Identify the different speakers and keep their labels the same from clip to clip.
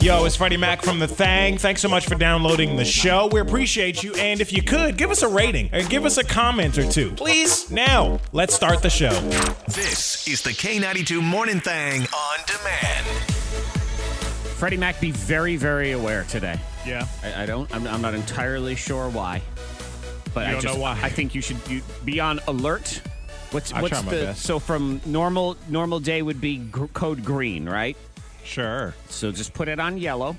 Speaker 1: Yo, it's Freddie Mac from The Thang. Thanks so much for downloading the show. We appreciate you. And if you could, give us a rating and give us a comment or two. Please, now, let's start the show.
Speaker 2: This is the K92 Morning Thang on demand.
Speaker 3: Freddie Mac, be very, very aware today.
Speaker 1: Yeah.
Speaker 3: I, I don't. I'm, I'm not entirely sure why, but
Speaker 1: You
Speaker 3: I
Speaker 1: don't
Speaker 3: just.
Speaker 1: know why.
Speaker 3: I think you should you, be on alert. What's
Speaker 1: I
Speaker 3: what's
Speaker 1: try my
Speaker 3: the
Speaker 1: best.
Speaker 3: so from normal normal day would be gr- code green, right?
Speaker 1: Sure.
Speaker 3: So just put it on yellow.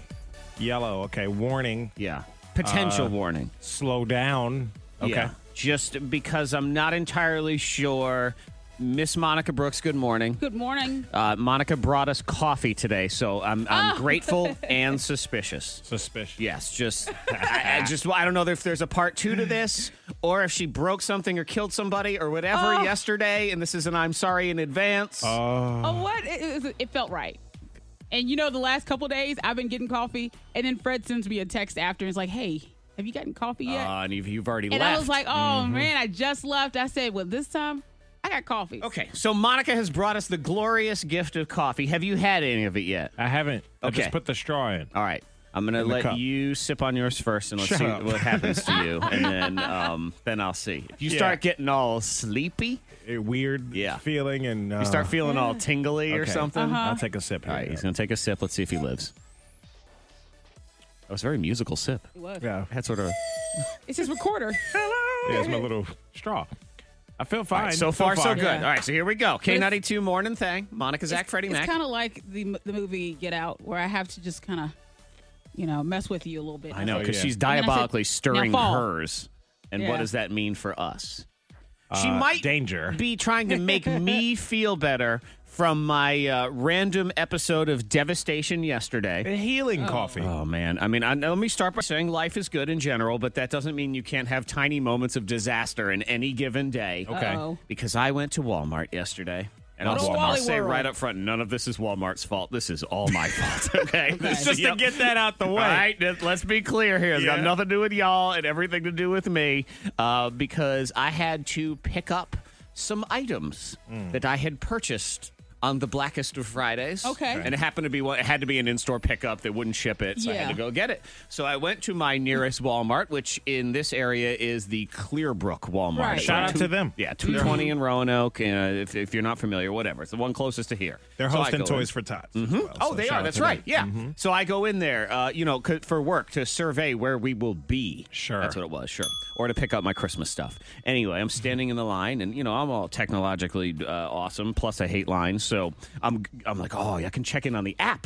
Speaker 1: Yellow. Okay. Warning. Uh,
Speaker 3: Yeah. Potential warning.
Speaker 1: Slow down. Okay.
Speaker 3: Yeah. Just because I'm not entirely sure. Miss Monica Brooks, good morning.
Speaker 4: Good morning.
Speaker 3: Uh, Monica brought us coffee today, so I'm,
Speaker 4: Oh.
Speaker 3: I'm grateful and suspicious.
Speaker 1: Suspicious.
Speaker 3: Yes, just I, I just I don't know if there's a part two to this, or if she broke something or killed somebody or whatever yesterday, and this is an I'm sorry in advance. Uh.
Speaker 4: Oh, what? It, it, it felt right. And you know, the last couple days I've been getting coffee, and then Fred sends me a text after and is like, hey, have you gotten coffee yet?
Speaker 3: Uh, and you've, you've already
Speaker 4: and
Speaker 3: left. Mm-hmm.
Speaker 4: I was like, oh
Speaker 1: Mm-hmm.
Speaker 4: man, I just left. I said, well, this time I got coffee.
Speaker 3: okay, so Monica has brought us the glorious gift of coffee. Have you had any of it yet?
Speaker 1: I haven't. I just
Speaker 3: Okay.
Speaker 1: put the straw in.
Speaker 3: All right. I'm gonna let
Speaker 1: cup.
Speaker 3: you sip on yours first, and let's
Speaker 1: Shut
Speaker 3: see
Speaker 1: up.
Speaker 3: what happens to you, and then um, then I'll see. If you
Speaker 1: Yeah.
Speaker 3: start getting all sleepy,
Speaker 1: A weird
Speaker 3: Yeah.
Speaker 1: feeling and. Uh,
Speaker 3: you start feeling all tingly or
Speaker 1: okay.
Speaker 3: something.
Speaker 1: I'll take a sip. Here
Speaker 3: All right,
Speaker 1: we
Speaker 3: he's
Speaker 1: go.
Speaker 3: gonna take a sip. Let's see if he lives. That was a very musical sip.
Speaker 1: Yeah.
Speaker 3: Had sort of.
Speaker 4: It's his recorder.
Speaker 1: yeah. It's my little straw. I feel fine.
Speaker 3: so far, so good.
Speaker 1: Yeah.
Speaker 3: All right, so here we go. K ninety two morning thing. Monica, Zach, Freddie,
Speaker 4: it's
Speaker 3: Mac.
Speaker 4: kind of like the, m- the movie Get Out, where I have to just kind of, you know, mess with you a little bit.
Speaker 3: I know
Speaker 1: Oh,
Speaker 3: because
Speaker 1: yeah.
Speaker 3: she's
Speaker 4: then I said,
Speaker 3: diabolically stirring
Speaker 4: "Now fall."
Speaker 3: hers, and what
Speaker 4: Yeah.
Speaker 3: does that mean for us? she might
Speaker 1: Uh, danger.
Speaker 3: be trying to make me feel better from my uh, random episode of devastation yesterday.
Speaker 1: The healing coffee.
Speaker 3: Oh man! I mean, I, let me start by saying life is good in general, but that doesn't mean you can't have tiny moments of disaster in any given day.
Speaker 1: Okay.
Speaker 4: Uh-oh.
Speaker 3: Because I went to Walmart yesterday, and
Speaker 4: Go
Speaker 3: I'll,
Speaker 4: to
Speaker 3: I'll
Speaker 4: Wally
Speaker 3: say
Speaker 4: World.
Speaker 3: right up front, none of this is Walmart's fault. This is all my fault. Okay. This-
Speaker 1: Just
Speaker 3: yep.
Speaker 1: to get that out the way.
Speaker 3: All right, let- let's be clear here. It's got
Speaker 1: Yeah.
Speaker 3: nothing to do with y'all and everything to do with me uh, because I had to pick up some items that I had purchased on the blackest of Fridays.
Speaker 4: Okay. Right.
Speaker 3: And it happened to be one, it had to be an in store pickup. They wouldn't ship it, so I had
Speaker 4: Yeah.
Speaker 3: to go get it. So I went to my nearest Walmart, which in this area is the Clearbrook Walmart.
Speaker 4: Right.
Speaker 3: It's
Speaker 1: Shout
Speaker 3: on
Speaker 1: out to them.
Speaker 3: Yeah, 220 in Roanoke. Uh, if, if you're not familiar, whatever. It's the one closest to here.
Speaker 1: They're
Speaker 3: So I
Speaker 1: hosting
Speaker 3: go in.
Speaker 1: Toys for Tots. as well,
Speaker 3: Oh,
Speaker 1: so
Speaker 3: they
Speaker 1: shout
Speaker 3: are.
Speaker 1: out
Speaker 3: That's
Speaker 1: to them.
Speaker 3: right. Yeah. So I go in there, uh, you know, c- for work to survey where we will be.
Speaker 1: Sure.
Speaker 3: That's what it was. Sure. Or to pick up my Christmas stuff. Anyway, I'm standing in the line, and you know, I'm all technologically uh, awesome. Plus, I hate lines, so I'm I'm like, oh, I can check in on the app,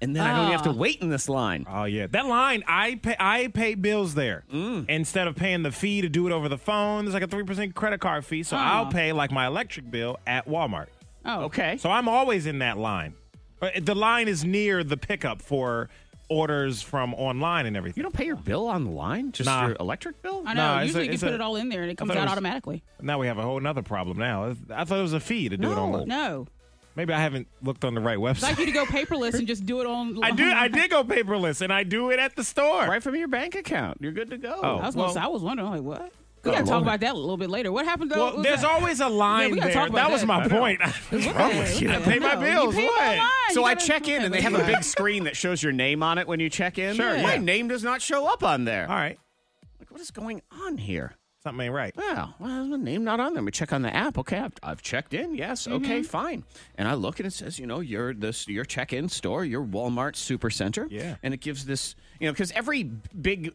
Speaker 3: and then I don't even have to wait in this line.
Speaker 1: Oh yeah, that line. I pay, I pay bills there
Speaker 3: Mm.
Speaker 1: instead of paying the fee to do it over the phone. There's like a three percent credit card fee, so I'll pay like my electric bill at Walmart.
Speaker 4: Oh,
Speaker 3: Okay.
Speaker 1: So I'm always in that line. Uh, The line is near the pickup for orders from online and
Speaker 3: you
Speaker 1: everything.
Speaker 3: don't pay your bill online, just
Speaker 1: Nah.
Speaker 3: your electric bill.
Speaker 4: I know.
Speaker 1: No, it's
Speaker 4: Usually
Speaker 1: a-
Speaker 4: you
Speaker 1: it's
Speaker 4: can put
Speaker 1: a-
Speaker 4: it all in there and it comes
Speaker 1: thought it
Speaker 4: out
Speaker 1: was-
Speaker 4: automatically.
Speaker 1: Now we have a whole nother problem. Now I thought it was a fee to do it
Speaker 4: No,
Speaker 1: online.
Speaker 4: no.
Speaker 1: Maybe I haven't looked on the right
Speaker 4: I'd like
Speaker 1: website.
Speaker 4: you to go paperless and just do it on.
Speaker 1: I do. I did go paperless, and I do it at the store.
Speaker 3: Right from your bank account, you're good to go.
Speaker 1: Oh.
Speaker 4: I was
Speaker 1: Well-
Speaker 4: gonna say, I was wondering, like, what? We gotta
Speaker 3: Lord.
Speaker 4: talk about that a little bit later. What happened? To,
Speaker 1: Well, there's always a line
Speaker 4: we gotta
Speaker 1: there.
Speaker 4: talk
Speaker 1: That,
Speaker 4: about
Speaker 1: was
Speaker 4: that.
Speaker 1: my
Speaker 4: I know.
Speaker 1: point.
Speaker 4: What's wrong with
Speaker 1: you? I pay my bills. What?
Speaker 3: So I check in, and they have a big screen that shows your name on it when you check in.
Speaker 1: Sure,
Speaker 3: My
Speaker 1: yeah.
Speaker 3: name does not show up on there.
Speaker 1: All right,
Speaker 3: Like, what is going on here?
Speaker 1: something ain't right.
Speaker 3: Wow, well, my name not on there. Let me check on the app. Okay, I've, I've checked in. Yes, okay, fine. And I look and it says, you know, your this your check-in store, your Walmart Supercenter.
Speaker 1: Yeah.
Speaker 3: And it gives this, you know, because every big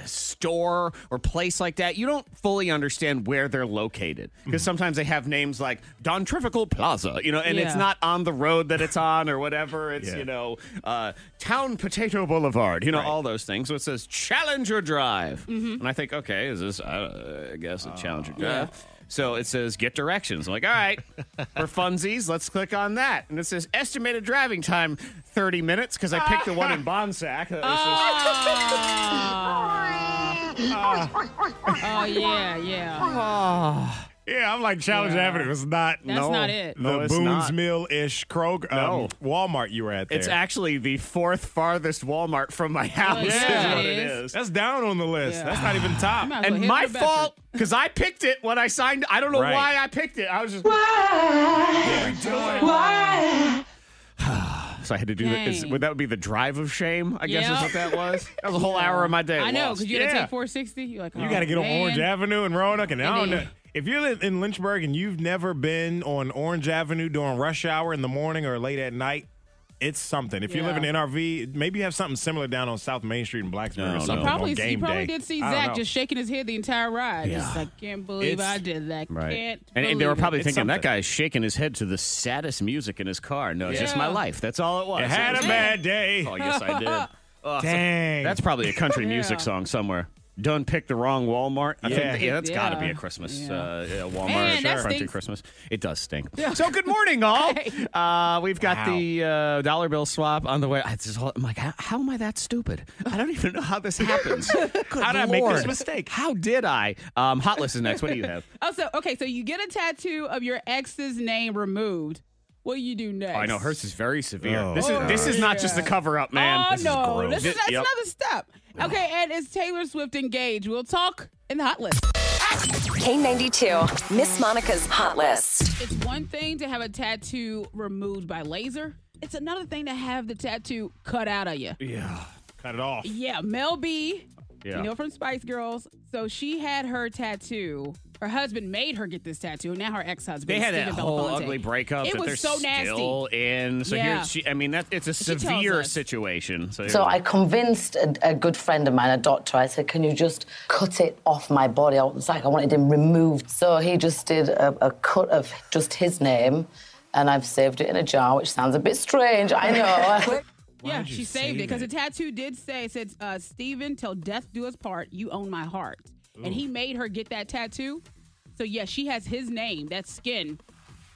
Speaker 3: uh, store or place like that, you don't fully understand where they're located because sometimes they have names like Don Trifical Plaza, you know, and it's
Speaker 4: Yeah.
Speaker 3: not on the road that it's on or whatever. It's
Speaker 1: Yeah.
Speaker 3: you know, uh, Town Potato Boulevard, you know, all those things. So it
Speaker 4: Mm-hmm.
Speaker 1: Oh,
Speaker 3: says Challenger Drive, and I think, okay, is this? Uh, I guess a Challenger Drive. So it says get directions. I'm like, all right, for funsies, let's click on that. And it says estimated driving time 30 minutes because I picked the one in Bonsack. That was just-
Speaker 4: Oh yeah,
Speaker 3: ah.
Speaker 4: yeah.
Speaker 1: Yeah, I'm like Challenge Avenue. It's not.
Speaker 4: That's
Speaker 3: No.
Speaker 4: not it.
Speaker 3: No,
Speaker 1: the
Speaker 3: it's
Speaker 1: Boone's
Speaker 3: not.
Speaker 1: Mill ish Kroger,
Speaker 3: No.
Speaker 1: um, Walmart you were at there.
Speaker 3: It's actually the fourth farthest Walmart from my house.
Speaker 4: Oh, yeah,
Speaker 3: is what
Speaker 4: it
Speaker 3: it
Speaker 4: is.
Speaker 3: is.
Speaker 1: That's down on the list.
Speaker 4: Yeah.
Speaker 1: That's not even top.
Speaker 4: might as well
Speaker 3: And
Speaker 4: hit
Speaker 3: my
Speaker 4: the bathroom.
Speaker 3: fault because I picked it when I signed. I don't know
Speaker 1: Right.
Speaker 3: why I picked it. I was just. So I had to do that. Is,
Speaker 4: Dang.
Speaker 3: would that would be the drive of shame? I guess is
Speaker 4: Yep.
Speaker 3: what that was. That was a whole hour of my day.
Speaker 4: I know
Speaker 3: lost.
Speaker 4: because you had to
Speaker 1: Yeah.
Speaker 4: take 460. You're like,
Speaker 1: You
Speaker 4: oh,
Speaker 1: got to get on
Speaker 4: man.
Speaker 1: Orange Avenue in Roanoke, and I don't
Speaker 4: Indeed.
Speaker 1: know. If you're in- in Lynchburg and you've never been on Orange Avenue during rush hour in the morning or late at night, it's something. If you live in
Speaker 4: Yeah.
Speaker 1: NRV, maybe you have something similar down on South Main Street in Blacksburg
Speaker 3: No,
Speaker 1: or
Speaker 3: no.
Speaker 1: something.
Speaker 3: You
Speaker 4: Probably,
Speaker 1: on
Speaker 4: you
Speaker 1: game
Speaker 4: probably
Speaker 1: day.
Speaker 4: did see
Speaker 1: I don't know.
Speaker 4: Zach just shaking his head the entire ride.
Speaker 3: Yeah.
Speaker 4: Just like, can't believe
Speaker 1: It's-
Speaker 4: I did that.
Speaker 3: Right.
Speaker 4: Can't
Speaker 3: and, and they were
Speaker 4: believe it."
Speaker 3: probably
Speaker 1: It's
Speaker 3: thinking that
Speaker 1: something.
Speaker 3: guy's shaking his head to the saddest music in his car. No, it's just my
Speaker 4: Yeah.
Speaker 3: life. That's all it was.
Speaker 1: I had
Speaker 3: was
Speaker 1: a
Speaker 3: it.
Speaker 1: bad day.
Speaker 3: Oh, yes, I did. Oh, so-
Speaker 1: Dang.
Speaker 3: That's probably a country music song somewhere. Done picked the wrong Walmart. I
Speaker 1: Yeah.
Speaker 3: think, yeah that's got to be
Speaker 4: Yeah.
Speaker 3: a Christmas
Speaker 4: Yeah.
Speaker 3: uh, yeah, Walmart
Speaker 4: Man,
Speaker 3: or
Speaker 4: that
Speaker 3: country
Speaker 4: stinks.
Speaker 3: Christmas. It does stink. So good morning, all. Uh, we've got
Speaker 1: Wow.
Speaker 3: the uh, dollar bill swap on the way. I just, I'm like, how, how am I that stupid? I don't even know how this happens. how
Speaker 1: did I make this mistake?
Speaker 3: How did I? Um, Hot list is next. What do you have?
Speaker 4: Oh, so okay, so you get a tattoo of your ex's name removed. What do you do next?
Speaker 3: Oh, I know hers is very severe.
Speaker 1: Oh,
Speaker 3: this is this is not just the cover up, man.
Speaker 4: oh
Speaker 3: this
Speaker 4: no,
Speaker 3: is gross.
Speaker 4: this is that's
Speaker 3: Yep.
Speaker 4: another step. Okay, and it's Taylor Swift engaged. We'll talk in the hot list.
Speaker 5: K92, Miss Monica's Hot List.
Speaker 4: It's one thing to have a tattoo removed by laser. It's another thing to have the tattoo cut out of you.
Speaker 1: Cut it off.
Speaker 4: Yeah, Mel B,
Speaker 3: Yeah.
Speaker 4: you know from Spice Girls. So she had her tattoo. Her husband made her get this tattoo, and now her ex-husband.
Speaker 3: They had
Speaker 4: Stephen
Speaker 3: that whole
Speaker 4: Belafonte.
Speaker 3: ugly breakup.
Speaker 4: It
Speaker 3: that they're
Speaker 4: was so nasty.
Speaker 3: Still in. So
Speaker 4: Yeah.
Speaker 3: here's she. I mean, that it's a
Speaker 4: tells
Speaker 3: severe
Speaker 4: us.
Speaker 3: situation. So,
Speaker 6: So I convinced a, a good friend of mine, a doctor. I said, "Can you just cut it off my body?" I was like, I wanted him removed. So he just did a, a cut of just his name, and I've saved it in a jar, which sounds a bit strange. I know.
Speaker 4: yeah,
Speaker 1: did you
Speaker 4: she saved it
Speaker 1: save
Speaker 4: because the
Speaker 1: it?
Speaker 4: tattoo did say, it said, uh, Steven, till death do us part, you own my heart. And he made her get that tattoo. So, yeah, she has his name, that skin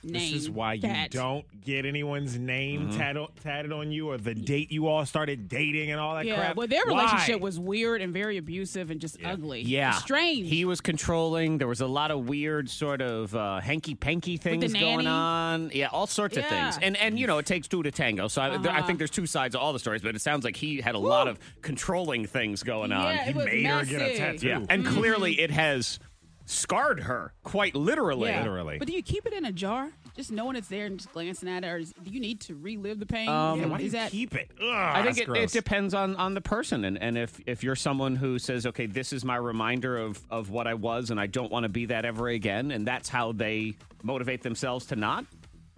Speaker 1: This
Speaker 4: name.
Speaker 1: is why you
Speaker 4: that.
Speaker 1: don't get anyone's name
Speaker 3: Mm-hmm.
Speaker 1: tatted, tatted on you or the date you all started dating and all that
Speaker 4: Yeah,
Speaker 1: crap.
Speaker 4: well, their
Speaker 1: Why?
Speaker 4: relationship was weird and very abusive and just ugly.
Speaker 3: yeah,
Speaker 4: Strange.
Speaker 3: He was controlling. There was a lot of weird sort of uh, hanky panky
Speaker 4: the
Speaker 3: things going
Speaker 4: nanny.
Speaker 3: on. Yeah, all sorts of
Speaker 4: Yeah. Uh-huh.
Speaker 3: things. And and you know, it takes two to tango. So I, there- I think there's two sides of all the stories. But it sounds like he had a lot of controlling things going on.
Speaker 4: yeah, it was
Speaker 1: made her
Speaker 4: messy. Mm-hmm.
Speaker 1: get a tattoo.
Speaker 3: Yeah, and clearly it has scarred her quite literally.
Speaker 4: Yeah.
Speaker 1: Literally.
Speaker 4: But do you keep it in a jar? Just knowing it's there and just glancing at it? Or is, do you need to relive the pain?
Speaker 1: Yeah, why do
Speaker 4: is
Speaker 1: you
Speaker 4: that,
Speaker 1: keep it? Ugh,
Speaker 3: I think
Speaker 1: Um, that's
Speaker 3: it, it
Speaker 1: gross.
Speaker 3: depends on, on the person, and, and if, if you're someone who says, okay, this is my reminder of, of what I was, and I don't want to be that ever again, and that's how they motivate themselves to not.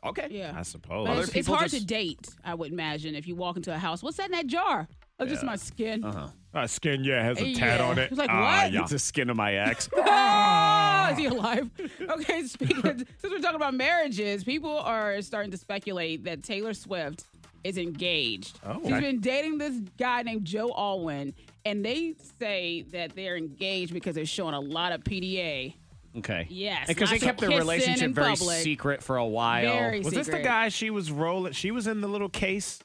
Speaker 3: Okay,
Speaker 4: yeah.
Speaker 1: I suppose.
Speaker 4: But
Speaker 3: Other
Speaker 4: it's, it's
Speaker 3: people
Speaker 4: hard
Speaker 3: just-
Speaker 4: to date, I would imagine, if you walk into a house. What's that in that jar? Oh, just my skin.
Speaker 3: Uh-huh.
Speaker 1: Uh, skin, yeah, has a tat
Speaker 4: Yeah.
Speaker 1: on it.
Speaker 4: It's like,
Speaker 1: Ah,
Speaker 4: what?
Speaker 1: yeah.
Speaker 3: it's the skin of my ex.
Speaker 4: Ah, is he alive? Okay, speaking of, since we're talking about marriages, people are starting to speculate that Taylor Swift is engaged.
Speaker 1: Oh.
Speaker 4: She's been dating this guy named Joe Alwyn, and they say that they're engaged because they're showing a lot of PDA.
Speaker 3: okay,
Speaker 4: Yes,
Speaker 3: because they
Speaker 4: lots of
Speaker 3: kept their
Speaker 4: kissing
Speaker 3: relationship
Speaker 4: in
Speaker 3: very
Speaker 4: public.
Speaker 3: secret for a while.
Speaker 4: Very
Speaker 1: Was this the
Speaker 4: secret.
Speaker 1: guy she was rolling? She was in the little case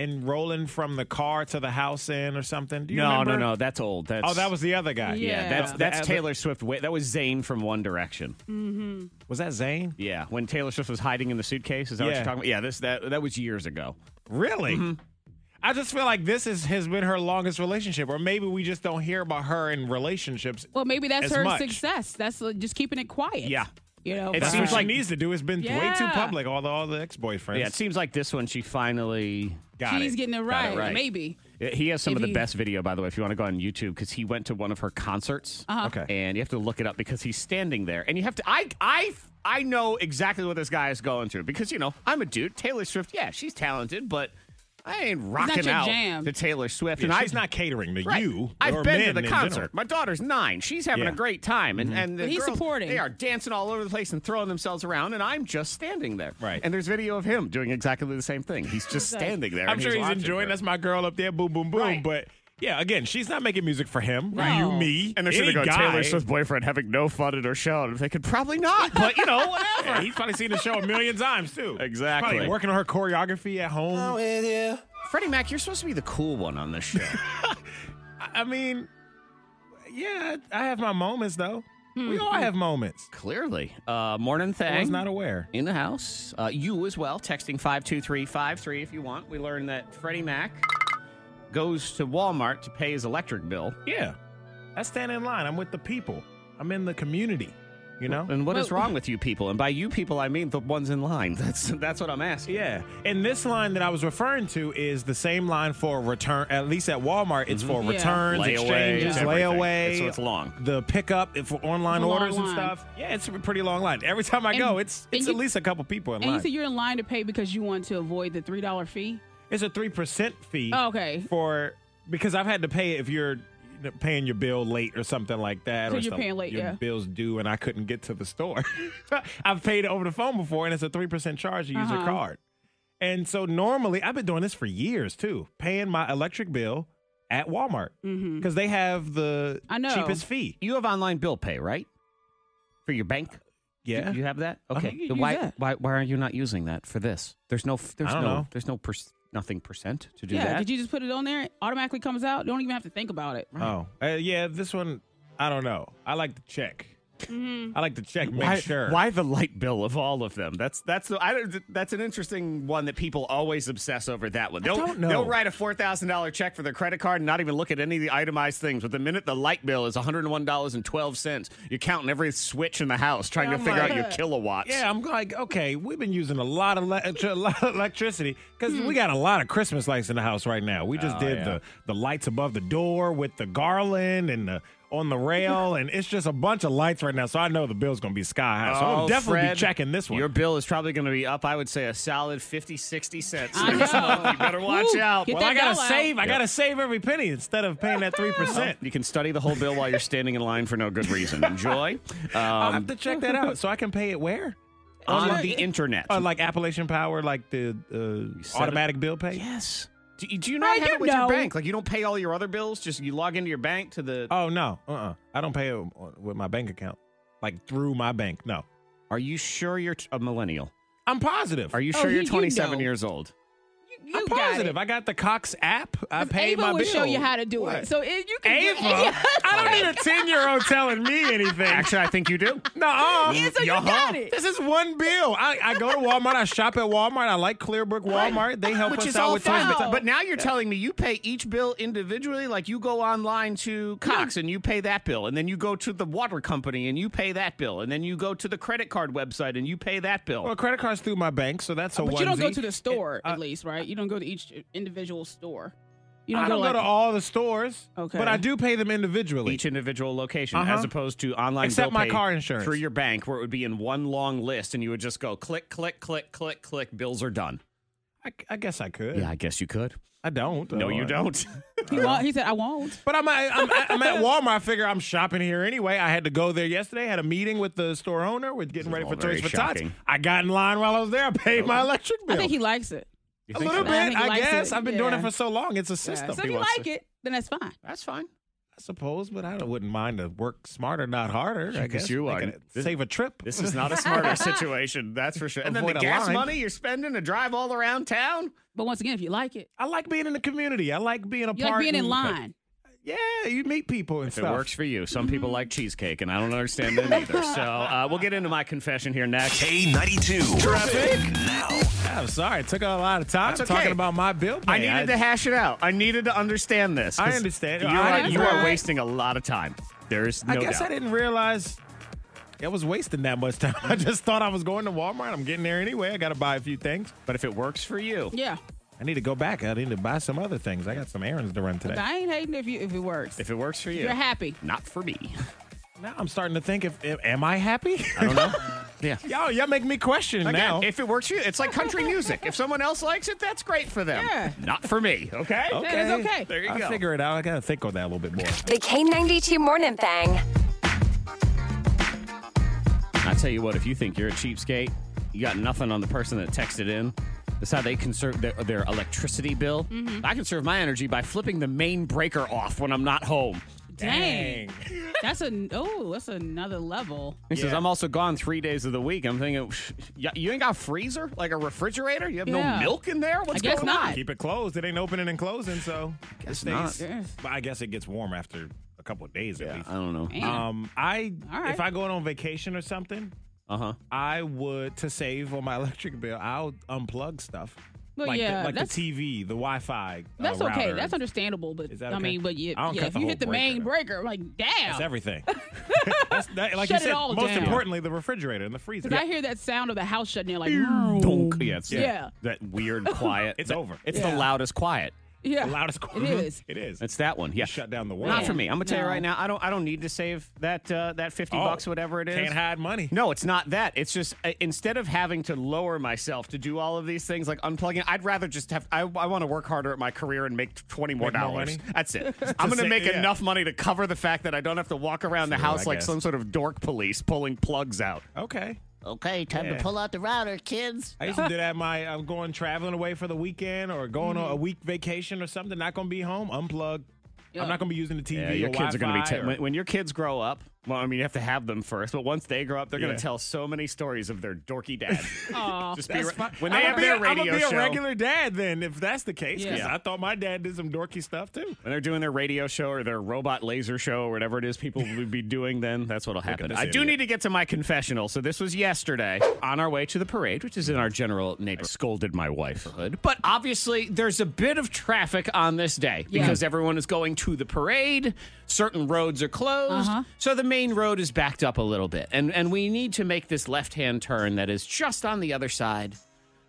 Speaker 1: and rolling from the car to the house in or something. Do you
Speaker 3: no,
Speaker 1: remember?
Speaker 3: no, no, that's old. That's
Speaker 1: Oh, that was the other guy.
Speaker 4: Yeah.
Speaker 3: yeah, that's
Speaker 4: Yeah.
Speaker 3: that's
Speaker 1: The-
Speaker 3: Taylor Swift. Wa- That was Zayn from One Direction.
Speaker 1: Mm-hmm. Was that Zane?
Speaker 3: Yeah, when Taylor Swift was hiding in the suitcase. Is that what
Speaker 1: Yeah.
Speaker 3: you're talking about? Yeah, this that that was years ago.
Speaker 1: Really?
Speaker 3: Mm-hmm.
Speaker 1: I just feel like this is, has been her longest relationship, or maybe we just don't hear about her in relationships.
Speaker 4: Well, maybe that's
Speaker 1: As
Speaker 4: her
Speaker 1: much.
Speaker 4: success. That's uh, just keeping it quiet.
Speaker 3: Yeah.
Speaker 4: You know,
Speaker 3: It
Speaker 4: but-
Speaker 1: That's
Speaker 3: seems
Speaker 1: what she
Speaker 3: like-
Speaker 1: needs to do. It's been way too
Speaker 4: Yeah.
Speaker 1: public. All the all the ex boyfriends.
Speaker 3: Yeah, it seems like this one she finally
Speaker 1: got
Speaker 4: she's
Speaker 1: it.
Speaker 4: getting it
Speaker 3: Got
Speaker 4: right,
Speaker 3: it right.
Speaker 4: Maybe.
Speaker 3: Yeah, He has some of
Speaker 4: If
Speaker 3: the
Speaker 4: you-
Speaker 3: best video, by the way, if you want to go on YouTube, because he went to one of her concerts.
Speaker 4: Uh-huh.
Speaker 1: Okay.
Speaker 3: And you have to look it up because he's standing there. And you have to I I I know exactly what this guy is going through because you know, I'm a dude. Taylor Swift, yeah, she's talented, but I ain't rocking
Speaker 4: your
Speaker 3: out
Speaker 4: jam.
Speaker 3: to Taylor Swift.
Speaker 1: Yeah,
Speaker 3: and
Speaker 1: she's
Speaker 3: I,
Speaker 1: not catering to
Speaker 3: Right.
Speaker 1: you. or
Speaker 3: I've been
Speaker 1: men
Speaker 3: to the
Speaker 1: in
Speaker 3: concert.
Speaker 1: general.
Speaker 3: My daughter's nine. She's having
Speaker 1: Yeah. Mm-hmm.
Speaker 3: a great time, and and the
Speaker 4: But he's
Speaker 3: girls,
Speaker 4: supporting.
Speaker 3: They are dancing all over the place and throwing themselves around, and I'm just standing there.
Speaker 1: Right.
Speaker 3: And there's video of him doing exactly the same thing. He's just standing there.
Speaker 1: I'm
Speaker 3: and
Speaker 1: sure he's
Speaker 3: watching
Speaker 1: enjoying.
Speaker 3: her.
Speaker 1: That's my girl up there. Boom, boom, boom.
Speaker 3: Right.
Speaker 1: But Yeah, again, she's not making music for him,
Speaker 4: No.
Speaker 1: you, me,
Speaker 7: And they're
Speaker 1: any
Speaker 7: sitting on
Speaker 1: guy.
Speaker 7: Taylor Swift's boyfriend having no fun at her show. And they could probably not. But, you know, whatever.
Speaker 1: Yeah, he's probably seen the show a million times too.
Speaker 7: Exactly.
Speaker 1: Probably working on her choreography at home.
Speaker 3: Freddie Mac, you're supposed to be the cool one on this show.
Speaker 1: I mean, yeah, I have my moments though. We all have moments.
Speaker 3: Clearly. Uh, morning
Speaker 1: I
Speaker 3: thing.
Speaker 1: was not aware.
Speaker 3: in the house. Uh, you as well, texting 52353 if you want. We learned that Freddie Mac goes to Walmart to pay his electric bill.
Speaker 1: Yeah, I stand in line. I'm with the people. I'm in the community. You know.
Speaker 3: And what is wrong with you people? And by you people, I mean the ones in line. That's that's what I'm asking.
Speaker 1: Yeah, and this line that I was referring to is the same line for return. At least at Walmart, it's for
Speaker 4: Yeah.
Speaker 1: returns,
Speaker 3: Layaways,
Speaker 1: exchanges,
Speaker 7: everything.
Speaker 1: layaway.
Speaker 3: It's- so it's long.
Speaker 1: The pickup if for online
Speaker 4: It's a long
Speaker 1: orders and
Speaker 4: line.
Speaker 1: stuff. Yeah, it's a pretty long line. Every time I go,
Speaker 4: And-
Speaker 1: it's
Speaker 4: and
Speaker 1: it's
Speaker 4: you-
Speaker 1: at least a couple people in
Speaker 4: And you
Speaker 1: line.
Speaker 4: said you're in line to pay because you want to avoid the three dollar fee.
Speaker 1: It's a three percent fee.
Speaker 4: Oh, okay.
Speaker 1: For because I've had to pay it if you're you know, paying your bill late or something like that.
Speaker 4: So
Speaker 1: or
Speaker 4: you're
Speaker 1: some-
Speaker 4: paying late,
Speaker 1: your
Speaker 4: yeah.
Speaker 1: Bills due, and I couldn't get to the store. I've paid it over the phone before, and it's a three percent charge. You use your
Speaker 4: Uh-huh.
Speaker 1: card, and so normally I've been doing this for years too, paying my electric bill at Walmart because
Speaker 4: Mm.
Speaker 1: they have the
Speaker 4: I know.
Speaker 1: cheapest fee.
Speaker 3: You have online bill pay, right? For your bank?
Speaker 1: Yeah.
Speaker 3: You have that? Okay.
Speaker 4: you
Speaker 3: Then
Speaker 4: use
Speaker 3: why,
Speaker 4: that.
Speaker 3: why why are you not using that for this? There's no f- there's
Speaker 1: I don't
Speaker 3: no
Speaker 1: know.
Speaker 3: there's no per- nothing percent to do
Speaker 4: yeah.
Speaker 3: that.
Speaker 4: Did you just put it on there? It automatically comes out. You don't even have to think about it.
Speaker 1: Oh, uh, yeah. This one, I don't know. I like to check. I like to check, make
Speaker 3: why,
Speaker 1: sure.
Speaker 3: why the light bill of all of them? That's that's the, I don't, that's an interesting one that people always obsess over. That one. They'll,
Speaker 1: don't know.
Speaker 3: They'll write a four thousand dollar check for their credit card and not even look at any of the itemized things. But the minute the light bill is one hundred and one dollars and twelve cents, you're counting every switch in the house, trying
Speaker 4: Oh
Speaker 1: I'm
Speaker 3: to figure
Speaker 1: like-
Speaker 3: out your kilowatts.
Speaker 1: Yeah, I'm like, okay, we've been using a lot of, electri- a lot of electricity because we got a lot of Christmas lights in the house right now. We just did the, the lights above the door with the garland and the on the rail, and it's just a bunch of lights right now. So I know the bill's going to be sky high. So I'll
Speaker 3: Oh,
Speaker 1: definitely
Speaker 3: Fred,
Speaker 1: be checking this one.
Speaker 3: Your bill is probably going to be up, I would say, a solid 50, 60 cents.
Speaker 4: I
Speaker 3: this
Speaker 4: know.
Speaker 3: month. You better watch
Speaker 4: Woo,
Speaker 3: out.
Speaker 4: get
Speaker 1: well,
Speaker 4: that
Speaker 1: I gotta
Speaker 4: dollar out.
Speaker 1: save. I gotta save every penny instead of paying that three percent.
Speaker 3: You can study the whole bill while you're standing in line for no good reason. Enjoy.
Speaker 1: I'll
Speaker 3: Um,
Speaker 1: have to check that out so I can pay it where?
Speaker 3: on the internet.
Speaker 1: Uh, like Appalachian Power, like the uh,
Speaker 3: said it.
Speaker 1: automatic bill pay.
Speaker 3: Yes. Do, do you not
Speaker 4: I
Speaker 3: have it
Speaker 4: don't
Speaker 3: with your
Speaker 4: know.
Speaker 3: bank? Like you don't pay all your other bills. Just you log into your bank to the.
Speaker 1: Oh no, uh, uh I don't pay it on- with my bank account, like through my bank. No,
Speaker 3: Are you sure you're t- a millennial?
Speaker 1: I'm positive.
Speaker 3: Are you
Speaker 4: Oh,
Speaker 3: sure
Speaker 4: he-
Speaker 3: you're
Speaker 4: you
Speaker 3: 27
Speaker 4: know.
Speaker 3: years old?
Speaker 4: You, you
Speaker 1: I'm
Speaker 4: got it.
Speaker 1: positive. I got the Cox app. I pay
Speaker 4: Ava
Speaker 1: my
Speaker 4: will
Speaker 1: bill.
Speaker 4: show you how to do
Speaker 1: What?
Speaker 4: it. So it, you can. do
Speaker 1: Ava,
Speaker 4: it.
Speaker 1: I don't need a ten-year-old telling me anything.
Speaker 3: Actually, I think you do.
Speaker 1: No,
Speaker 4: Yeah, so you got it.
Speaker 1: This is one bill. I, I go to Walmart. I shop at Walmart. I like Clearbrook Walmart. They help
Speaker 3: Which
Speaker 1: us
Speaker 3: is
Speaker 1: out
Speaker 3: all
Speaker 1: with
Speaker 3: fine,
Speaker 1: things.
Speaker 3: but, but now you're telling me you pay each bill individually. Like you go online to Cox and you pay that bill, and then you go to the water company and you pay that bill, and then you go to the credit card website and you pay that bill.
Speaker 1: Well, credit cards through my bank, so that's a
Speaker 4: But you don't go
Speaker 1: onesie.
Speaker 4: to the store,
Speaker 1: uh,
Speaker 4: at least, right? You don't go to each individual store. You
Speaker 1: I don't go
Speaker 4: like-
Speaker 1: to all the stores,
Speaker 4: Okay.
Speaker 1: but I do pay them individually.
Speaker 3: each individual location
Speaker 1: Uh-huh.
Speaker 3: as opposed to online
Speaker 1: Except
Speaker 3: bill
Speaker 1: my
Speaker 3: pay
Speaker 1: car insurance.
Speaker 3: through your bank where it would be in one long list and you would just go click click click click click bills are done
Speaker 1: I, I guess I could.
Speaker 3: yeah i guess you could
Speaker 1: I don't.
Speaker 3: no
Speaker 1: though.
Speaker 3: you
Speaker 1: I-
Speaker 3: don't
Speaker 4: He, won't, he said, "I won't."
Speaker 1: But I'm, I'm, I'm at Walmart. I figure I'm shopping here anyway. I had to go there yesterday. Had a meeting with the store owner. We're getting
Speaker 3: is
Speaker 1: ready
Speaker 3: all
Speaker 1: for
Speaker 3: very
Speaker 1: Toys for Tots.
Speaker 3: shocking.
Speaker 1: I got in line while I was there. I paid my electric bill.
Speaker 4: I think he likes it.
Speaker 1: a little
Speaker 4: so? I
Speaker 1: bit,
Speaker 4: think he
Speaker 1: I,
Speaker 4: likes
Speaker 1: guess.
Speaker 4: it,
Speaker 1: I've been doing
Speaker 4: yeah.
Speaker 1: it for so long. It's a system,
Speaker 4: Yeah. So if you
Speaker 3: wants
Speaker 4: like it, then that's fine.
Speaker 3: that's fine
Speaker 1: I suppose. But I don't- wouldn't mind to work smarter, not harder. I
Speaker 3: Because
Speaker 1: guess
Speaker 3: you
Speaker 1: They
Speaker 3: are-
Speaker 1: can
Speaker 3: this-
Speaker 1: save a trip.
Speaker 3: this is not a smarter situation that's for sure and then the
Speaker 1: Avoid a
Speaker 3: gas
Speaker 1: line.
Speaker 3: money you're spending to drive all around town
Speaker 4: But once again, if you like it,
Speaker 1: I like being in the community. I like being a
Speaker 4: you
Speaker 1: part.
Speaker 4: like being in
Speaker 1: and-
Speaker 4: line.
Speaker 1: Yeah, you meet people and
Speaker 3: if
Speaker 1: stuff.
Speaker 3: it works for you some people like cheesecake and i don't understand them either so uh, we'll get into my confession here next
Speaker 2: K92. Traffic now.
Speaker 1: I'm sorry, it took a lot of time
Speaker 3: That's okay.
Speaker 1: talking about my bill.
Speaker 3: I
Speaker 1: pay.
Speaker 3: needed to hash it out. I needed to understand this. 'cause
Speaker 1: I understand.
Speaker 3: You
Speaker 1: I
Speaker 3: are, you are
Speaker 1: understand.
Speaker 3: wasting a lot of time. There is no
Speaker 1: I guess
Speaker 3: doubt.
Speaker 1: I didn't realize I was wasting that much time. I just thought I was going to Walmart. I'm getting there anyway. I got to buy a few things.
Speaker 3: But if it works for you,
Speaker 4: Yeah,
Speaker 1: I need to go back. I need to buy some other things. I got some errands to run today.
Speaker 4: I ain't hating if you if it works.
Speaker 3: if it works for you,
Speaker 4: You're happy.
Speaker 3: Not for me.
Speaker 1: Now I'm starting to think if, if am I happy?
Speaker 3: I don't know. yeah.
Speaker 1: y'all, y'all make me question now.
Speaker 3: Again, if it works for you, it's like country music. If someone else likes it, that's great for them.
Speaker 4: Yeah.
Speaker 3: Not for me. Okay.
Speaker 4: That is okay.
Speaker 3: There you
Speaker 1: I
Speaker 3: go.
Speaker 1: figure it out. I got to think on that a little bit more.
Speaker 5: The K92 Morning Thing.
Speaker 3: I tell you what, if you think you're a cheapskate, you got nothing on the person that texted in. That's how they conserve their, their electricity bill.
Speaker 4: Mm-hmm.
Speaker 3: I conserve my energy by flipping the main breaker off when I'm not home.
Speaker 4: Dang. That's a oh, that's another level.
Speaker 3: He says, I'm also gone three days of the week. I'm thinking, "Y- you ain't got a freezer? Like a refrigerator? You have
Speaker 4: Yeah.
Speaker 3: no milk in there? What's
Speaker 4: I guess
Speaker 3: going
Speaker 4: not.
Speaker 1: Keep it closed. It ain't opening and closing, so
Speaker 3: Guess
Speaker 1: it
Speaker 3: not.
Speaker 1: stays. But I guess it gets warm after a couple of days at
Speaker 3: on?
Speaker 1: least.
Speaker 3: I don't know.
Speaker 4: Man.
Speaker 1: Um, I
Speaker 4: All right.
Speaker 1: if I go on vacation or something,
Speaker 3: Uh huh.
Speaker 1: I would to save on my electric bill. I'll unplug stuff.
Speaker 4: Well,
Speaker 1: like
Speaker 4: yeah,
Speaker 1: the, like the
Speaker 4: that's-
Speaker 1: TV, the Wi-Fi. uh,
Speaker 4: That's okay.
Speaker 1: router.
Speaker 4: That's understandable. But
Speaker 1: Is that
Speaker 4: I
Speaker 1: okay?
Speaker 4: mean, but yeah,
Speaker 1: I don't
Speaker 4: yeah
Speaker 1: cut
Speaker 4: if
Speaker 1: the
Speaker 4: you
Speaker 1: whole
Speaker 4: hit the
Speaker 1: breaker,
Speaker 4: main
Speaker 1: though.
Speaker 4: breaker, I'm like damn.
Speaker 1: That's everything. That's that, like
Speaker 4: Shut it
Speaker 1: you said.
Speaker 4: all
Speaker 1: most
Speaker 4: down.
Speaker 1: importantly, the refrigerator and the freezer.
Speaker 4: Because I hear that sound of the house shutting down, like
Speaker 3: Donk. Yeah, it's
Speaker 4: Yeah. Yeah.
Speaker 3: That weird quiet.
Speaker 1: It's
Speaker 3: That-
Speaker 1: over.
Speaker 3: It's
Speaker 4: Yeah.
Speaker 3: the loudest quiet.
Speaker 4: yeah,
Speaker 1: The loudest.
Speaker 4: It is.
Speaker 1: It is.
Speaker 3: It's that one. Yeah.
Speaker 1: shut down the world.
Speaker 3: Not for me. I'm gonna tell you
Speaker 4: No.
Speaker 3: right now. I don't. I don't need to save that. Uh, that fifty
Speaker 1: Oh,
Speaker 3: bucks, whatever it is.
Speaker 1: Can't hide money.
Speaker 3: No, it's not that. It's just uh, instead of having to lower myself to do all of these things like unplugging, I'd rather just have. I, I want to work harder at my career and make twenty more
Speaker 1: Make more
Speaker 3: dollars.
Speaker 1: money?
Speaker 3: That's it. I'm going
Speaker 1: say-
Speaker 3: to make
Speaker 1: yeah.
Speaker 3: enough money to cover the fact that I don't have to walk around the
Speaker 1: True,
Speaker 3: house
Speaker 1: I
Speaker 3: like
Speaker 1: guess.
Speaker 3: some sort of dork police pulling plugs out.
Speaker 1: Okay.
Speaker 3: Okay, time
Speaker 1: to Yeah. pull
Speaker 3: out the router, kids.
Speaker 1: I used to do that. My I'm going traveling away for the weekend or going on a week vacation or something. Not gonna be home. Unplug. I'm not gonna be using the TV.
Speaker 3: Yeah, your
Speaker 1: or
Speaker 3: kids are going to be
Speaker 1: Wi-Fi
Speaker 3: te-
Speaker 1: or-
Speaker 3: when, when your kids grow up. Well, I mean, you have to have them first, but once they grow up, they're going
Speaker 1: Yeah.
Speaker 3: to tell so many stories of their dorky dad.
Speaker 4: Aw.
Speaker 3: Just be re- when
Speaker 1: I'm
Speaker 3: they have
Speaker 1: gonna be,
Speaker 3: their
Speaker 1: I'm
Speaker 3: radio
Speaker 1: gonna be
Speaker 3: show,
Speaker 1: a regular dad then, if that's the case. 'cause
Speaker 4: Yeah.
Speaker 1: I thought my dad did some dorky stuff too.
Speaker 3: when they're doing their radio show or their robot laser show or whatever it is people would be doing, then that's what'll happen.
Speaker 1: this
Speaker 3: I do
Speaker 1: idiot.
Speaker 3: need to get to my confessional. So this was yesterday on our way to the parade, which is in our general neighborhood. I scolded my wife, but obviously there's a bit of traffic on this day
Speaker 4: Yeah.
Speaker 3: because everyone is going to the parade. Certain roads are closed, so the main road is backed up a little bit, and and we need to make this left-hand turn that is just on the other side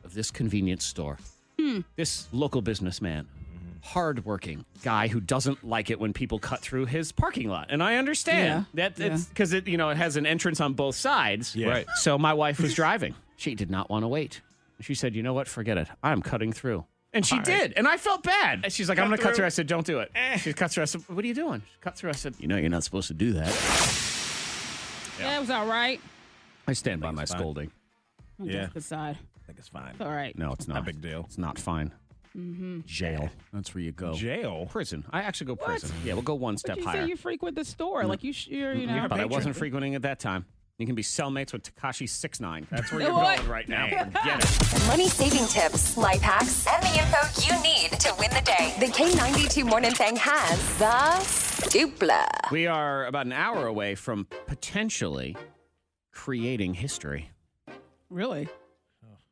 Speaker 3: of this convenience store.
Speaker 4: Hmm.
Speaker 3: This local businessman, Mm-hmm. hardworking guy who doesn't like it when people cut through his parking lot, and I understand that it's because it you know it has an entrance on both sides.
Speaker 1: Yeah. Right.
Speaker 3: So my wife was driving. She did not want to wait. She said, "You know what? Forget it. I'm cutting through." And she did, and I felt bad. And she's like, "I'm going to cut
Speaker 1: through.
Speaker 3: through." Eh. I said, "Don't do it." She cut through. I said, "What are you doing?" She cut through. I said, "You know you're not supposed to do that."
Speaker 4: that was all right.
Speaker 3: I stand by my
Speaker 1: fine.
Speaker 3: scolding.
Speaker 4: On
Speaker 1: Yeah.
Speaker 4: Jessica's side.
Speaker 1: I think it's fine.
Speaker 4: All right. Mm-hmm.
Speaker 3: No, it's not.
Speaker 1: Not a big deal.
Speaker 3: It's not fine.
Speaker 4: Hmm.
Speaker 3: Jail. That's where you go.
Speaker 1: Jail.
Speaker 3: Prison. I actually go prison. Yeah, we'll go one
Speaker 4: But
Speaker 3: step
Speaker 4: you
Speaker 3: higher.
Speaker 4: say you frequent the store, like you, sh- you're, you know.
Speaker 3: Yeah, but I
Speaker 1: Mm. Mm-hmm. patron.
Speaker 3: wasn't frequenting at that time. You can be cellmates with Takashi six nine. That's where you're
Speaker 4: What?
Speaker 3: going right now. Get it.
Speaker 5: Money saving tips, life hacks, and the info you need to win the day. The K92 Morning Thing has the dupla.
Speaker 3: We are about an hour away from potentially creating history.
Speaker 4: Really?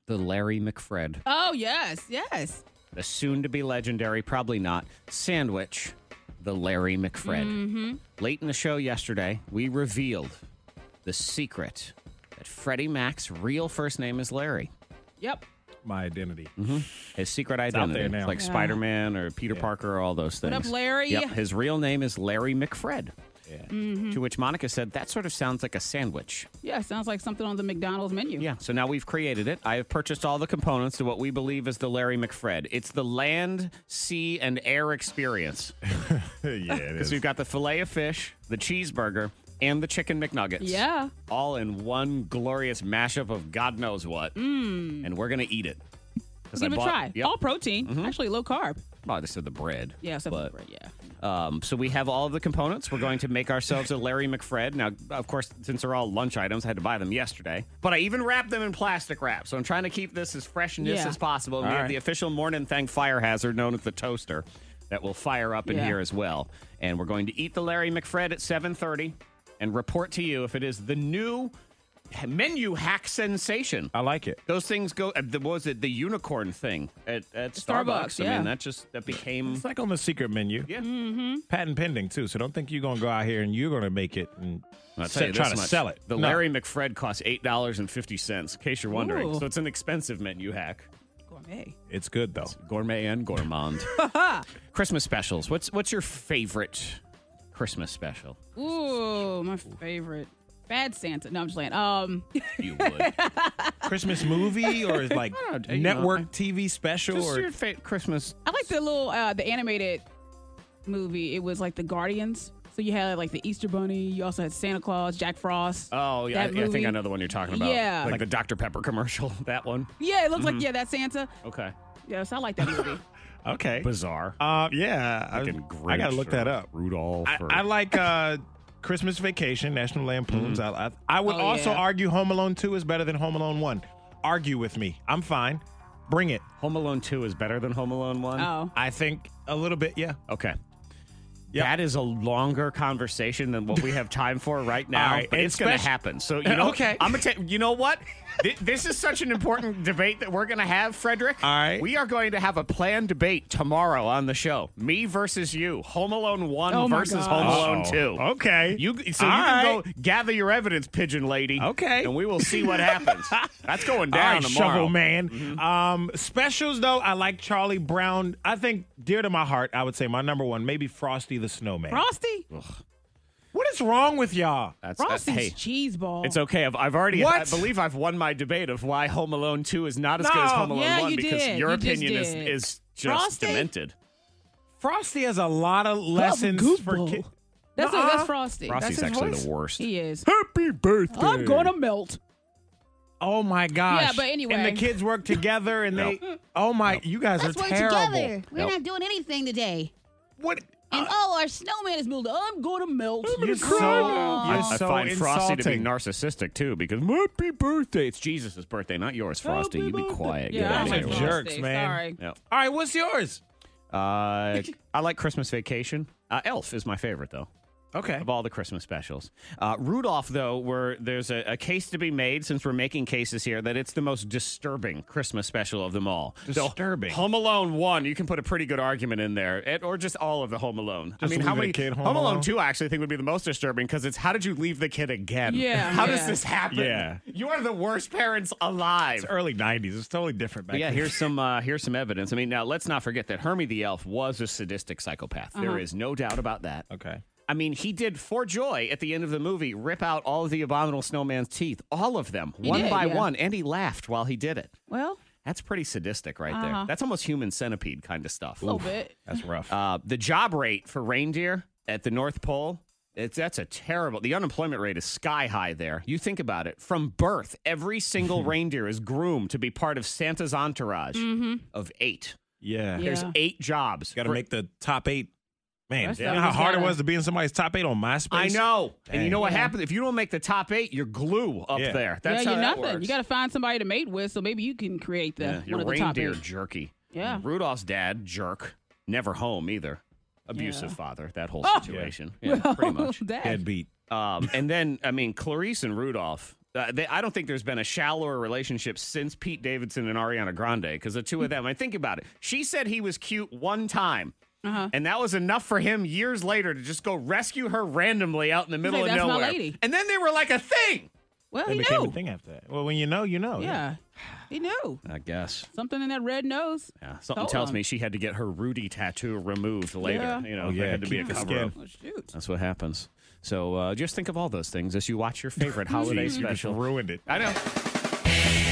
Speaker 3: The Larry McFred,
Speaker 4: Oh yes, yes.
Speaker 3: the soon to be legendary, probably not, sandwich, the Larry McFred.
Speaker 4: Mm-hmm.
Speaker 3: Late in the show yesterday, we revealed the secret that Freddie Mac's real first name is Larry. Mm-hmm.
Speaker 4: Yep.
Speaker 1: My identity.
Speaker 3: His secret
Speaker 1: out
Speaker 3: identity,
Speaker 1: there now.
Speaker 3: like
Speaker 4: Yeah.
Speaker 3: Spider Man or Peter Parker, or all those things.
Speaker 4: up, Larry?
Speaker 3: Yep, his real name is Larry McFred. To which Monica said, "That sort of sounds like a sandwich."
Speaker 4: Mm-hmm. Yeah, sounds like something on the McDonald's menu.
Speaker 3: Yeah. So now we've created it. I have purchased all the components to what we believe is the Larry McFred. It's the land, sea, and air experience
Speaker 1: yeah, it
Speaker 3: because
Speaker 1: is.
Speaker 3: we've got the fillet of fish, the cheeseburger, and the chicken McNuggets.
Speaker 4: Yeah.
Speaker 3: All in one glorious mashup of God knows what,
Speaker 4: Mm. Hmm.
Speaker 3: and we're gonna eat it. 'Cause
Speaker 4: Give it
Speaker 3: I
Speaker 4: a
Speaker 3: bought-
Speaker 4: try.
Speaker 3: Yep.
Speaker 4: All protein, actually low carb.
Speaker 3: Well, I just said the bread.
Speaker 4: Yeah, except for
Speaker 3: but-
Speaker 4: bread, yeah.
Speaker 3: Um, so we have all of the components. We're going to make ourselves a Larry McFred. Now, of course, since they're all lunch items, I had to buy them yesterday. But I even wrapped them in plastic wrap. So I'm trying to keep this as freshness
Speaker 4: Yeah.
Speaker 3: as possible. And we
Speaker 1: All
Speaker 3: have
Speaker 1: right.
Speaker 3: the official morning thing fire hazard known as the toaster that will fire up in
Speaker 4: Yeah.
Speaker 3: here as well. And we're going to eat the Larry McFred at 7:30 and report to you if it is the new menu hack sensation.
Speaker 1: I like it.
Speaker 3: Those things go. Uh, the, what was it the unicorn thing at, at Starbucks?
Speaker 4: Starbucks,
Speaker 3: I
Speaker 4: yeah.
Speaker 3: mean, that just that became
Speaker 1: It's like on the secret menu.
Speaker 3: Mm-hmm. yeah.
Speaker 1: Patent pending too. So don't think you're gonna go out here and you're gonna make it and
Speaker 3: I'll
Speaker 1: se-
Speaker 3: tell you
Speaker 1: try
Speaker 3: this
Speaker 1: to
Speaker 3: much.
Speaker 1: sell it.
Speaker 3: The
Speaker 1: No.
Speaker 3: Larry McFred costs eight dollars and fifty cents. In case you're wondering,
Speaker 4: Ooh.
Speaker 3: so it's an expensive menu hack.
Speaker 4: Gourmet.
Speaker 1: It's good though.
Speaker 3: Gourmet and gourmand. Christmas specials. What's what's your favorite Christmas special?
Speaker 4: Ooh, my favorite. Bad Santa. No, I'm just playing. Um,
Speaker 3: You would.
Speaker 1: Christmas movie or is like
Speaker 3: I don't know, you know,
Speaker 1: network
Speaker 3: I-
Speaker 1: TV special
Speaker 3: Just
Speaker 1: or
Speaker 3: your favorite Christmas.
Speaker 4: I like the little uh the animated movie. It was like the Guardians So you had like the Easter Bunny. You also had Santa Claus, Jack Frost.
Speaker 3: Oh, yeah. I,
Speaker 4: that
Speaker 3: I think
Speaker 4: movie.
Speaker 3: I know the one you're talking about.
Speaker 4: Yeah.
Speaker 3: Like the Dr. Pepper commercial. That one.
Speaker 4: Yeah, it looks
Speaker 3: Mm-hmm.
Speaker 4: like yeah, that's Santa.
Speaker 3: Okay.
Speaker 4: Yes, I like that movie.
Speaker 1: Okay.
Speaker 3: Bizarre.
Speaker 1: Uh, yeah, I,
Speaker 3: Fucking
Speaker 1: I gotta
Speaker 3: Grinch
Speaker 1: look
Speaker 3: or
Speaker 1: that up.
Speaker 3: Rudolph.
Speaker 1: I,
Speaker 3: or-
Speaker 1: I like uh, Christmas Vacation, National Lampoon's.
Speaker 3: Mm-hmm.
Speaker 1: I, I, I would
Speaker 4: Oh,
Speaker 1: also
Speaker 4: yeah.
Speaker 1: argue Home Alone 2 is better than Home Alone 1. Argue with me. I'm fine. Bring it.
Speaker 3: Home Alone 2 is better than Home Alone 1.
Speaker 4: oh,
Speaker 1: I think a little bit, yeah.
Speaker 3: Okay.
Speaker 1: Yep.
Speaker 3: That is a longer conversation than what we have time for right now,
Speaker 1: All right,
Speaker 3: but
Speaker 1: and
Speaker 3: it's going to
Speaker 1: spec-
Speaker 3: happen. So you know,
Speaker 1: Okay.
Speaker 3: I'm gonna ta- you know what? Th- this is such an important debate that we're going to have, Frederick.
Speaker 1: All right.
Speaker 3: we are going to have a planned debate tomorrow on the show. Me versus you, Home Alone One
Speaker 4: Oh my
Speaker 3: versus
Speaker 4: gosh.
Speaker 3: Home Alone
Speaker 1: Uh-oh.
Speaker 3: Two.
Speaker 1: Okay.
Speaker 3: you so
Speaker 1: All
Speaker 3: you can
Speaker 1: right.
Speaker 3: go gather your evidence, pigeon lady.
Speaker 1: Okay.
Speaker 3: and we will see what happens. That's going
Speaker 1: All
Speaker 3: down
Speaker 1: right,
Speaker 3: tomorrow. Mm-hmm.
Speaker 1: Shovel Man. Um, specials though, I like Charlie Brown. I think dear to my heart, I would say my number one, maybe Frosty the Snowman.
Speaker 4: Frosty.
Speaker 1: what is wrong with y'all?
Speaker 3: That's, that-
Speaker 4: Frosty's
Speaker 3: hey,
Speaker 4: cheese ball.
Speaker 3: It's okay. I've, I've already. I
Speaker 1: What?
Speaker 3: believe I've won my debate of why Home Alone Two is not as good as
Speaker 1: No.
Speaker 3: Home Alone
Speaker 4: Yeah,
Speaker 3: One
Speaker 4: you
Speaker 3: because
Speaker 4: did.
Speaker 3: your
Speaker 4: You just
Speaker 3: opinion is
Speaker 4: did.
Speaker 3: is just
Speaker 4: Frosty?
Speaker 3: demented.
Speaker 1: Frosty has a lot of lessons for
Speaker 4: goofball.
Speaker 1: kids.
Speaker 4: That's
Speaker 1: Nuh-uh.
Speaker 4: that's Frosty.
Speaker 3: Frosty's
Speaker 1: his
Speaker 3: actually
Speaker 1: voice?
Speaker 3: the worst.
Speaker 4: he is.
Speaker 3: Happy birthday!
Speaker 4: I'm gonna melt.
Speaker 1: Oh my gosh.
Speaker 4: Yeah, but anyway.
Speaker 1: And the kids work together and they Oh my you guys are terrible.
Speaker 4: We're not doing anything today.
Speaker 1: What
Speaker 4: And oh, our snowman is moved. I'm gonna melt.
Speaker 1: you're so,
Speaker 3: I,
Speaker 1: Oh, you're
Speaker 3: I
Speaker 1: so
Speaker 3: find Frosty to be
Speaker 1: insulting.
Speaker 3: narcissistic too because happy birthday. It's Jesus' birthday, not yours, Frosty. you be quiet. Get
Speaker 4: yeah, I'm
Speaker 3: out of
Speaker 1: like
Speaker 3: here.
Speaker 4: like
Speaker 3: with that.
Speaker 1: Frosty. jerks, man.
Speaker 4: Sorry.
Speaker 3: Yeah.
Speaker 1: All right, what's yours?
Speaker 3: Uh, I like Christmas Vacation. Uh, Elf is my favorite though.
Speaker 1: Okay.
Speaker 3: of all the Christmas specials. Uh, Rudolph, though, where there's a, a case to be made since we're making cases here that it's the most disturbing Christmas special of them all. Though
Speaker 1: Disturbing.
Speaker 3: Home Alone one, you can put a pretty good argument in there, It- or just all of the Home Alone. I
Speaker 1: Just
Speaker 3: mean, how
Speaker 1: leaving a
Speaker 3: many
Speaker 1: kid home
Speaker 3: Alone,
Speaker 1: alone?
Speaker 3: two? I actually think would be the most disturbing because it's how did you leave the kid again?
Speaker 4: Yeah,
Speaker 3: how does
Speaker 4: yeah.
Speaker 3: this happen?
Speaker 1: Yeah.
Speaker 3: you are the worst parents alive.
Speaker 1: It's early 90s. It's totally different back
Speaker 3: But yeah,
Speaker 1: then.
Speaker 3: here's some uh, here's some evidence. I mean, now let's not forget that Hermie the elf was a sadistic psychopath. There
Speaker 4: Uh-huh.
Speaker 3: is no doubt about that.
Speaker 1: Okay.
Speaker 3: I mean, he did for joy at the end of the movie rip out all of the abominable snowman's teeth, all of them, one
Speaker 4: did,
Speaker 3: by
Speaker 4: yeah.
Speaker 3: one, and he laughed while he did it.
Speaker 4: Well,
Speaker 3: That's pretty sadistic, right there. That's almost human centipede kind of stuff.
Speaker 4: a little bit.
Speaker 1: That's rough.
Speaker 3: Uh, the job rate for reindeer at the North Pole. It's, that's a terrible. The unemployment rate is sky high there. You think about it. From birth, every single reindeer is groomed to be part of Santa's entourage of eight.
Speaker 1: yeah.
Speaker 4: Mm-hmm. Yeah.
Speaker 3: There's eight jobs.
Speaker 1: Got to
Speaker 3: for-
Speaker 1: make the top eight. Man,
Speaker 4: That's
Speaker 1: you know
Speaker 4: not-
Speaker 1: how hard it
Speaker 4: yeah.
Speaker 1: was to be in somebody's top eight on MySpace?
Speaker 3: I know. And you
Speaker 1: Dang.
Speaker 3: know what happens if you don't make the top eight? You're glue up
Speaker 1: Yeah.
Speaker 3: there. That's
Speaker 4: yeah,
Speaker 3: how
Speaker 4: you're
Speaker 3: that
Speaker 4: nothing.
Speaker 3: works.
Speaker 4: You got to find somebody to mate with, so maybe you can create the
Speaker 3: yeah,
Speaker 4: one
Speaker 3: your
Speaker 4: of the top
Speaker 3: reindeer
Speaker 4: eight.
Speaker 3: jerky.
Speaker 4: Yeah.
Speaker 3: Rudolph's dad jerk. Never home either. Abusive
Speaker 4: Yeah.
Speaker 3: father. That whole
Speaker 4: Oh!
Speaker 3: situation. Yeah, pretty much.
Speaker 4: Dad.
Speaker 1: Deadbeat.
Speaker 3: Um, and then, I mean, Clarice and Rudolph. Uh, they, I don't think there's been a shallower relationship since Pete Davidson and Ariana Grande because the two of them. I think about it. She said he was cute one time,
Speaker 4: Uh-huh.
Speaker 3: and that was enough for him years later to just go rescue her randomly out in the middle
Speaker 4: like,
Speaker 3: of
Speaker 4: "That's my
Speaker 3: nowhere.
Speaker 4: lady.
Speaker 3: And then they were like a thing.
Speaker 4: Well,
Speaker 1: It
Speaker 4: he
Speaker 1: became
Speaker 4: knew.
Speaker 1: a thing after that. Well, when you know, you
Speaker 3: Oh,
Speaker 1: know.
Speaker 4: Yeah, he knew
Speaker 3: I guess.
Speaker 4: something in that red nose.
Speaker 3: Yeah, something
Speaker 4: Told
Speaker 3: tells
Speaker 4: him.
Speaker 3: me she had to get her Rudy tattoo removed later.
Speaker 4: Yeah.
Speaker 3: You know,
Speaker 1: Oh, yeah,
Speaker 3: there had to be a
Speaker 1: keep the
Speaker 3: cover up.
Speaker 1: skin.
Speaker 4: Oh, shoot.
Speaker 3: That's what happens. So uh, just think of all those things as you watch your favorite holiday
Speaker 1: You just
Speaker 3: special.
Speaker 1: ruined it.
Speaker 3: I know.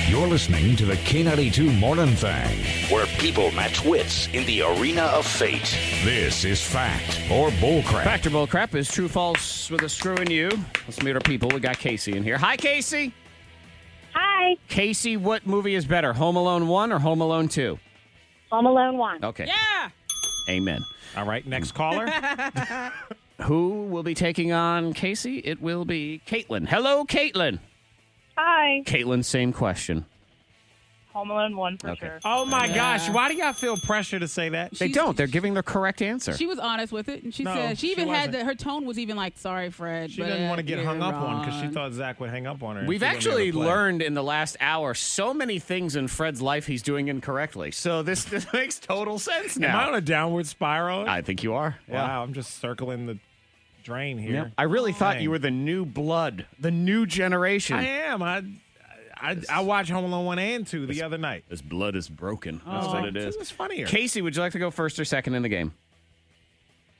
Speaker 8: You're listening to the K92 Morning Thing, where people match wits in the arena of fate. This is fact or bullcrap.
Speaker 3: Factor bull crap is true false with a screw in you. Let's meet our people. We got Casey in here. Hi, Casey.
Speaker 9: Hi,
Speaker 3: Casey, what movie is better, Home Alone One or Home Alone Two?
Speaker 9: Home Alone 1.
Speaker 3: Okay.
Speaker 4: Yeah.
Speaker 3: Amen.
Speaker 1: All right, next caller.
Speaker 3: Who will be taking on Casey? It will be Caitlin. Hello, Caitlin.
Speaker 9: Hi.
Speaker 3: Caitlin, same question.
Speaker 9: Home Alone 1 for
Speaker 3: Okay.
Speaker 9: sure.
Speaker 1: oh my gosh, why do y'all feel pressure to say that?
Speaker 3: They
Speaker 4: She's-
Speaker 3: don't. They're giving the correct answer.
Speaker 4: She was honest with it, and she
Speaker 1: No,
Speaker 4: said she
Speaker 1: she
Speaker 4: even had
Speaker 1: wasn't.
Speaker 4: the, her tone was even like, "Sorry, Fred."
Speaker 1: She
Speaker 4: but
Speaker 1: didn't want to get
Speaker 4: you're
Speaker 1: hung up on because she
Speaker 4: wrong."
Speaker 1: thought Zach would hang up on her. and
Speaker 3: We've
Speaker 1: she wouldn't be able
Speaker 3: actually
Speaker 1: to play.
Speaker 3: learned in the last hour so many things in Fred's life he's doing incorrectly. So this, this makes total sense
Speaker 1: Am I on
Speaker 3: now.
Speaker 1: a downward spiral?
Speaker 3: I think you are.
Speaker 1: wow, I'm just circling the drain here.
Speaker 3: Yep. I really thought you were the new blood, the new generation.
Speaker 1: I am. I, I, I watched Home Alone 1 and 2 the other night.
Speaker 3: This blood is broken. That's what it is.
Speaker 1: Oh, This is funnier.
Speaker 3: Casey, would you like to go first or second in the game?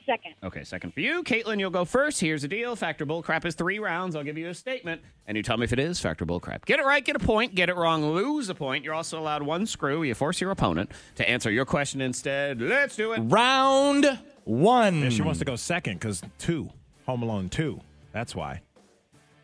Speaker 9: Second.
Speaker 3: Okay, second for you. Caitlin, you'll go first. Here's the deal. Factor bullcrap is three rounds. I'll give you a statement, and you tell me if it is factor bullcrap. Get it right, get a point. Get it wrong, lose a point. You're also allowed one screw. You force your opponent to answer your question instead. Let's do it.
Speaker 10: Round one.
Speaker 1: She wants to go second because two. Home Alone 2. That's why.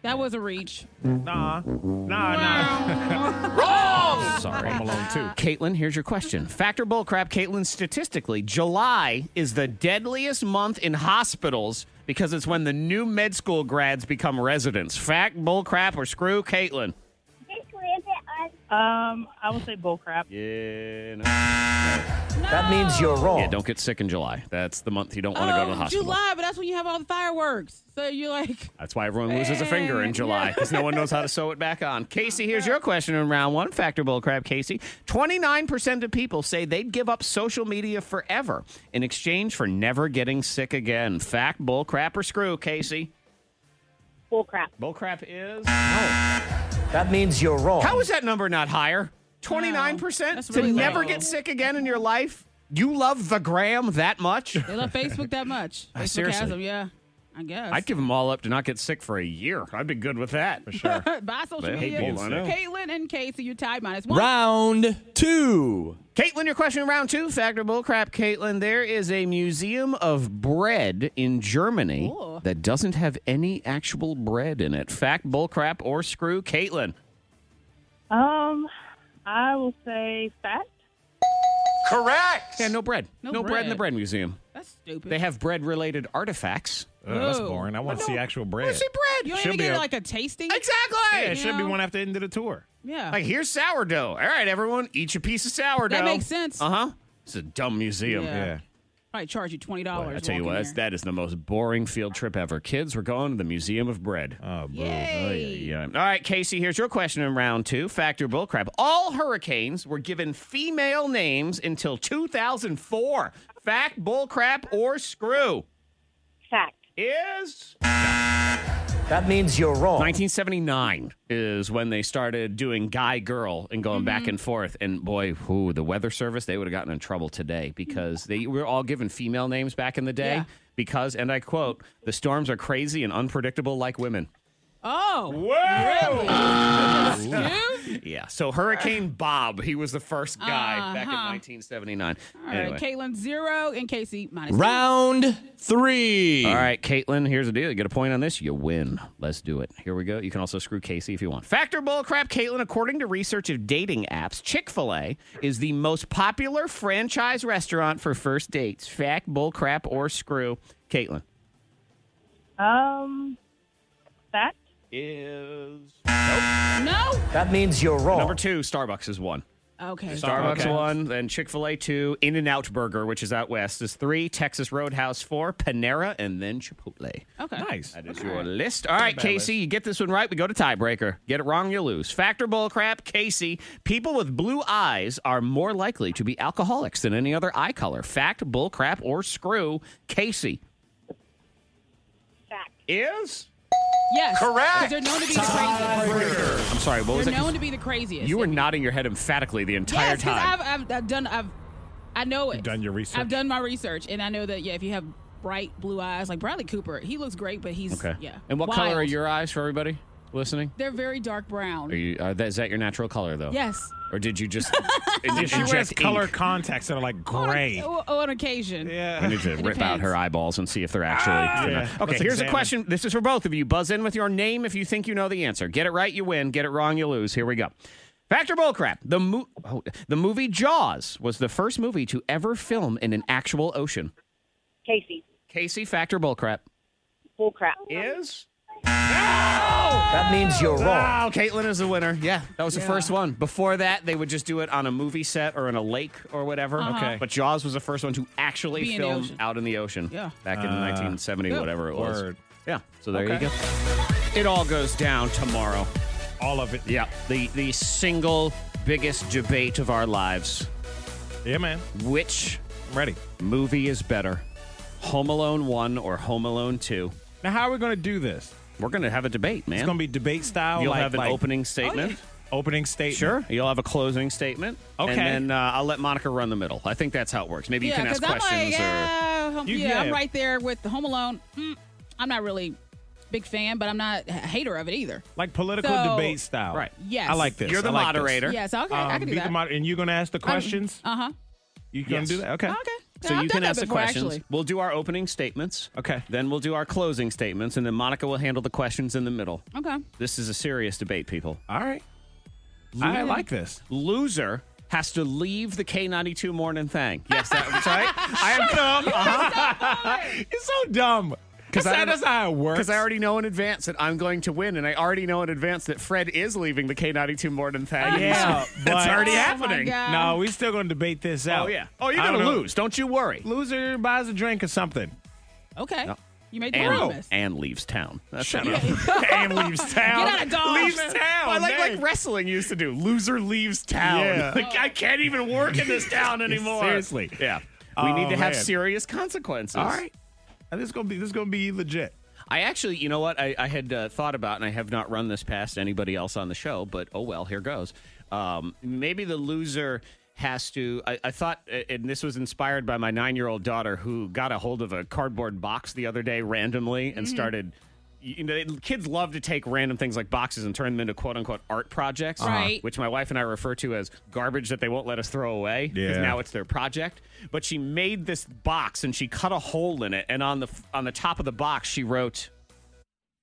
Speaker 4: That was a reach.
Speaker 1: Nah. Nah, nah.
Speaker 4: Wrong!
Speaker 3: Sorry.
Speaker 1: Home Alone 2.
Speaker 3: Caitlin, here's your question. Fact or bullcrap, Caitlin, statistically, July is the deadliest month in hospitals because it's when the new med school grads become residents. Fact, bullcrap, or screw Caitlin?
Speaker 9: Um, I will say bullcrap.
Speaker 3: Yeah, That means you're wrong. Yeah, don't get sick in July. That's the month you don't want to go to the
Speaker 4: Oh,
Speaker 3: hospital.
Speaker 4: July, but that's when you have all the fireworks. So you're like,
Speaker 3: That's why everyone loses a finger in July because no one knows how to sew it back on. Casey, here's your question in round one. Factor bullcrap, Casey. 29% of people say they'd give up social media forever in exchange for never getting sick again. Fact, bullcrap, or screw, Casey?
Speaker 9: Bullcrap.
Speaker 3: Bullcrap is. That means you're wrong. How is that number not higher? 29%
Speaker 4: That's
Speaker 3: to
Speaker 4: really
Speaker 3: never
Speaker 4: low.
Speaker 3: get sick again in your life? You love the gram that much?
Speaker 4: they love Facebook that much.
Speaker 3: Uh,
Speaker 4: Facebook
Speaker 3: seriously.
Speaker 4: has them, yeah. I guess.
Speaker 3: I'd give them all up to not get sick for a year. I'd be good with that. For sure.
Speaker 4: By social
Speaker 3: They hate
Speaker 4: media.
Speaker 3: being sick.
Speaker 4: Caitlin and Casey, you tied minus one.
Speaker 3: Round two. Caitlin, your question in round two. Factor bullcrap, Caitlin. There is a museum of bread in Germany that doesn't have any actual bread in it. Fact, bullcrap, or screw, Caitlin.
Speaker 9: Um, I will say fact.
Speaker 3: Correct. Yeah, no bread.
Speaker 9: No
Speaker 3: No, bread. in the
Speaker 9: bread.
Speaker 3: bread museum.
Speaker 4: That's stupid.
Speaker 3: They have bread related artifacts.
Speaker 1: Ugh, Uh, that's boring. I want to see actual bread.
Speaker 3: see bread.
Speaker 4: Oh, You don't even get like a tasting?
Speaker 3: Exactly.
Speaker 1: Yeah, it
Speaker 4: You
Speaker 1: should be
Speaker 4: know?
Speaker 1: one after the end of the tour.
Speaker 4: Yeah.
Speaker 3: Like, here's sourdough. All right, everyone, eat your piece of sourdough.
Speaker 4: makes sense.
Speaker 3: Uh huh. It's a dumb museum.
Speaker 4: Yeah. Yeah. Probably charge you $20.
Speaker 3: I tell you what, that's, that is the most boring field trip ever. Kids, we're going to the Museum of Bread. Oh, boo. All right, Casey, here's your question in round two. Factor bullcrap. All hurricanes were given female names until 2004. Fact, bullcrap, or screw?
Speaker 9: Fact.
Speaker 3: Is. That means you're wrong. 1979 is when they started doing guy girl and going
Speaker 4: Mm-hmm.
Speaker 3: back and forth. And boy, whoo, the weather service, they would have gotten in trouble today because they were all given female names back in the day
Speaker 4: Yeah.
Speaker 3: because, and I quote, the storms are crazy and unpredictable like women.
Speaker 4: Oh. Really? Excuse?
Speaker 3: Yeah. So Hurricane Bob, he was the first guy back in
Speaker 4: Uh-huh.
Speaker 3: 1979.
Speaker 4: All right, Caitlin, zero, and Casey, minus two.
Speaker 3: Round three. All right, Caitlin, here's the deal. You get a point on this, you win. Let's do it. Here we go. You can also screw Casey if you want. Factor bullcrap, Caitlin. According to research of dating apps, Chick fil A is the most popular franchise restaurant for first dates. Fact, bullcrap, or screw. Caitlin.
Speaker 9: Um, fact.
Speaker 3: Is.
Speaker 4: No?
Speaker 3: That means you're wrong. Number two, Starbucks is one.
Speaker 4: Okay.
Speaker 3: Starbucks
Speaker 4: Okay.
Speaker 3: one, then Chick fil A two, In N Out Burger, which is out west, is three, Texas Roadhouse four, Panera, and then Chipotle.
Speaker 4: Okay.
Speaker 1: Nice.
Speaker 3: That is your list. All right,
Speaker 1: Not a bad
Speaker 3: Casey, you get this one right, we go to tiebreaker. Get it wrong, you lose. Factor bullcrap, Casey. People with blue eyes are more likely to be alcoholics than any other eye color. Fact, bullcrap, or screw, Casey. Fact is
Speaker 4: Yes.
Speaker 3: Correct.
Speaker 4: 'Cause They're known to be the craziest.
Speaker 3: I'm sorry, what was
Speaker 4: They're
Speaker 3: that?
Speaker 4: known to be the craziest.
Speaker 3: you were nodding your head emphatically the entire
Speaker 4: yes, 'cause
Speaker 3: time.
Speaker 4: I've, I've, I've done. I've. I know it. You've
Speaker 1: done your research?
Speaker 4: I've done my research, and I know that. Yeah, if you have bright blue eyes, like Bradley Cooper, he looks great, but he's
Speaker 3: Okay.
Speaker 4: yeah.
Speaker 3: And what
Speaker 4: Wild.
Speaker 3: color are your eyes for everybody listening?
Speaker 4: They're very dark brown.
Speaker 3: Are you, are that, is that your natural color though?
Speaker 4: Yes.
Speaker 3: Or did you just
Speaker 1: And she wears
Speaker 3: inject
Speaker 1: color
Speaker 3: ink?
Speaker 1: contacts that are like gray.
Speaker 4: Oh, on occasion.
Speaker 1: Yeah.
Speaker 3: I need to rip out her eyeballs and see if they're actually.
Speaker 4: Ah.
Speaker 1: Yeah.
Speaker 3: Okay,
Speaker 1: Let's
Speaker 3: here's
Speaker 1: examine.
Speaker 3: a question. This is for both of you. Buzz in with your name if you think you know the answer. Get it right, you win. Get it wrong, you lose. Here we go. Fact or bullcrap? The, mo- oh, the movie Jaws was the first movie to ever film in an actual ocean.
Speaker 9: Casey.
Speaker 3: Casey, fact or bullcrap?
Speaker 9: Bullcrap.
Speaker 3: Is. That means you're wrong. Wow, Ah, Caitlin is the winner. Yeah, that was the first one. Before that, they would just do it on a movie set or in a lake or whatever.
Speaker 4: Uh-huh. Okay.
Speaker 3: But Jaws was the first one to actually
Speaker 4: Be in the
Speaker 3: film
Speaker 4: ocean.
Speaker 3: out in the ocean.
Speaker 4: Yeah.
Speaker 3: Back in
Speaker 11: Ah.
Speaker 3: 1970,
Speaker 4: Yeah.
Speaker 3: whatever it was.
Speaker 1: Word.
Speaker 3: Yeah. So there
Speaker 1: Okay.
Speaker 3: you go. It all goes down tomorrow.
Speaker 1: All of it.
Speaker 3: Yeah. The the single biggest debate of our lives.
Speaker 1: Yeah, man.
Speaker 3: Which
Speaker 1: I'm ready.
Speaker 3: movie is better? Home Alone 1 or Home Alone 2?
Speaker 1: Now, how are we going to do this?
Speaker 3: We're going to have a debate, man.
Speaker 1: It's going to be debate style.
Speaker 3: You'll
Speaker 1: like-
Speaker 3: have an
Speaker 1: like- Oh,
Speaker 3: opening statement.
Speaker 1: Opening statement.
Speaker 3: Sure. You'll have a closing statement.
Speaker 1: Okay.
Speaker 3: And then uh, I'll let Monica run the middle. I think that's how it works. Maybe you
Speaker 4: yeah,
Speaker 3: can ask
Speaker 4: I'm
Speaker 3: questions
Speaker 4: like,
Speaker 3: or.
Speaker 4: yeah, hum-
Speaker 1: You
Speaker 4: yeah, I'm
Speaker 1: can.
Speaker 4: right there with the Home Alone. Mm, I'm not really big fan, but I'm not a hater of it either.
Speaker 1: Like political
Speaker 4: So-
Speaker 1: debate style.
Speaker 3: Right.
Speaker 4: Yes.
Speaker 1: I like this.
Speaker 3: You're the
Speaker 1: I like this.
Speaker 3: moderator.
Speaker 4: Yes, okay, I can
Speaker 1: Um,
Speaker 4: do
Speaker 1: be
Speaker 4: that.
Speaker 1: The moder- and you're going to ask the questions?
Speaker 4: Uh huh.
Speaker 1: you going
Speaker 3: Yes.
Speaker 1: to do that? Okay.
Speaker 4: Okay.
Speaker 3: So
Speaker 4: I've
Speaker 3: you
Speaker 4: done
Speaker 3: can
Speaker 4: that
Speaker 3: ask the
Speaker 4: before,
Speaker 3: questions.
Speaker 4: actually.
Speaker 3: We'll do our opening statements.
Speaker 1: Okay.
Speaker 3: Then we'll do our closing statements, and then Monica will handle the questions in the middle.
Speaker 4: Okay.
Speaker 3: This is a serious debate, people.
Speaker 1: All right. I like this.
Speaker 3: Loser has to leave the K92 morning thing. Yes, that was right. I am
Speaker 1: Shut up.
Speaker 3: dumb. Uh-huh.
Speaker 1: It's so dumb. Because that is how it works.
Speaker 7: Because I already know in advance that I'm going to win, and I already know in advance that Fred is leaving the K92 Morning Thang.
Speaker 1: Yeah, but
Speaker 7: it's already
Speaker 1: Oh, my
Speaker 7: happening.
Speaker 4: God.
Speaker 1: No, we still going to debate this out.
Speaker 3: Oh, yeah. Oh, you're
Speaker 1: I
Speaker 3: going
Speaker 1: don't
Speaker 3: to
Speaker 1: know.
Speaker 3: lose. Don't you worry.
Speaker 1: Loser buys a drink or something.
Speaker 4: Okay.
Speaker 3: No.
Speaker 4: You made the
Speaker 3: And,
Speaker 4: promise.
Speaker 3: and leaves town. That's
Speaker 1: Shut
Speaker 3: it.
Speaker 1: up. and leaves town.
Speaker 4: Get out of Dodge.
Speaker 1: Leaves
Speaker 4: Man.
Speaker 1: town.
Speaker 7: I like
Speaker 1: man.
Speaker 7: like wrestling used to do. Loser leaves town.
Speaker 1: Yeah.
Speaker 7: Like, I can't even work in this town anymore.
Speaker 1: Seriously.
Speaker 3: Yeah. We
Speaker 1: Oh,
Speaker 3: need to have
Speaker 1: man.
Speaker 3: serious consequences.
Speaker 1: All right. Now, Uh, This is gonna be this is gonna be legit.
Speaker 3: I actually, you know what? I, I had uh, thought about, and I have not run this past anybody else on the show, but oh well, here goes. Um, maybe the loser has to. I, I thought, and this was inspired by my nine year old daughter who got a hold of a cardboard box the other day randomly and started. You know, kids love to take random things like boxes and turn them into quote unquote art projects,
Speaker 4: Right.
Speaker 3: which my wife and I refer to as garbage that they won't let us throw away because
Speaker 1: Yeah.
Speaker 3: now it's their project. But she made this box and she cut a hole in it, and on the on the top of the box she wrote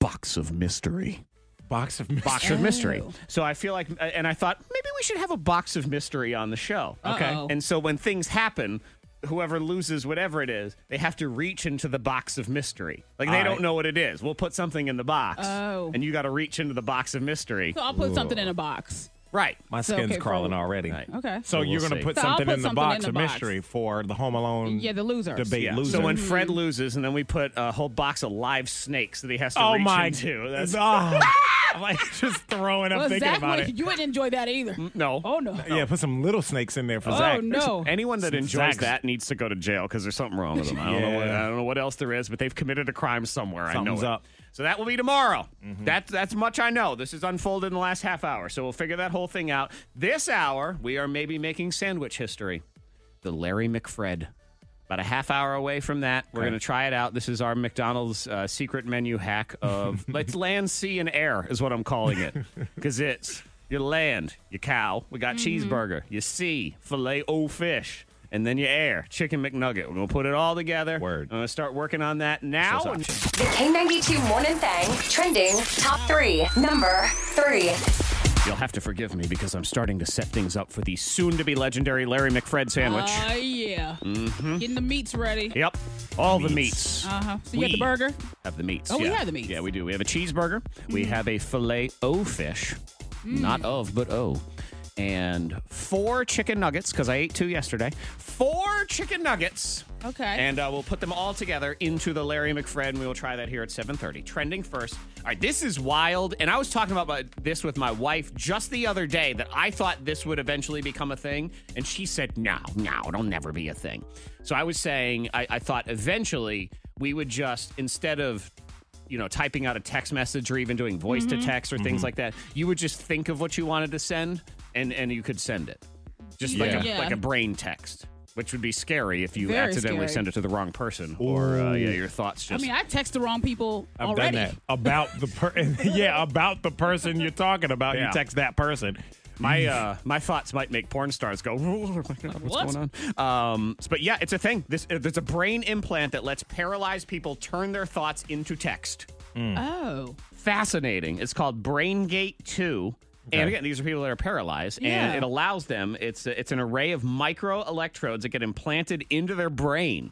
Speaker 3: box of mystery.
Speaker 1: Box of mystery.
Speaker 3: Box of mystery.
Speaker 4: Oh.
Speaker 3: So I feel like, uh, and I thought maybe we should have a box of mystery on the show.
Speaker 4: Okay. Uh-oh.
Speaker 3: And so when things happen, whoever loses whatever it is, they have to reach into the box of mystery. Like they
Speaker 1: All
Speaker 3: don't
Speaker 1: right.
Speaker 3: know what it is. We'll put something in the box,
Speaker 4: Oh.
Speaker 3: and you got to reach into the box of mystery.
Speaker 4: So I'll put something in a box.
Speaker 3: Right.
Speaker 1: My
Speaker 4: So,
Speaker 1: skin's
Speaker 4: okay, for-
Speaker 1: crawling already.
Speaker 3: Right.
Speaker 4: Okay.
Speaker 3: So
Speaker 1: So,
Speaker 3: we'll
Speaker 1: you're gonna
Speaker 3: see.
Speaker 1: put
Speaker 4: So I'll
Speaker 1: something
Speaker 4: put
Speaker 1: in the
Speaker 4: something
Speaker 1: box
Speaker 4: in the
Speaker 1: of
Speaker 4: box.
Speaker 1: mystery for the Home Alone.
Speaker 4: Yeah, the losers. Mm-hmm.
Speaker 1: debate
Speaker 3: Yeah.
Speaker 1: loser.
Speaker 3: So when Fred loses, and then we put a whole box of live snakes that he has to
Speaker 1: oh
Speaker 3: reach
Speaker 1: my,
Speaker 3: into. That's
Speaker 1: oh, I'm like just throwing up
Speaker 4: well,
Speaker 1: thinking
Speaker 4: Zach,
Speaker 1: about
Speaker 4: would-
Speaker 1: it.
Speaker 4: you wouldn't enjoy that either.
Speaker 3: no.
Speaker 4: Oh no.
Speaker 1: Yeah, put some little snakes in there for
Speaker 4: Oh,
Speaker 1: Zach.
Speaker 4: no.
Speaker 3: Anyone that enjoys
Speaker 1: Zach's-
Speaker 3: that needs to go to jail because there's something wrong with them. I don't know. What,
Speaker 1: Yeah.
Speaker 3: I don't know what else there is, but they've committed a crime somewhere. I
Speaker 1: Something's
Speaker 3: know it.
Speaker 1: up.
Speaker 3: So that will be tomorrow. That's that's much I know. This is unfolded in the last half hour, so we'll figure that whole thing out. This hour, we are maybe making sandwich history. The Larry McFred. About a half hour away from that, we're
Speaker 1: Okay.
Speaker 3: going to try it out. This is our McDonald's uh, secret menu hack of let's land, sea, and air is what I'm calling it because it's your land, your cow. We got
Speaker 1: Mm-hmm.
Speaker 3: cheeseburger, your sea, filet o fish, and then your air, chicken McNugget. We're going to put it all together.
Speaker 1: Word.
Speaker 3: I'm going to start working on that now.
Speaker 1: What's up?
Speaker 3: And-
Speaker 5: The K92 Morning Thang trending top three. Number three.
Speaker 3: You'll have to forgive me because I'm starting to set things up for the soon to be legendary Larry McFred sandwich. Hmm? Mm-hmm.
Speaker 4: Oh yeah. Getting the meats ready.
Speaker 3: yep. All the meats.
Speaker 4: Uh huh. So you have
Speaker 3: We
Speaker 4: the burger.
Speaker 3: Have the meats.
Speaker 4: Oh, we
Speaker 3: yeah.
Speaker 4: have the meats. Mm.
Speaker 3: Yeah, we do. We have a cheeseburger. We have a filet o fish, not of but o, and four chicken nuggets because I ate two yesterday. Four chicken nuggets.
Speaker 4: Okay.
Speaker 3: And uh, we'll put them all together into the Larry McFred, and we will try that here at 7:30. Trending first. All right, this is wild, and I was talking about my- this with my wife just the other day that I thought this would eventually become a thing, and she said, "No, no, it'll never be a thing." So I was saying I, I thought eventually we would just instead of you know, typing out a text message or even doing voice to text or things like that, you would just think of what you wanted to send and and you could send it. Just like a,
Speaker 4: Yeah.
Speaker 3: like a brain text, which would be scary if you
Speaker 4: Very
Speaker 3: accidentally
Speaker 4: scary.
Speaker 3: send it to the wrong person or uh, yeah, your thoughts
Speaker 4: I
Speaker 3: just
Speaker 4: mean, I text the wrong people
Speaker 1: I've
Speaker 4: already.
Speaker 1: done that about the per- yeah about the person you're talking about.
Speaker 3: Yeah.
Speaker 1: You text that person. Mm.
Speaker 3: my uh, my thoughts might make porn stars go, oh my god,
Speaker 4: What?
Speaker 3: what's going on? Um, s- but yeah, it's a thing. This uh, there's a brain implant that lets paralyzed people turn their thoughts into text.
Speaker 4: Oh.
Speaker 3: fascinating. It's called Brain Gate 2. And
Speaker 1: Okay.
Speaker 3: again, these are people that are paralyzed,
Speaker 4: Yeah.
Speaker 3: and it allows them. It's it's an array of micro electrodes that get implanted into their brain,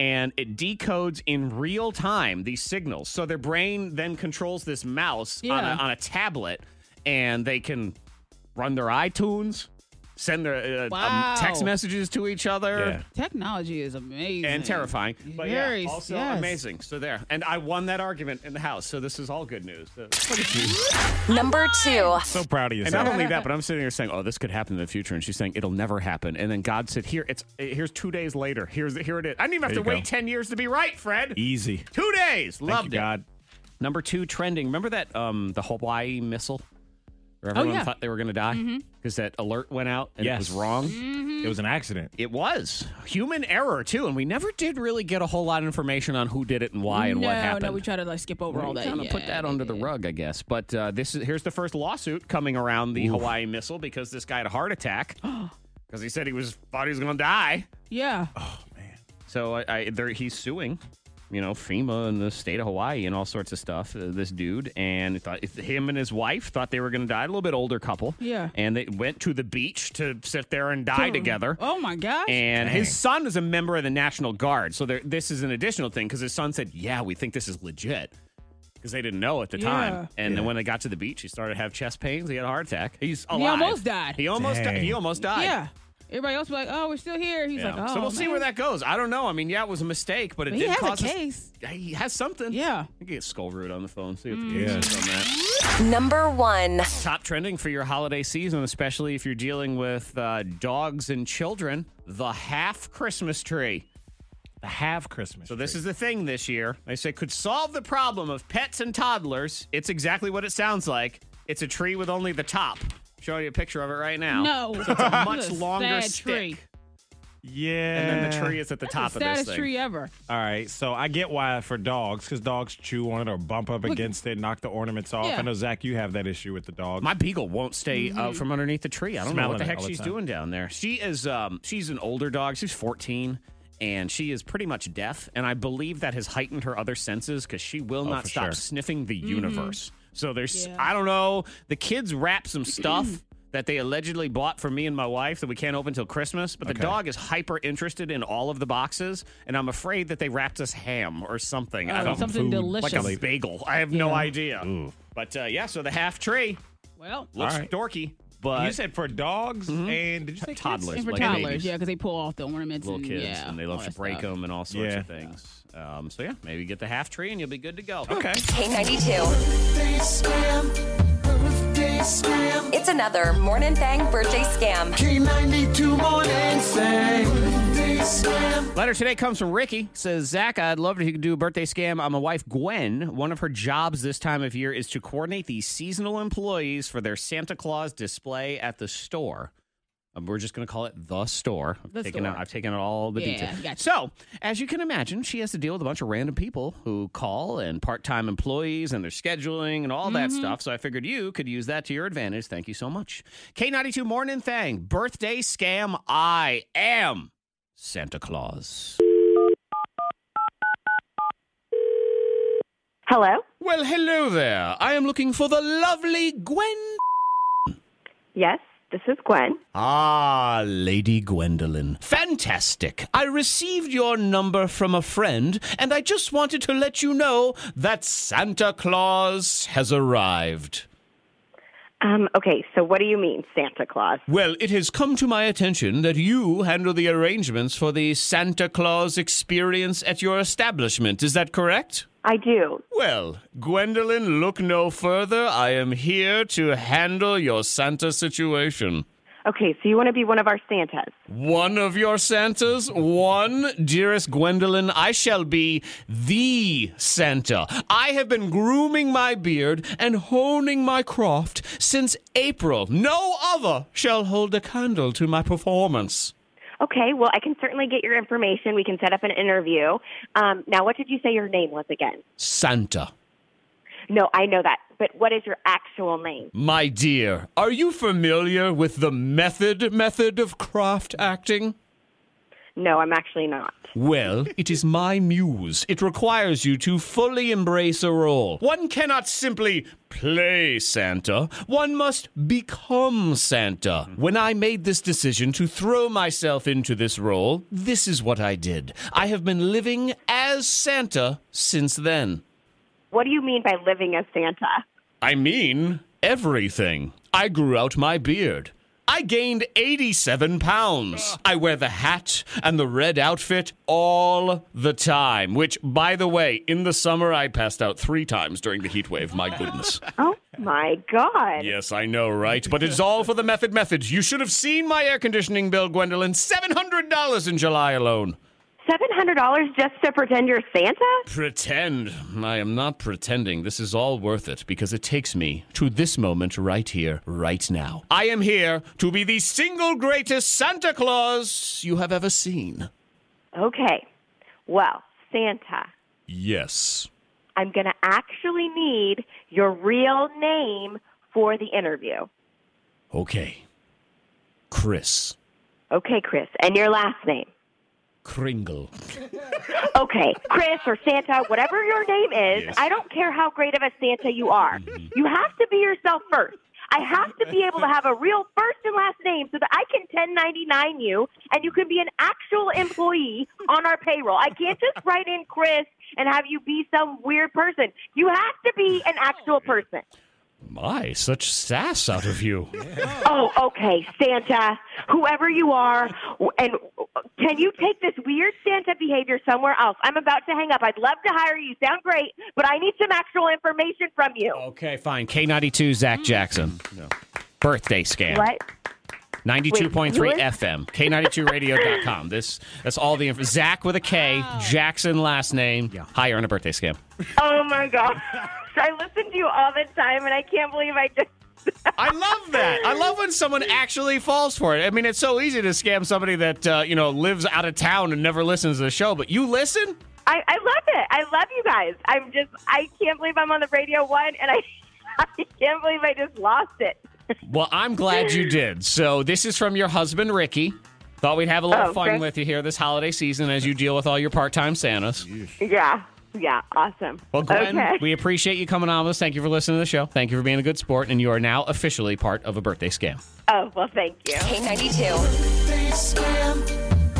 Speaker 3: and it decodes in real time these signals. So their brain then controls this mouse on,
Speaker 4: Yeah.
Speaker 3: a, on a tablet, and they can run their iTunes, send their uh, um,
Speaker 4: Wow.
Speaker 3: text messages to each other
Speaker 1: Yeah.
Speaker 4: Technology is amazing.
Speaker 3: and terrifying. But yeah,
Speaker 4: Very-
Speaker 3: also
Speaker 4: yes.
Speaker 3: amazing. So there, and I won that argument in the house. So this is all good news. So-
Speaker 5: Number two.
Speaker 1: So proud of
Speaker 3: And
Speaker 1: yourself.
Speaker 3: not only that, but I'm sitting here saying, "Oh, this could happen in the future," and she's saying, "It'll never happen." And then God said, "Here, it's eh, here's two days later. Here's here it is. I didn't even have
Speaker 1: There
Speaker 3: to
Speaker 1: you
Speaker 3: wait
Speaker 1: go.
Speaker 3: ten years to be right, Fred.
Speaker 1: Easy.
Speaker 3: Two days.
Speaker 1: Thank
Speaker 3: Loved
Speaker 1: you,
Speaker 3: it.
Speaker 1: God.
Speaker 3: Number two trending. Remember that um the Hawaii missile. Where everyone
Speaker 4: Oh, yeah. Mm-hmm.
Speaker 3: thought they were going to die because that alert went out and it
Speaker 1: Yes.
Speaker 3: was wrong.
Speaker 1: It was an accident.
Speaker 3: It was human error too, and we never did really get a whole lot of information on who did it and why and
Speaker 4: no,
Speaker 3: what happened.
Speaker 4: no, we try to like skip over all that.
Speaker 3: Kind
Speaker 4: Yeah.
Speaker 3: of put that under the rug, I guess. But uh, this is here's the first lawsuit coming around the Hawaii missile because this guy had a heart attack because he said he was thought he was going to die, Oh,
Speaker 4: Yeah.
Speaker 1: Man.
Speaker 3: So I, I there, he's suing, you know, FEMA and the state of Hawaii and all sorts of stuff. Uh, this dude and he thought him and his wife thought they were going to die. A little bit older couple.
Speaker 4: Yeah.
Speaker 3: And they went to the beach to sit there and die together.
Speaker 4: Oh my gosh.
Speaker 3: And his son is a member of the National Guard. So there, this is an additional thing because his son said, Yeah, we think this is legit. Because they didn't know at the
Speaker 4: Yeah.
Speaker 3: time. And then when they got to the beach, he started to have chest pains. He had a heart attack. He's alive.
Speaker 4: He almost died.
Speaker 3: He almost, di-
Speaker 1: Dang.
Speaker 3: he almost died.
Speaker 4: Yeah. Everybody else was like, oh, we're still here. He's
Speaker 3: Yeah.
Speaker 4: like, oh.
Speaker 3: so we'll see where
Speaker 4: man."
Speaker 3: that goes. I don't know. I mean, yeah, it was a mistake, but it
Speaker 4: But he
Speaker 3: did
Speaker 4: has a
Speaker 3: cause us-
Speaker 4: case.
Speaker 3: he has something.
Speaker 4: Yeah. Mm.
Speaker 3: I think get Skull Root on the phone. See what the case is on that.
Speaker 5: Number one.
Speaker 3: Top trending for your holiday season, especially if you're dealing with uh, dogs and children, the half Christmas tree.
Speaker 1: The half Christmas.
Speaker 3: So this is the thing this year. They say could solve the problem of pets and toddlers. It's exactly what it sounds like. It's a tree with only the top. showing you a picture of it right now.
Speaker 4: No.
Speaker 3: So it's a much
Speaker 4: That's a
Speaker 3: longer
Speaker 4: sad
Speaker 3: stick.
Speaker 4: tree.
Speaker 1: yeah.
Speaker 3: And then the tree is at the top of this
Speaker 4: Saddest
Speaker 3: thing.
Speaker 4: tree ever.
Speaker 1: All right, so I get why for dogs, because dogs chew on it or bump up against it, knock the ornaments off.
Speaker 4: Yeah. Mm-hmm.
Speaker 1: I know Zach, you have that issue with the dog.
Speaker 3: My beagle won't stay out from underneath the tree. I don't know
Speaker 1: Smelling
Speaker 3: what the
Speaker 1: it
Speaker 3: heck
Speaker 1: all the
Speaker 3: she's
Speaker 1: time.
Speaker 3: doing down there. She is um she's an older dog. She's 14 and she is pretty much deaf and I believe that has heightened her other senses cuz she will not
Speaker 1: for
Speaker 3: stop
Speaker 1: sure.
Speaker 3: sniffing the universe. So there's
Speaker 4: Mm-hmm. Yeah.
Speaker 3: I don't know, the kids wrap some stuff that they allegedly bought for me and my wife that we can't open till Christmas, but the dog is hyper interested in all of the boxes and I'm afraid that they wrapped us ham or something. I
Speaker 4: Oh,
Speaker 3: don't
Speaker 4: something
Speaker 1: food,
Speaker 4: delicious.
Speaker 3: like a bagel. I have no
Speaker 4: Yeah.
Speaker 3: idea. But uh, yeah, so the half tree
Speaker 4: well,
Speaker 3: looks
Speaker 1: All right.
Speaker 3: dorky,
Speaker 1: you
Speaker 3: but Mm-hmm.
Speaker 1: said for dogs and did you say kids?
Speaker 3: Toddlers.
Speaker 4: and for
Speaker 3: like
Speaker 4: toddlers,
Speaker 3: babies.
Speaker 4: yeah, because they pull off the ornaments.
Speaker 3: little
Speaker 4: and,
Speaker 3: kids
Speaker 4: yeah,
Speaker 3: and they
Speaker 4: all
Speaker 3: love to
Speaker 4: that
Speaker 3: break
Speaker 4: stuff.
Speaker 3: them and all sorts
Speaker 1: Yeah.
Speaker 3: of things. Um, so yeah, maybe get the half tree and you'll be good to go.
Speaker 1: Okay.
Speaker 5: K92. It's another Morning Thang birthday scam.
Speaker 3: Letter today comes from Ricky. Says Zach, I'd love if you could do a birthday scam on my wife Gwen. One of her jobs this time of year is to coordinate the seasonal employees for their Santa Claus display at the store. Um, We're just going to call it the store. I've
Speaker 4: The
Speaker 3: taken
Speaker 4: store.
Speaker 3: Out, I've taken out all the
Speaker 4: Yeah,
Speaker 3: details.
Speaker 4: gotcha.
Speaker 3: So, as you can imagine, she has to deal with a bunch of random people who call and part-time employees and their scheduling and all that
Speaker 4: Mm-hmm.
Speaker 3: stuff. So I figured you could use that to your advantage. Thank you so much. K92 Morning Thing, birthday scam. I am Santa Claus.
Speaker 9: Hello?
Speaker 3: Well, hello there. I am looking for the lovely Gwen
Speaker 9: Yes, this is Gwen.
Speaker 3: Ah, Lady Gwendolen. Fantastic. I received your number from a friend, and I just wanted to let you know that Santa Claus has arrived.
Speaker 9: Um, okay, so what do you mean, Santa Claus?
Speaker 3: Well, it has come to my attention that you handle the arrangements for the Santa Claus experience at your establishment. Is that correct?
Speaker 9: I do.
Speaker 3: Well, Gwendolen, look no further. I am here to handle your Santa situation.
Speaker 9: Okay, so you want to be one of our Santas.
Speaker 3: One of your Santas, one, dearest Gwendolyn, I shall be the Santa. I have been grooming my beard and honing my craft since April. No other shall hold a candle to my performance.
Speaker 9: Okay, well, I can certainly get your information. We can set up an interview. Um, now, what did you say your name was again?
Speaker 3: Santa.
Speaker 9: No, I know that, but what is your actual name?
Speaker 3: My dear, are you familiar with the method method of craft acting?
Speaker 9: No, I'm actually not.
Speaker 3: Well, it is my muse. It requires you to fully embrace a role. One cannot simply play Santa, one must become Santa. When I made this decision to throw myself into this role, this is what I did. I have been living as Santa since then.
Speaker 9: What do you mean by living as Santa?
Speaker 3: I mean, everything. I grew out my beard. I gained 87 pounds. I wear the hat and the red outfit all the time, which, by the way, in the summer I passed out three times during the heat wave. My goodness.
Speaker 9: Oh, my God.
Speaker 3: yes, I know, right? But it's all for the method method. You should have seen my air conditioning bill, Gwendolyn. $700 in July alone.
Speaker 9: $700 just to pretend you're Santa?
Speaker 3: Pretend. I am not pretending. This is all worth it because it takes me to this moment right here, right now. I am here to be the single greatest Santa Claus you have ever seen.
Speaker 9: Okay, well, Santa,
Speaker 3: Yes.
Speaker 9: I'm going to actually need your real name for the interview.
Speaker 3: Okay. Chris.
Speaker 9: Okay, Chris, and your last name.
Speaker 3: Kringle.
Speaker 9: okay, Chris or Santa, whatever your name is, I don't care how great of a Santa you are. You have to be yourself first. I have to be able to have a real first and last name so that I can 1099 you and you can be an actual employee on our payroll. I can't just write in Chris and have you be some weird person. You have to be an actual person.
Speaker 10: My, such sass out of you.
Speaker 9: Oh, okay, Santa, whoever you are, w- and can you take this weird Santa behavior somewhere else? I'm about to hang up. I'd love to hire you. Sound great, but I need some actual information from you.
Speaker 3: Okay, fine. K92 Zach Jackson. Birthday scam.
Speaker 9: What?
Speaker 3: 92.3
Speaker 9: Wait, who is-
Speaker 3: FM, K92radio.com. This that's all the info. Zach with a K,
Speaker 9: Ah.
Speaker 3: Jackson last name. Higher on a birthday scam.
Speaker 9: Oh my gosh, I listen to you all the time, and I can't believe I just.
Speaker 3: I love that. I love when someone actually falls for it. I mean, it's so easy to scam somebody that uh, you know lives out of town and never listens to the show, but you listen.
Speaker 9: I, I love it. I love you guys. I'm just, I can't believe I'm on the radio one, and I, I can't believe I just lost it.
Speaker 3: Well, I'm glad you did. So this is from your husband, Ricky. Thought we'd have a little
Speaker 9: Oh,
Speaker 3: fun
Speaker 9: okay.
Speaker 3: with you here this holiday season as you deal with all your part-time Santas.
Speaker 9: Yeah, yeah, awesome.
Speaker 3: Well, Gwen,
Speaker 9: okay.
Speaker 3: we appreciate you coming on with us. Thank you for listening to the show. Thank you for being a good sport, and you are now officially part of a birthday scam.
Speaker 9: Oh, well, thank you.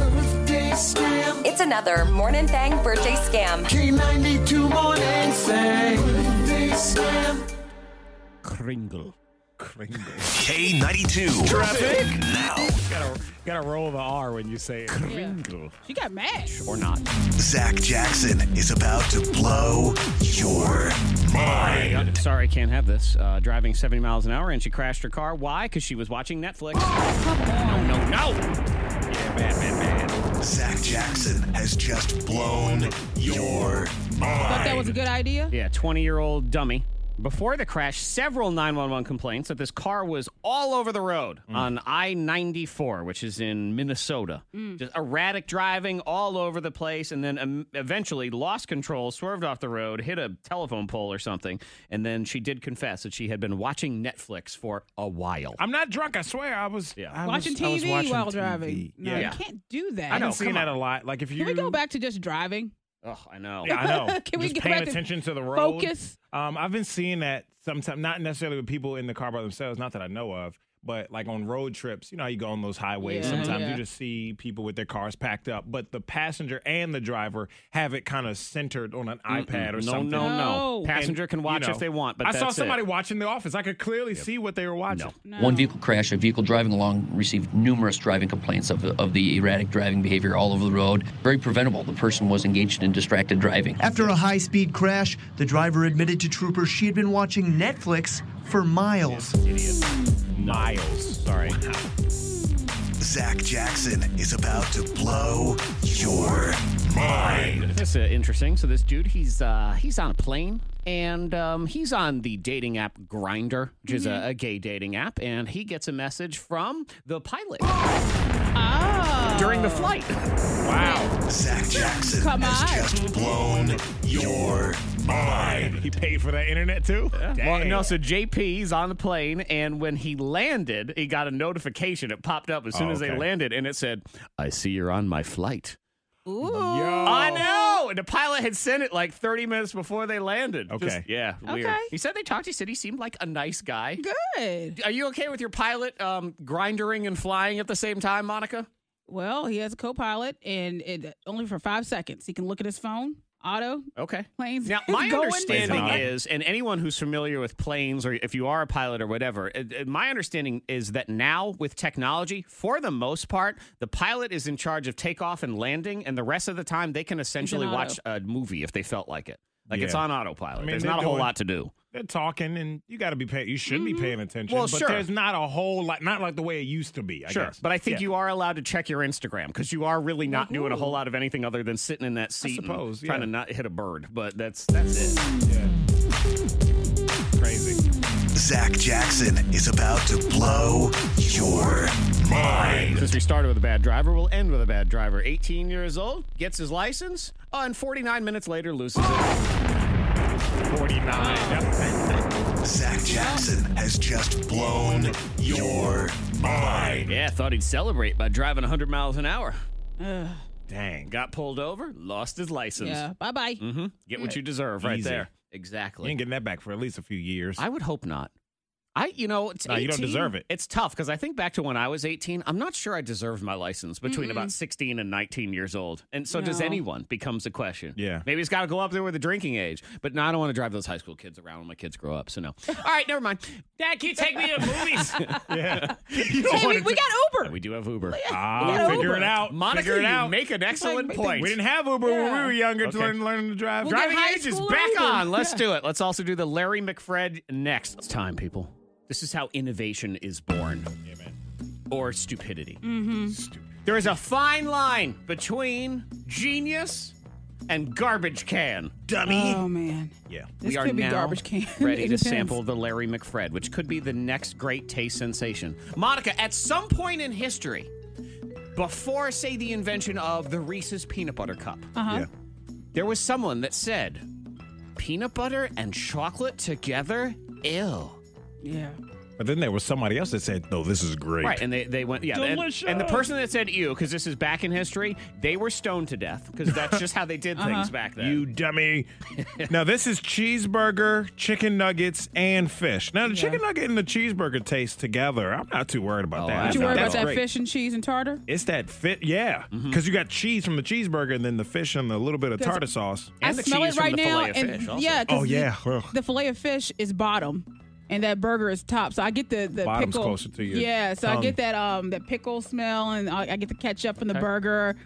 Speaker 5: K92. It's another Morning Thang birthday scam. K92 Morning Thang.
Speaker 3: Kringle.
Speaker 1: Kringle.
Speaker 2: K92.
Speaker 1: Traffic
Speaker 2: now.
Speaker 1: Gotta, gotta roll the R when you say it. Kringle.
Speaker 4: She got mad.
Speaker 3: Or not.
Speaker 2: Zach Jackson is about to blow your mind.
Speaker 3: Yep, Sorry, I can't have this. Uh, driving 70 miles an hour, and she crashed her car. Why? Because she was watching Netflix. No, no, no. Yeah, bad, bad, bad.
Speaker 2: Zach Jackson has just blown your
Speaker 4: Thought that
Speaker 2: mind.
Speaker 4: was a good idea.
Speaker 3: Yeah, 20 year old dummy. Before the crash, several 911 complaints that this car was all over the road
Speaker 1: Mm.
Speaker 3: on I 94, which is in Minnesota.
Speaker 1: Mm.
Speaker 3: Just erratic driving all over the place, and then um, eventually lost control, swerved off the road, hit a telephone pole or something. And then she did confess that she had been watching Netflix for a while.
Speaker 1: I'm not drunk. I swear. I was I was-
Speaker 4: Watching
Speaker 1: I was
Speaker 4: TV
Speaker 1: watching
Speaker 4: while
Speaker 1: TV.
Speaker 4: driving. No,
Speaker 1: Yeah.
Speaker 4: you can't do that.
Speaker 1: I've been seeing that a lot. Like if you
Speaker 4: Can we go back to just driving?
Speaker 3: Oh, I know.
Speaker 1: Yeah, I know.
Speaker 4: Can we
Speaker 1: Just
Speaker 4: get
Speaker 1: paying
Speaker 4: back to
Speaker 1: attention to the road.
Speaker 4: focus?
Speaker 1: Um, I've been seeing that sometimes, not necessarily with people in the car by themselves, not that I know of, but like on road trips. You know how you go on those highways.
Speaker 4: Yeah,
Speaker 1: sometimes
Speaker 4: yeah.
Speaker 1: you just see people with their cars packed up, but the passenger and the driver have it kind of centered on an iPad or
Speaker 3: no,
Speaker 1: something.
Speaker 3: No, no,
Speaker 4: No.
Speaker 3: Passenger
Speaker 1: And,
Speaker 3: can
Speaker 1: you
Speaker 3: watch
Speaker 1: know,
Speaker 3: if they want, but
Speaker 1: I saw
Speaker 3: that's it.
Speaker 1: somebody watching The Office. I could clearly see what they were watching.
Speaker 12: One vehicle crash, a vehicle driving along received numerous driving complaints of, of the erratic driving behavior all over the road. Very preventable. The person was engaged in distracted driving.
Speaker 13: After a high speed crash, the driver admitted to troopers she had been watching Netflix for miles.
Speaker 3: Miles. Sorry.
Speaker 2: Zach Jackson is about to blow your mind.
Speaker 3: That's uh, interesting. So this dude, he's uh, he's on a plane and um, he's on the dating app Grinder, which is a, a gay dating app, and he gets a message from the pilot during the flight.
Speaker 1: Wow.
Speaker 2: Zach Jackson
Speaker 4: Come on.
Speaker 2: has just blown your mind.
Speaker 1: He paid for that internet too?
Speaker 3: Well,
Speaker 1: Dang.
Speaker 3: no, so JP, he's on the plane, and when he landed, he got a notification. It popped up as soon
Speaker 1: Oh,
Speaker 3: as they
Speaker 1: okay.
Speaker 3: landed, and it said, "I see you're on my flight."
Speaker 4: Ooh.
Speaker 3: I know. And the pilot had sent it like 30 minutes before they landed.
Speaker 1: Okay.
Speaker 3: Just- yeah. Weird.
Speaker 4: Okay.
Speaker 3: He said they talked. He said he seemed like a nice guy.
Speaker 4: Good.
Speaker 3: Are you okay with your pilot um, grindering and flying at the same time, Monica?
Speaker 4: Well, he has a co-pilot, and it only for five seconds. He can look at his phone. Auto
Speaker 3: Okay.
Speaker 4: planes.
Speaker 3: Now,
Speaker 4: is
Speaker 3: my
Speaker 4: going.
Speaker 3: understanding
Speaker 1: Is it not?
Speaker 3: is, and anyone who's familiar with planes or if you are a pilot or whatever, it- it- my understanding is that now with technology, for the most part, the pilot is in charge of takeoff and landing, and the rest of the time they can essentially
Speaker 4: auto.
Speaker 3: watch a movie if they felt like it. Like it's
Speaker 1: Yeah.
Speaker 3: on autopilot.
Speaker 1: I mean,
Speaker 3: There's
Speaker 1: they're
Speaker 3: not a whole
Speaker 1: doing-
Speaker 3: lot to do.
Speaker 1: They're talking, and you got to be paying. You should
Speaker 4: Mm-hmm.
Speaker 1: be paying attention.
Speaker 3: Well,
Speaker 1: but
Speaker 3: sure.
Speaker 1: There's not a whole lot, not like the way it used to be. I
Speaker 3: sure,
Speaker 1: guess.
Speaker 3: but I think
Speaker 1: Yeah.
Speaker 3: you are allowed to check your Instagram because you are really not doing a whole lot of anything other than sitting in that seat, and
Speaker 1: suppose,
Speaker 3: trying
Speaker 1: yeah.
Speaker 3: to not hit a bird. But that's that's it.
Speaker 1: crazy.
Speaker 2: Zach Jackson is about to blow your mind.
Speaker 3: Since we started with a bad driver, we'll end with a bad driver. 18 years old, gets his license, oh, and 49 minutes later loses it.
Speaker 1: 49.
Speaker 2: Zach Jackson has just blown your mind.
Speaker 3: Yeah, thought he'd celebrate by driving 100 miles an hour.
Speaker 1: Dang.
Speaker 3: Got pulled over, lost his license.
Speaker 4: Yeah. Bye bye.
Speaker 3: Mm-hmm. Get what you deserve right
Speaker 1: Easy.
Speaker 3: there. Exactly.
Speaker 1: You ain't getting that back for at least a few years.
Speaker 3: I would hope not. I, you know, it's
Speaker 1: No, you don't
Speaker 3: 18.
Speaker 1: deserve it.
Speaker 3: It's tough because I think back to when I was 18. I'm not sure I deserved my license between
Speaker 1: Mm-mm.
Speaker 3: about 16 and 19 years old. And so does
Speaker 1: No.
Speaker 3: anyone becomes a question.
Speaker 1: Yeah.
Speaker 3: Maybe it's got to go up there with the drinking age. But no, I don't want to drive those high school kids around when my kids grow up. So no. All right, never mind. Dad, can you take me to the movies?
Speaker 1: yeah.
Speaker 4: Hey, we, we got Uber.
Speaker 3: We do have Uber.
Speaker 1: Ah,
Speaker 4: Yeah,
Speaker 1: figure
Speaker 4: Uber.
Speaker 1: it out.
Speaker 3: Monica,
Speaker 1: figure
Speaker 3: you
Speaker 1: it out.
Speaker 3: make an excellent point.
Speaker 1: We didn't have Uber when we were younger to learn, learning to drive.
Speaker 3: Well, Driving age is back on. Let's do it. Let's also do the Larry McFred next. It's time, people. This is how innovation is born. Or stupidity.
Speaker 4: Mm-hmm.
Speaker 3: There is a fine line between genius and garbage can. Dummy.
Speaker 4: Oh man.
Speaker 1: Yeah.
Speaker 4: This
Speaker 3: we are
Speaker 4: could be
Speaker 3: now
Speaker 4: garbage can. It
Speaker 3: ready to
Speaker 4: depends.
Speaker 3: sample the Larry McFred, which could be the next great taste sensation. Monica, at some point in history, before, say, the invention of the Reese's peanut butter cup,
Speaker 4: Uh-huh.
Speaker 3: there was someone that said, peanut butter and chocolate together? Ew.
Speaker 4: Yeah.
Speaker 1: But then there was somebody else that said, no, this is great.
Speaker 3: Right, and they, they went, yeah. and-
Speaker 1: Delicious.
Speaker 3: And, the person that said ew, because this is back in history, they were stoned to death because that's just how they did things
Speaker 1: Uh-huh.
Speaker 3: back then.
Speaker 1: You dummy. now, this is cheeseburger, chicken nuggets, and fish. Now, the chicken nugget and the cheeseburger taste together. I'm not too worried
Speaker 3: Oh,
Speaker 1: about that.
Speaker 4: Did you worry about
Speaker 1: That's
Speaker 4: that
Speaker 1: great.
Speaker 4: fish and cheese and tartar?
Speaker 1: It's that fit, yeah. Because
Speaker 3: Mm-hmm.
Speaker 1: you got cheese from the cheeseburger and then the fish and a little bit of
Speaker 4: 'Cause
Speaker 1: tartar sauce.
Speaker 4: I smell it right now, and yeah, 'cause
Speaker 1: Oh, yeah. Ugh.
Speaker 4: the fillet of fish is bottom, and that burger is top. So I get the the
Speaker 1: Bottom's
Speaker 4: pickle.
Speaker 1: closer to your
Speaker 4: Yeah, so I
Speaker 1: tongue.
Speaker 4: get that um that pickle smell, and I, I get the ketchup from the burger.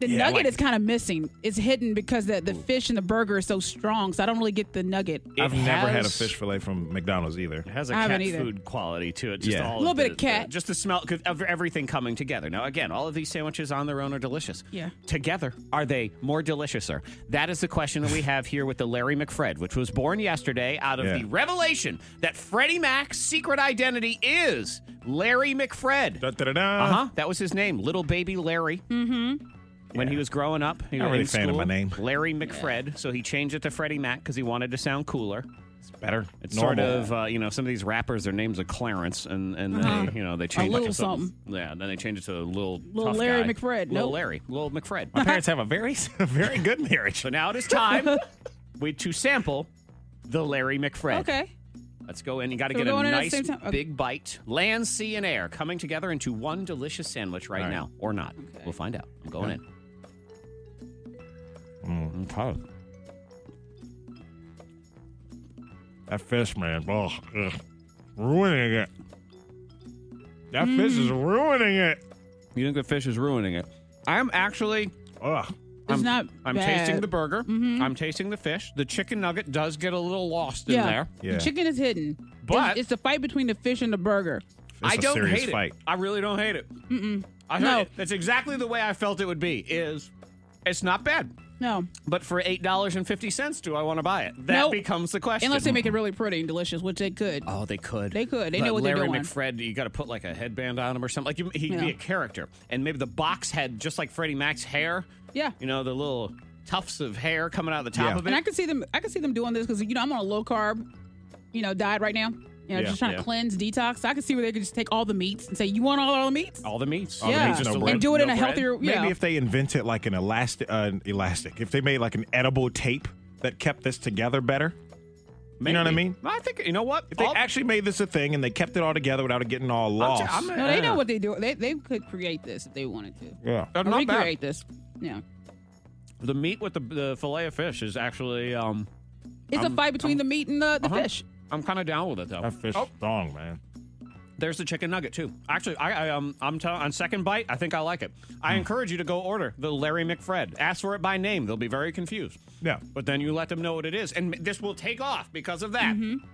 Speaker 4: The
Speaker 1: Yeah, I
Speaker 4: nugget
Speaker 1: like-
Speaker 4: is kind of missing. It's hidden because the, the fish and the burger is so strong, so I don't really get the nugget.
Speaker 1: I've never had a
Speaker 3: has-
Speaker 1: fish fillet from McDonald's either.
Speaker 3: It has a
Speaker 4: I haven't
Speaker 3: cat
Speaker 4: either.
Speaker 3: food quality to it. Just
Speaker 1: Yeah.
Speaker 3: all
Speaker 4: Little
Speaker 3: of
Speaker 4: bit
Speaker 3: the-
Speaker 4: of cat.
Speaker 3: the- just the smell 'cause of everything coming together. Now, again, all of these sandwiches on their own are delicious.
Speaker 4: Yeah.
Speaker 3: Together, are they more deliciouser? That is the question that we have here with the Larry McFred, which was born yesterday out of
Speaker 1: Yeah.
Speaker 3: the revelation that Freddie Mac's secret identity is Larry McFred.
Speaker 1: Da-da-da-da.
Speaker 3: Uh huh. That was his name, little baby Larry.
Speaker 4: Mm-hmm.
Speaker 3: When he was growing up, he
Speaker 1: Not
Speaker 3: was
Speaker 1: really
Speaker 3: in
Speaker 1: a fan of
Speaker 3: school,
Speaker 1: my name.
Speaker 3: Larry McFred. So he changed it to Freddie Mac because he wanted to sound cooler.
Speaker 1: It's better.
Speaker 3: It's
Speaker 1: Normal.
Speaker 3: sort of uh, you know some of these rappers, their names are Clarence, and and
Speaker 4: Uh-huh.
Speaker 3: they, you know they
Speaker 4: A
Speaker 3: change it
Speaker 4: little
Speaker 3: to something. Yeah, and then they change it to little
Speaker 4: Little
Speaker 3: tough
Speaker 4: Larry
Speaker 3: guy.
Speaker 4: McFred.
Speaker 3: little
Speaker 4: Nope.
Speaker 3: Larry, little McFred.
Speaker 1: My parents have a very, very good marriage.
Speaker 3: So now it is time we to sample the Larry McFred.
Speaker 4: Okay.
Speaker 3: Let's go in. You got to
Speaker 4: So
Speaker 3: get
Speaker 4: we're
Speaker 3: a
Speaker 4: going in at the
Speaker 3: nice
Speaker 4: same time? Okay.
Speaker 3: big bite. Land, sea, and air coming together into one delicious sandwich right, now, or not. We'll find out. I'm going in.
Speaker 1: Mm, okay.
Speaker 3: Mm-hmm.
Speaker 1: That fish, man. Oh, ugh. ruining it. That fish is ruining it.
Speaker 3: You think the fish is ruining it? I'm actually.
Speaker 1: Ugh.
Speaker 4: It's not.
Speaker 3: I'm
Speaker 4: bad. Mm-hmm.
Speaker 3: tasting the burger. I'm tasting the fish. The chicken nugget does get a little lost in
Speaker 4: Yeah.
Speaker 3: there.
Speaker 4: The chicken is hidden,
Speaker 3: But-
Speaker 4: it's, it's the fight between the fish and the burger.
Speaker 3: I don't hate it. I really don't hate it.
Speaker 4: Mm-mm.
Speaker 3: I
Speaker 4: No.
Speaker 3: no. That's exactly the way I felt it would be. Is it's not bad,
Speaker 4: No,
Speaker 3: but for eight dollars and fifty cents, do I want to buy it? That
Speaker 4: Nope.
Speaker 3: becomes the question.
Speaker 4: unless they make it really pretty and delicious, which they could.
Speaker 3: Oh, they could.
Speaker 4: They could. They
Speaker 3: Like
Speaker 4: know what
Speaker 3: Larry
Speaker 4: they're doing.
Speaker 3: McFred, you got to put like a headband on him or something. Like you, he'd
Speaker 4: Yeah.
Speaker 3: be a character, and maybe the box had just like Freddie Mac's hair.
Speaker 4: Yeah.
Speaker 3: you know the little tufts of hair coming out of the top of it.
Speaker 4: And I can see them. I can see them doing this because you know I'm on a low carb, you know, diet right now. You know,
Speaker 3: Yeah.
Speaker 4: just trying
Speaker 3: Yeah.
Speaker 4: to cleanse, detox. I can see where they could just take all the meats and say, "You want all, the meats?"
Speaker 3: all the meats.
Speaker 4: All the Yeah. meats,
Speaker 3: Just
Speaker 4: no
Speaker 3: a
Speaker 4: bread.
Speaker 3: little-
Speaker 4: And do it in a
Speaker 3: bread.
Speaker 4: healthier-
Speaker 1: Maybe
Speaker 4: Yeah.
Speaker 1: if they invented like an elastic, uh, an elastic. If they made like an edible tape that kept this together better. You know what I
Speaker 3: Maybe.
Speaker 1: mean?
Speaker 3: I think you know what.
Speaker 1: If they
Speaker 3: All-
Speaker 1: actually made this a thing and they kept it all together without it getting all
Speaker 3: I'm
Speaker 1: lost.
Speaker 3: t- I'm-
Speaker 4: No, they know what they do. They they could create this if they wanted to.
Speaker 1: yeah.
Speaker 3: Uh,
Speaker 4: Or
Speaker 3: not bad.
Speaker 4: recreate this. Yeah.
Speaker 3: The meat with the, the fillet of fish is actually. Um,
Speaker 4: It's a
Speaker 3: I'm-
Speaker 4: fight between the meat and Uh, the, the
Speaker 3: uh-huh.
Speaker 4: fish.
Speaker 3: I'm kind of down with it though.
Speaker 1: That fish
Speaker 3: Oh,
Speaker 1: is strong, man.
Speaker 3: there's the chicken nugget too. Actually, I, I um, I'm telling on second bite, I think I like it.
Speaker 1: Hmm.
Speaker 3: I encourage you to go order the Larry McFred. Ask for it by name; they'll be very confused.
Speaker 1: Yeah.
Speaker 3: But then you let them know what it is, and this will take off because of that.
Speaker 4: Mm-hmm.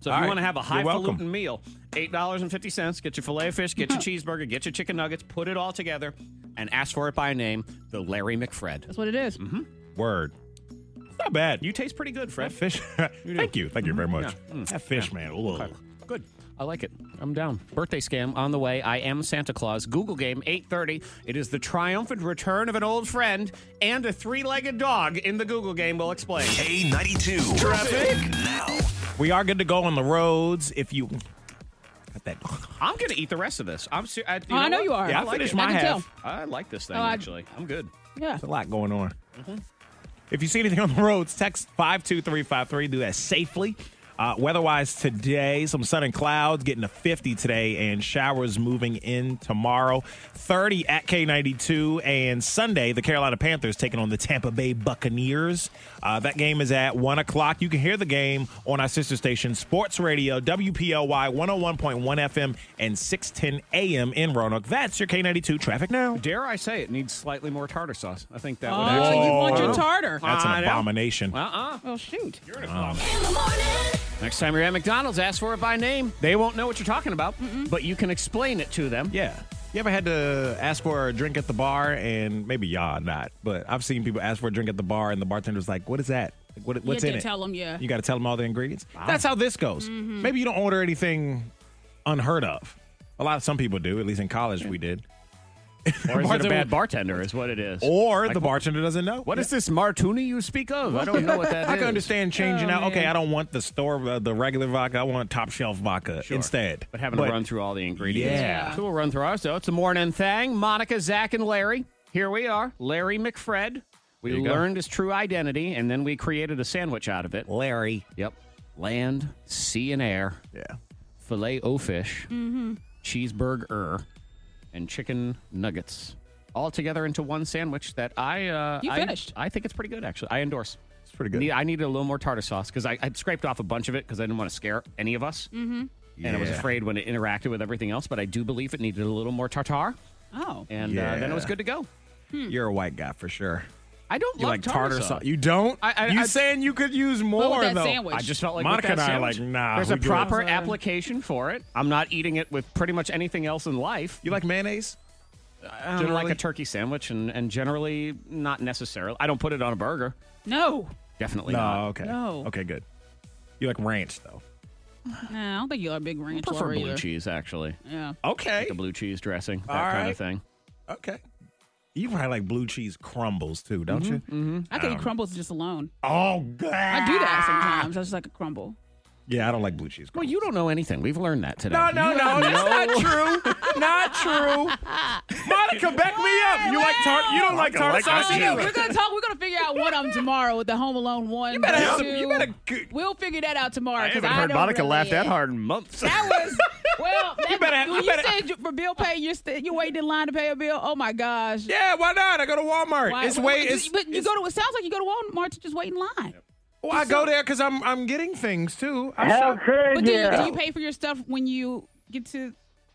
Speaker 3: So if
Speaker 1: All
Speaker 3: you
Speaker 1: right.
Speaker 3: want to have a
Speaker 1: You're welcome.
Speaker 3: highfalutin meal, eight dollars and fifty cents. Get your fillet of fish, get your cheeseburger, get your chicken nuggets, put it all together, and ask for it by name, the Larry McFred. Mm-hmm.
Speaker 4: That's what it is.
Speaker 1: Word. It's not bad.
Speaker 3: You taste pretty good, Fred.
Speaker 1: That fish. Thank you. Thank you very much.
Speaker 3: Yeah. Mm.
Speaker 1: That fish, man. Ooh.
Speaker 3: Good. I like it. I'm down. Birthday scam on the way. I am Santa Claus. Google game 8:30. It is the triumphant return of an old friend and a three-legged dog in the Google game. We'll explain.
Speaker 2: K92. Traffic.
Speaker 1: We are good to go on the roads. If you at that.
Speaker 3: I'm gonna eat the rest of this. I'm. Ser- I, you
Speaker 4: Oh, I know
Speaker 3: what?
Speaker 4: you are.
Speaker 1: Yeah, I
Speaker 3: like
Speaker 1: finished
Speaker 3: it.
Speaker 1: my
Speaker 3: I can
Speaker 1: half.
Speaker 3: tell. I like this thing
Speaker 4: Oh, I-
Speaker 3: actually. I'm good. Mm-hmm.
Speaker 4: Yeah.
Speaker 1: There's a lot going on. If you see anything on the roads, text 52353. Do that safely. Uh, weatherwise today, some sun and clouds getting to 50 today, and showers moving in tomorrow. 30 at K92, and Sunday, the Carolina Panthers taking on the Tampa Bay Buccaneers. Uh, that game is at 1 o'clock. You can hear the game on our sister station, Sports Radio, WPLY 101.1 FM and 610 AM in Roanoke. That's your K92 traffic now.
Speaker 3: Dare I say it needs slightly more tartar sauce? I think that
Speaker 4: Oh,
Speaker 3: would. actually
Speaker 4: you want your tartar?
Speaker 1: That's
Speaker 3: I
Speaker 1: an
Speaker 3: know.
Speaker 1: abomination.
Speaker 3: Uh-uh. Um,
Speaker 4: Well, Oh, shoot. You're
Speaker 3: Next time you're at McDonald's, ask for it by name. They won't know what you're talking about, but you can explain it to them.
Speaker 1: Yeah. You ever had to ask for a drink at the bar and maybe y'all not, but I've seen people ask for a drink at the bar and the bartender's like, "What is that? Like, what, what's
Speaker 4: you
Speaker 1: in
Speaker 4: have
Speaker 1: it?"
Speaker 4: to tell them, yeah.
Speaker 1: You got to tell them all the ingredients. That's how this goes.
Speaker 4: Mhm.
Speaker 1: Maybe you don't order anything unheard of. A lot of some people do. At least in college, we did.
Speaker 3: Or is it a
Speaker 1: Bartender-
Speaker 3: bad bartender? Is what it is.
Speaker 1: Or
Speaker 3: Like,
Speaker 1: the bartender doesn't know.
Speaker 3: What is this martini you speak of? I don't know what that is.
Speaker 1: I can understand changing
Speaker 3: Oh,
Speaker 1: out. Okay,
Speaker 3: man.
Speaker 1: I don't want the store, uh, the regular vodka. I want top shelf vodka instead.
Speaker 3: But having to run through all the ingredients.
Speaker 1: Yeah.
Speaker 3: So we'll run through ours. So it's a morning thing. Monica, Zach, and Larry. Here we are. Larry McFred. We
Speaker 1: There you go.
Speaker 3: learned his true identity, and then we created a sandwich out of it.
Speaker 1: Larry.
Speaker 3: Yep. Land, sea, and air.
Speaker 1: Yeah.
Speaker 3: Filet o fish,
Speaker 4: Mm-hmm.
Speaker 3: cheeseburger, and chicken nuggets. All together into one sandwich that I uh,
Speaker 4: You
Speaker 3: I-
Speaker 4: finished.
Speaker 3: I, think it's pretty good actually. I endorse. It's
Speaker 1: pretty good.
Speaker 3: I needed a little more tartar sauce because I, I scraped off a bunch of it because I didn't want to scare any of us
Speaker 4: Mm-hmm.
Speaker 3: and I was
Speaker 1: Mm. Yeah.
Speaker 3: afraid when it interacted with everything else. But I do believe it needed a little more tartar,
Speaker 4: Oh.
Speaker 3: and uh, then it was good to go.
Speaker 4: Hmm.
Speaker 1: You're a white guy for sure.
Speaker 3: I don't
Speaker 1: You
Speaker 3: love
Speaker 1: like tartar sauce. Uh, You don't?
Speaker 3: I- I-
Speaker 1: you
Speaker 3: I-
Speaker 1: saying you could use
Speaker 4: with
Speaker 1: more
Speaker 4: that
Speaker 1: though?
Speaker 4: sandwich.
Speaker 3: I just felt like
Speaker 1: Monica
Speaker 3: with that
Speaker 1: and I are
Speaker 3: sandwich,
Speaker 1: like, nah,
Speaker 3: There's
Speaker 1: we
Speaker 3: a
Speaker 1: good.
Speaker 3: proper
Speaker 1: Sorry.
Speaker 3: application for it. I'm not eating it with pretty much anything else in life.
Speaker 1: You like mayonnaise?
Speaker 3: I don't
Speaker 1: Generally?
Speaker 3: Um, like a turkey sandwich, and, and generally not necessarily. I don't put it on a burger.
Speaker 4: No.
Speaker 3: Definitely
Speaker 1: No,
Speaker 3: not.
Speaker 1: okay.
Speaker 4: No.
Speaker 1: Okay, good. You like ranch though.
Speaker 4: Nah, I don't think you're a big ranch
Speaker 3: I prefer
Speaker 4: lover
Speaker 3: blue
Speaker 4: either.
Speaker 3: cheese actually.
Speaker 4: Yeah.
Speaker 1: Okay.
Speaker 3: Like a blue cheese dressing, that
Speaker 1: All
Speaker 3: kind
Speaker 1: right.
Speaker 3: of thing.
Speaker 1: Okay. You probably like blue cheese crumbles too, don't you?
Speaker 4: Mm-hmm. I can
Speaker 1: Um,
Speaker 4: eat crumbles just alone.
Speaker 1: Oh god.
Speaker 4: I do that sometimes. I just like a crumble.
Speaker 1: Yeah, I don't like blue cheese.
Speaker 3: Well, you don't know anything. We've learned that today.
Speaker 1: No, no,
Speaker 3: You
Speaker 1: no,
Speaker 3: have
Speaker 1: that's not true. Not true. Monica, back me up. You like tart? You don't like
Speaker 4: Well,
Speaker 1: tartar sauce
Speaker 4: I do.
Speaker 1: either.
Speaker 4: We're gonna talk. We're gonna figure out one of them tomorrow with the Home Alone one. You
Speaker 1: better have some- you better
Speaker 4: We'll figure that out tomorrow.
Speaker 7: I
Speaker 4: 'cause
Speaker 7: haven't heard
Speaker 4: don't
Speaker 7: Monica
Speaker 4: really-
Speaker 7: laugh that hard in months.
Speaker 4: That was well. That,
Speaker 1: You better have-
Speaker 4: when
Speaker 1: you
Speaker 4: you,
Speaker 1: better-
Speaker 4: said you- for bill pay, you're st- you waiting in line to pay a bill. Oh my gosh.
Speaker 1: Yeah, why not? I go to Walmart.
Speaker 4: Why-
Speaker 1: it's way.
Speaker 4: but-
Speaker 1: It's,
Speaker 4: but you go to. It sounds like you go to Walmart to just wait in line.
Speaker 1: well, I go there because I'm I'm getting things too. I
Speaker 4: How
Speaker 1: shop.
Speaker 4: But do you, do you pay for your stuff when you get to,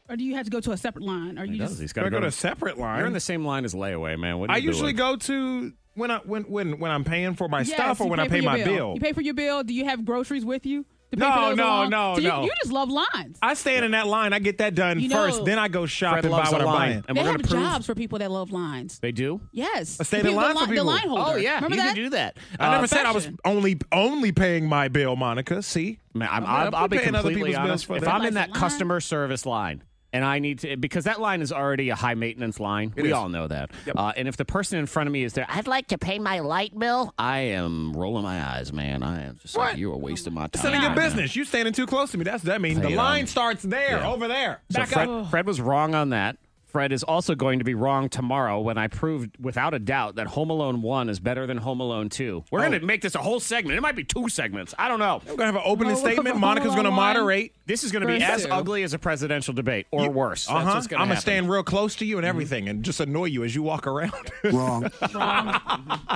Speaker 4: or do you have to go to a separate line? Or you
Speaker 3: He
Speaker 4: just
Speaker 3: does. He's got to
Speaker 1: Do I
Speaker 3: go,
Speaker 1: go to a separate line?
Speaker 3: You're in the same line as layaway, man. What are
Speaker 1: I
Speaker 3: you doing?
Speaker 1: usually go to when I when when when I'm paying for my
Speaker 4: Yes,
Speaker 1: stuff or
Speaker 4: you
Speaker 1: when I
Speaker 4: for
Speaker 1: pay
Speaker 4: your
Speaker 1: my bill.
Speaker 4: You pay for your bill. Do you have groceries with you? To pay
Speaker 1: No,
Speaker 4: for those
Speaker 1: no,
Speaker 4: along?
Speaker 1: no,
Speaker 4: So you,
Speaker 1: no.
Speaker 4: You just love lines.
Speaker 1: I stand in that line. I get that done
Speaker 4: You
Speaker 1: first.
Speaker 4: know-
Speaker 1: Then I go shop
Speaker 3: Fred
Speaker 1: and buy
Speaker 3: loves
Speaker 1: what
Speaker 3: a
Speaker 1: I'm
Speaker 3: line,
Speaker 1: buying.
Speaker 3: and
Speaker 4: they
Speaker 3: we're
Speaker 4: have
Speaker 3: gonna prove-
Speaker 4: jobs for people that love lines.
Speaker 3: They do.
Speaker 4: Yes.
Speaker 1: I stand
Speaker 4: The
Speaker 1: in
Speaker 4: people- the
Speaker 1: line for
Speaker 4: li-
Speaker 1: people.
Speaker 4: The line holder.
Speaker 3: Oh yeah,
Speaker 4: Remember
Speaker 3: you
Speaker 4: that?
Speaker 3: can do that. Uh,
Speaker 1: I never said I was
Speaker 4: Uh, fashion.
Speaker 1: only only paying my bill, Monica. See,
Speaker 3: Man, I'm,
Speaker 1: I'm
Speaker 3: I'll,
Speaker 1: not
Speaker 3: I'll be
Speaker 1: paying other
Speaker 3: completely
Speaker 1: people's bills
Speaker 3: honest.
Speaker 1: for
Speaker 3: If
Speaker 1: that.
Speaker 3: I'm
Speaker 4: Like
Speaker 3: in that
Speaker 4: the line.
Speaker 3: customer service line and I need to, because that line is already a high maintenance line. we
Speaker 1: is.
Speaker 3: all know that. Uh, and if the person in front of me is there, I'd like to pay my light bill. I am rolling my eyes, man. I am just like,
Speaker 1: What?
Speaker 3: you are wasting my
Speaker 1: it's
Speaker 3: time.
Speaker 1: none of your
Speaker 3: man.
Speaker 1: business. You standing too close to me. That's what that means
Speaker 3: Pay
Speaker 1: the
Speaker 3: it
Speaker 1: line
Speaker 3: on.
Speaker 1: starts there,
Speaker 3: Yeah.
Speaker 1: over there.
Speaker 3: So
Speaker 1: Back
Speaker 3: Fred,
Speaker 1: up.
Speaker 3: Fred was wrong on that. Fred is also going to be wrong tomorrow when I proved without a doubt that Home Alone 1 is better than Home Alone 2.
Speaker 1: Oh.
Speaker 3: We're going to make this a whole segment. It might be two segments. I don't know.
Speaker 1: I'm gonna have an opening
Speaker 4: Oh,
Speaker 1: statement.
Speaker 4: hold
Speaker 1: Monica's gonna
Speaker 4: on.
Speaker 1: moderate.
Speaker 3: This is going to be
Speaker 4: Versus
Speaker 3: as
Speaker 4: two.
Speaker 3: ugly as a presidential debate or worse.
Speaker 1: Uh
Speaker 3: That's
Speaker 1: huh.
Speaker 3: what's gonna
Speaker 1: I'm gonna
Speaker 3: happen. Mm-hmm.
Speaker 1: stand real close to you and everything, and just annoy you as you walk around. Wrong.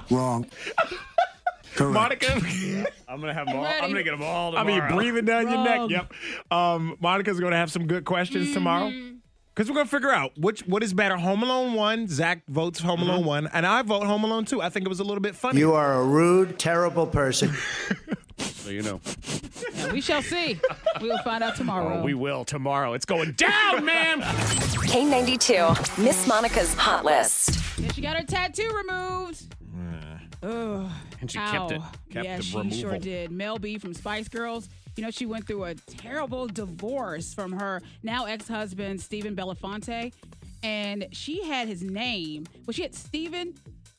Speaker 1: Wrong. Monica.
Speaker 7: I'm gonna have them all.
Speaker 4: Ready.
Speaker 7: I'm gonna get them all
Speaker 1: I
Speaker 7: tomorrow.
Speaker 1: mean, breathing down your
Speaker 4: Wrong. Mm-hmm.
Speaker 1: neck. Yep. Um, Monica's going to have some good questions tomorrow because we're going to figure out which what is better, Home Alone one. Zach votes Home
Speaker 7: Mm-hmm.
Speaker 1: Alone one, and I vote Home Alone two. I think it was a little bit funny.
Speaker 14: You are a rude, terrible person.
Speaker 3: So you know.
Speaker 4: Yeah, we shall see. we will find out tomorrow.
Speaker 3: Oh, we will tomorrow. It's going down, man.
Speaker 5: K92, Miss Monica's Hot List.
Speaker 4: Yeah, she got her tattoo removed. Ugh.
Speaker 3: And she kept it.
Speaker 4: Ow.
Speaker 3: Kept
Speaker 4: yeah,
Speaker 3: the
Speaker 4: she
Speaker 3: removal.
Speaker 4: sure did. Mel B from Spice Girls. You know, she went through a terrible divorce from her now ex husband, Stephen Belafonte. And she had his name. Well, she had Stephen,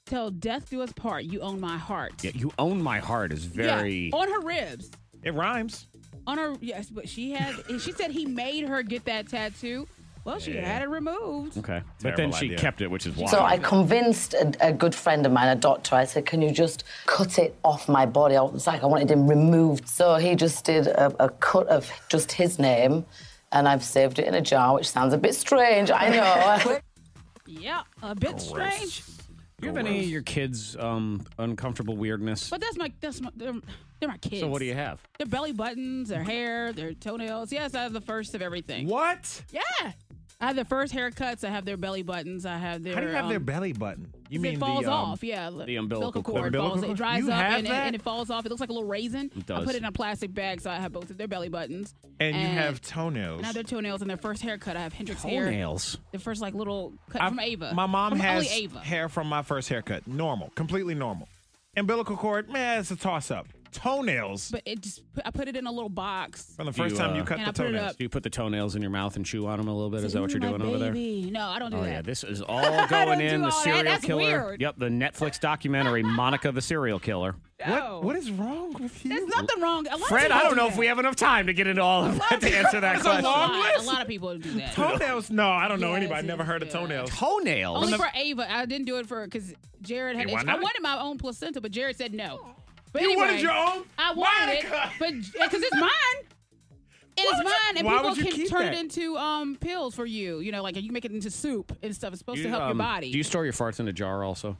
Speaker 4: till death do us part. You own my heart.
Speaker 3: Yeah, you own my heart is
Speaker 4: Yeah,
Speaker 3: very.
Speaker 4: on her ribs.
Speaker 1: It rhymes.
Speaker 4: on her. Yes, but she had. She said he made her get that tattoo. Well, she had it removed.
Speaker 3: Okay. But then she kept it, which is wild.
Speaker 6: So I convinced a, a good friend of mine, a doctor. I said, "Can you just cut it off my body?" I was like, I wanted him removed. So he just did a, a cut of just his name, and I've saved it in a jar, which sounds a bit strange. I know.
Speaker 4: Yeah, a bit strange.
Speaker 3: Do you have any of your kids' um, uncomfortable weirdness?
Speaker 4: But that's my that's my they're, they're my kids.
Speaker 3: So what do you have?
Speaker 4: Their belly buttons, their hair, their toenails. Yes, I have the first of everything.
Speaker 1: What?
Speaker 4: Yeah. I have their first haircuts. I have their belly buttons. I have their.
Speaker 1: How do you have their
Speaker 4: um,
Speaker 1: belly button? You um,
Speaker 4: it falls off. Yeah,
Speaker 3: the umbilical
Speaker 4: cord,
Speaker 3: cord.
Speaker 4: falls.
Speaker 3: Umbilical
Speaker 4: It dries
Speaker 3: cord? You
Speaker 4: up
Speaker 3: have
Speaker 4: and, It,
Speaker 3: that?
Speaker 4: and it falls off. It looks like a little raisin.
Speaker 3: It
Speaker 4: I
Speaker 3: does.
Speaker 4: put it in a plastic bag, so I have both of their belly buttons.
Speaker 1: And you have toenails.
Speaker 4: Now their toenails and their first haircut. I have Hendrix
Speaker 1: Toenails?
Speaker 4: hair. The first like little cut
Speaker 1: I-
Speaker 4: from Ava.
Speaker 1: My mom
Speaker 4: from
Speaker 1: has
Speaker 4: only Ava.
Speaker 1: hair from my first haircut. Normal, completely normal. Umbilical cord, man, it's a toss up. Toenails.
Speaker 4: But it just I put it in a little box.
Speaker 1: From the first
Speaker 3: uh,
Speaker 1: time you cut
Speaker 4: And I
Speaker 1: the
Speaker 4: put it
Speaker 1: toenails.
Speaker 4: up.
Speaker 3: Do you put the toenails in your mouth and chew on them a little bit? Is that what you're
Speaker 4: My
Speaker 3: doing over there?
Speaker 4: baby. No, I don't do
Speaker 3: Oh
Speaker 4: that.
Speaker 3: yeah, this is
Speaker 4: I
Speaker 3: all
Speaker 4: don't
Speaker 3: going
Speaker 4: do
Speaker 3: in the
Speaker 4: all that.
Speaker 3: serial
Speaker 4: That's
Speaker 3: killer.
Speaker 4: weird.
Speaker 3: Yep, the Netflix documentary Monica the serial killer.
Speaker 1: What what is wrong with you?
Speaker 4: There's nothing wrong. A lot of
Speaker 3: Fred,
Speaker 4: people
Speaker 3: I don't
Speaker 4: do
Speaker 3: know
Speaker 4: that.
Speaker 3: if we have enough time to get into all of that to answer that
Speaker 1: That's a
Speaker 3: question.
Speaker 1: long
Speaker 4: a lot, a lot of people do that.
Speaker 1: Toenails? No, I don't know anybody. Never heard of toenails.
Speaker 3: Toenails.
Speaker 4: Only for Ava. I didn't do it for because Jared had.
Speaker 1: Hey, why
Speaker 4: I
Speaker 1: not?
Speaker 4: wanted my own placenta, but Jared said no. But
Speaker 1: You
Speaker 4: anyway,
Speaker 1: wanted your own?
Speaker 4: I wanted
Speaker 1: Monica!
Speaker 4: it, but because it's mine. It
Speaker 1: Why
Speaker 4: is
Speaker 1: would you-
Speaker 4: mine, and
Speaker 1: why
Speaker 4: people
Speaker 1: would you
Speaker 4: can
Speaker 1: keep
Speaker 4: turn
Speaker 1: that?
Speaker 4: it into um, pills for you. You know, like you can make it into soup and stuff. It's supposed
Speaker 3: You,
Speaker 4: to help your
Speaker 3: um,
Speaker 4: body.
Speaker 3: Do you store your farts in a jar also?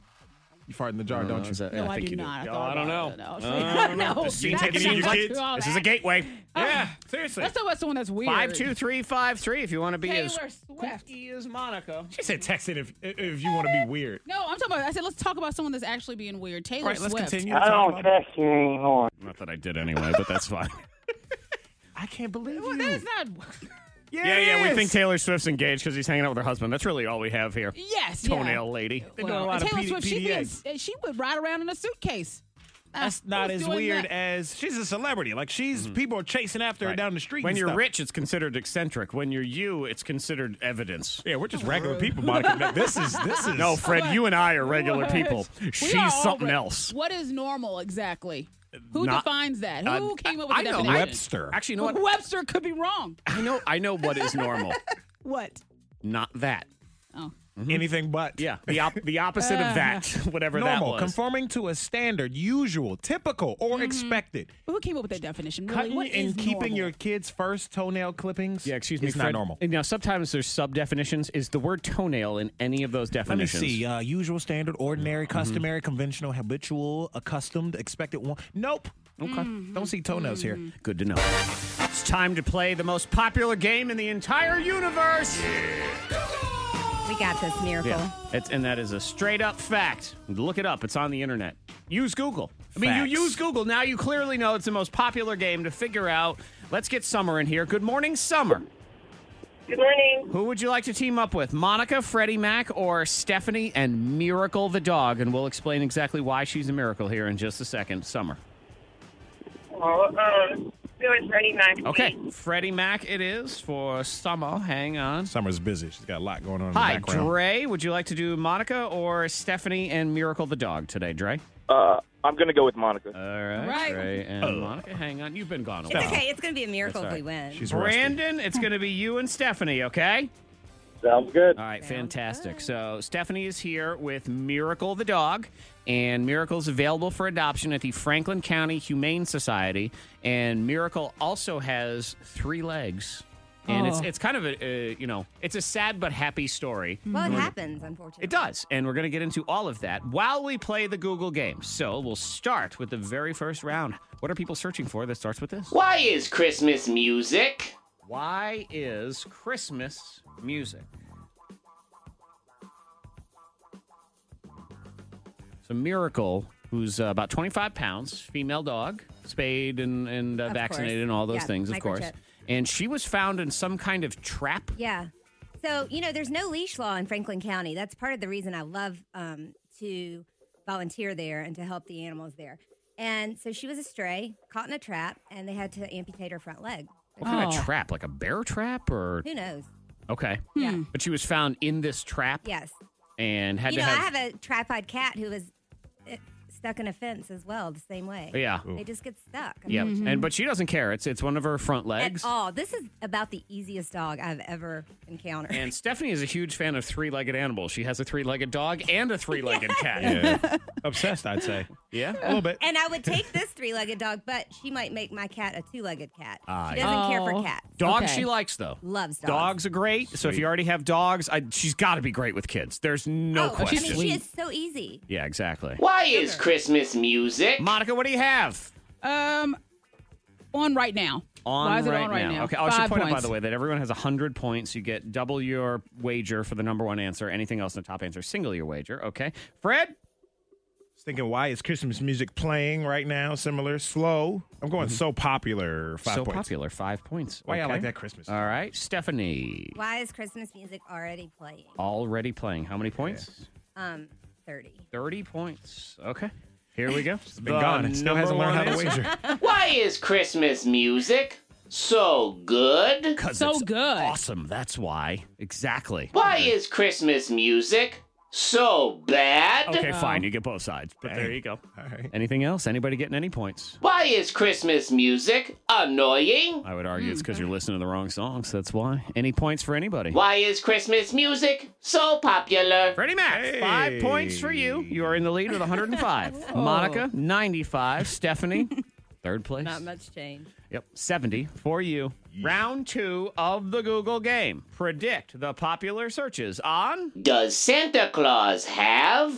Speaker 1: You fart in the jar, don't you?
Speaker 4: No, I do
Speaker 3: you
Speaker 4: not. I
Speaker 3: Oh,
Speaker 4: thought
Speaker 3: I don't know.
Speaker 4: about it. No, I was like,
Speaker 3: I don't
Speaker 4: no,
Speaker 3: know.
Speaker 4: that
Speaker 3: This seems
Speaker 4: sounds
Speaker 3: like-
Speaker 4: like too all
Speaker 3: This is a
Speaker 4: that.
Speaker 3: gateway.
Speaker 1: Yeah, seriously.
Speaker 4: Let's talk about someone that's weird.
Speaker 3: Five two three five three. If you want to be as
Speaker 4: Taylor Swift.
Speaker 3: is Monica.
Speaker 1: She said text it if if you want to be weird.
Speaker 4: No, I'm talking about. I said let's talk about someone that's actually being weird. Taylor
Speaker 1: All right, let's
Speaker 4: Swift.
Speaker 1: continue to talk about-
Speaker 3: text you anymore. Not that I did anyway, but that's fine.
Speaker 1: I can't believe
Speaker 4: Well,
Speaker 1: you.
Speaker 4: that is not.
Speaker 3: yeah, yeah. We
Speaker 1: Yes.
Speaker 3: think Taylor Swift's engaged because he's hanging out with her husband. That's really all we have here.
Speaker 4: Yes, yeah.
Speaker 3: Toenail lady.
Speaker 1: They're doing a lot of
Speaker 4: Taylor
Speaker 1: PD
Speaker 4: Swift, she'd be in-
Speaker 1: PDAs.
Speaker 4: uh, she would ride around in a suitcase. Uh,
Speaker 1: That's not
Speaker 4: who's
Speaker 1: as
Speaker 4: doing
Speaker 1: weird
Speaker 4: that?
Speaker 1: as she's a celebrity. Like she's people are chasing after her
Speaker 3: Mm-hmm. Right.
Speaker 1: down the street.
Speaker 3: When
Speaker 1: and
Speaker 3: you're
Speaker 1: stuff.
Speaker 3: rich, it's considered eccentric. When you're you, it's considered evidence.
Speaker 1: Yeah, we're just regular people, Monica. this is this is
Speaker 3: No, Fred, you and I are regular
Speaker 4: What?
Speaker 3: people.
Speaker 4: We are all
Speaker 3: She's something
Speaker 4: re-
Speaker 3: else.
Speaker 4: What is normal exactly? Who
Speaker 3: Not-
Speaker 4: defines that?
Speaker 3: uh,
Speaker 4: Who came up with
Speaker 3: I
Speaker 4: the
Speaker 3: know.
Speaker 4: definition?
Speaker 3: Webster. Actually, you know what?
Speaker 4: Webster could be wrong.
Speaker 3: I know I know what is normal.
Speaker 4: What?
Speaker 3: Not that.
Speaker 4: Oh.
Speaker 1: anything but
Speaker 3: Mm-hmm. Yeah. The op- the opposite of that, whatever that
Speaker 1: normal,
Speaker 3: was.
Speaker 1: conforming to a standard, usual, typical, or expected.
Speaker 4: But Who came up with that definition? Really?
Speaker 1: Cutting
Speaker 4: Mm-hmm. What is
Speaker 1: and keeping
Speaker 4: normal?
Speaker 1: your kids' first toenail clippings.
Speaker 3: yeah, excuse me.
Speaker 1: It's
Speaker 3: Fred.
Speaker 1: not normal.
Speaker 3: Now, sometimes there's sub definitions. Is the word toenail in any of those
Speaker 1: Let me
Speaker 3: definitions? Mm-hmm.
Speaker 1: see. Uh, usual, standard, ordinary, customary, conventional, habitual, accustomed, expected. One. Nope. Okay.
Speaker 4: Mm-hmm.
Speaker 1: Don't see toenails here.
Speaker 3: Good to know. It's time to play the most popular game in the entire universe.
Speaker 15: We got this miracle.
Speaker 3: Yeah. It's, and that is a straight up fact. Look it up. It's on the internet. Use Google. I mean,
Speaker 1: Facts.
Speaker 3: you use Google. Now you clearly know it's the most popular game to figure out. Let's get Summer in here. Good morning, Summer.
Speaker 9: Good morning.
Speaker 3: Who would you like to team up with? Monica, Freddie Mac, or Stephanie and Miracle the dog? And we'll explain exactly why she's a miracle here in just a second. Summer.
Speaker 9: Oh, um, it was Freddie Mac.
Speaker 3: Okay. Freddie Mac it is for Summer. Hang on.
Speaker 1: Summer's busy. She's got a lot going on.
Speaker 3: Hi,
Speaker 1: in the background.
Speaker 3: Dre. Would you like to do Monica or Stephanie and Miracle the dog today, Dre?
Speaker 16: Uh, I'm gonna go with Monica.
Speaker 3: All right,
Speaker 15: Right.
Speaker 3: Dre and
Speaker 16: Oh.
Speaker 3: Monica. Hang on, you've been gone. A
Speaker 15: It's
Speaker 3: while.
Speaker 15: okay. It's going to be a miracle
Speaker 3: That's
Speaker 15: if we
Speaker 3: all right.
Speaker 15: win.
Speaker 3: Brandon, it's going to be you and Stephanie. Okay.
Speaker 16: Sounds good.
Speaker 3: All right, fantastic. So Stephanie is here with Miracle the dog, and Miracle is available for adoption at the Franklin County Humane Society. And Miracle also has three legs, and it's
Speaker 15: Oh.
Speaker 3: it's kind of a uh, you know it's a sad but happy story.
Speaker 15: Well, it
Speaker 3: We're-
Speaker 15: happens, unfortunately.
Speaker 3: It does. And we're going to get into all of that while we play the Google game. So we'll start with the very first round. What are people searching for that starts with this? Why is Christmas music? Why is Christmas music? So Miracle, who's uh, about 25 pounds, female dog, spayed and, and uh,
Speaker 15: Of
Speaker 3: vaccinated
Speaker 15: course.
Speaker 3: and all those
Speaker 15: Yeah,
Speaker 3: things, of course.
Speaker 15: microchip.
Speaker 3: And she was found in some kind of trap.
Speaker 15: Yeah. So, you know, there's no leash law in Franklin County. That's part of the reason I love um, to volunteer there and to help the animals there. And so she was a stray, caught in a trap, and they had to amputate her front leg.
Speaker 3: What kind of trap? Like a bear trap or?
Speaker 15: Oh. Who knows?
Speaker 3: Okay.
Speaker 1: Hmm.
Speaker 3: Yeah. But she was found in this trap
Speaker 15: Yes.
Speaker 3: and had
Speaker 15: you
Speaker 3: to
Speaker 15: know,
Speaker 3: have,
Speaker 15: I have a tripod cat who was uh, stuck in a fence as well, the same way.
Speaker 3: Oh, Yeah.
Speaker 15: They just get stuck. I
Speaker 3: Yep.
Speaker 1: Mm-hmm.
Speaker 15: mean,
Speaker 3: And but she doesn't care. It's it's one of her front legs.
Speaker 15: At all. This is about the easiest dog I've ever encountered.
Speaker 3: And Stephanie is a huge fan of three-legged animals. She has a three-legged dog and a three-legged cat.
Speaker 1: Yeah. Obsessed, I'd say.
Speaker 3: Yeah.
Speaker 1: A little bit.
Speaker 15: And I would take this three-legged dog, but she might make my cat a two-legged cat.
Speaker 3: Ah,
Speaker 15: she
Speaker 3: yeah.
Speaker 15: doesn't care
Speaker 3: Oh.
Speaker 15: for cats.
Speaker 3: Dogs she likes though.
Speaker 15: Loves dogs.
Speaker 3: are great. So if you already have dogs, I, she's got to be great with kids. There's no
Speaker 15: oh, I
Speaker 3: question.
Speaker 15: mean, she is so easy.
Speaker 3: yeah, exactly.
Speaker 4: Why is
Speaker 3: Christmas music? Monica, what do you have?
Speaker 4: Um, on right now.
Speaker 3: On
Speaker 4: Why is
Speaker 3: right,
Speaker 4: it on right now?
Speaker 3: Okay, oh, I should
Speaker 4: Five
Speaker 3: point out, by
Speaker 4: points.
Speaker 3: the way, that everyone has 100 points. You get double your wager for the number one answer. Anything else in the top answer, single your wager. Okay. Fred?
Speaker 1: Just thinking, why is Christmas music playing right now? Similar, slow. I'm going so popular. Five
Speaker 3: Mm-hmm. so
Speaker 1: points.
Speaker 3: popular. Five points.
Speaker 1: Why y'all
Speaker 3: Okay.
Speaker 1: like that Christmas?
Speaker 3: All right. Stephanie,
Speaker 15: Why is Christmas music already playing?
Speaker 3: already playing. How many points?
Speaker 15: Um, 30.
Speaker 3: 30 points. Okay. Here we go. It's
Speaker 1: been gone. It still hasn't learned how to
Speaker 3: Why is Christmas music so good?
Speaker 4: So
Speaker 3: it's
Speaker 4: good.
Speaker 3: Awesome. That's why. Exactly.
Speaker 11: Why is Christmas music so bad?
Speaker 3: Okay, fine. You get both sides. Oh. But there you go. All right. Anything else? Anybody getting any points?
Speaker 11: Why is Christmas music annoying?
Speaker 3: I would argue it's because you're listening to the wrong songs. That's why. Any points for anybody?
Speaker 11: Why is Christmas music so popular?
Speaker 3: Freddie Mac, Five points for you. You are in the lead with 105. Monica, 95. Stephanie, third place.
Speaker 17: Not much change.
Speaker 3: Yep, 70 for you. Round two of the Google game. Predict the popular searches on.
Speaker 11: Does Santa Claus have?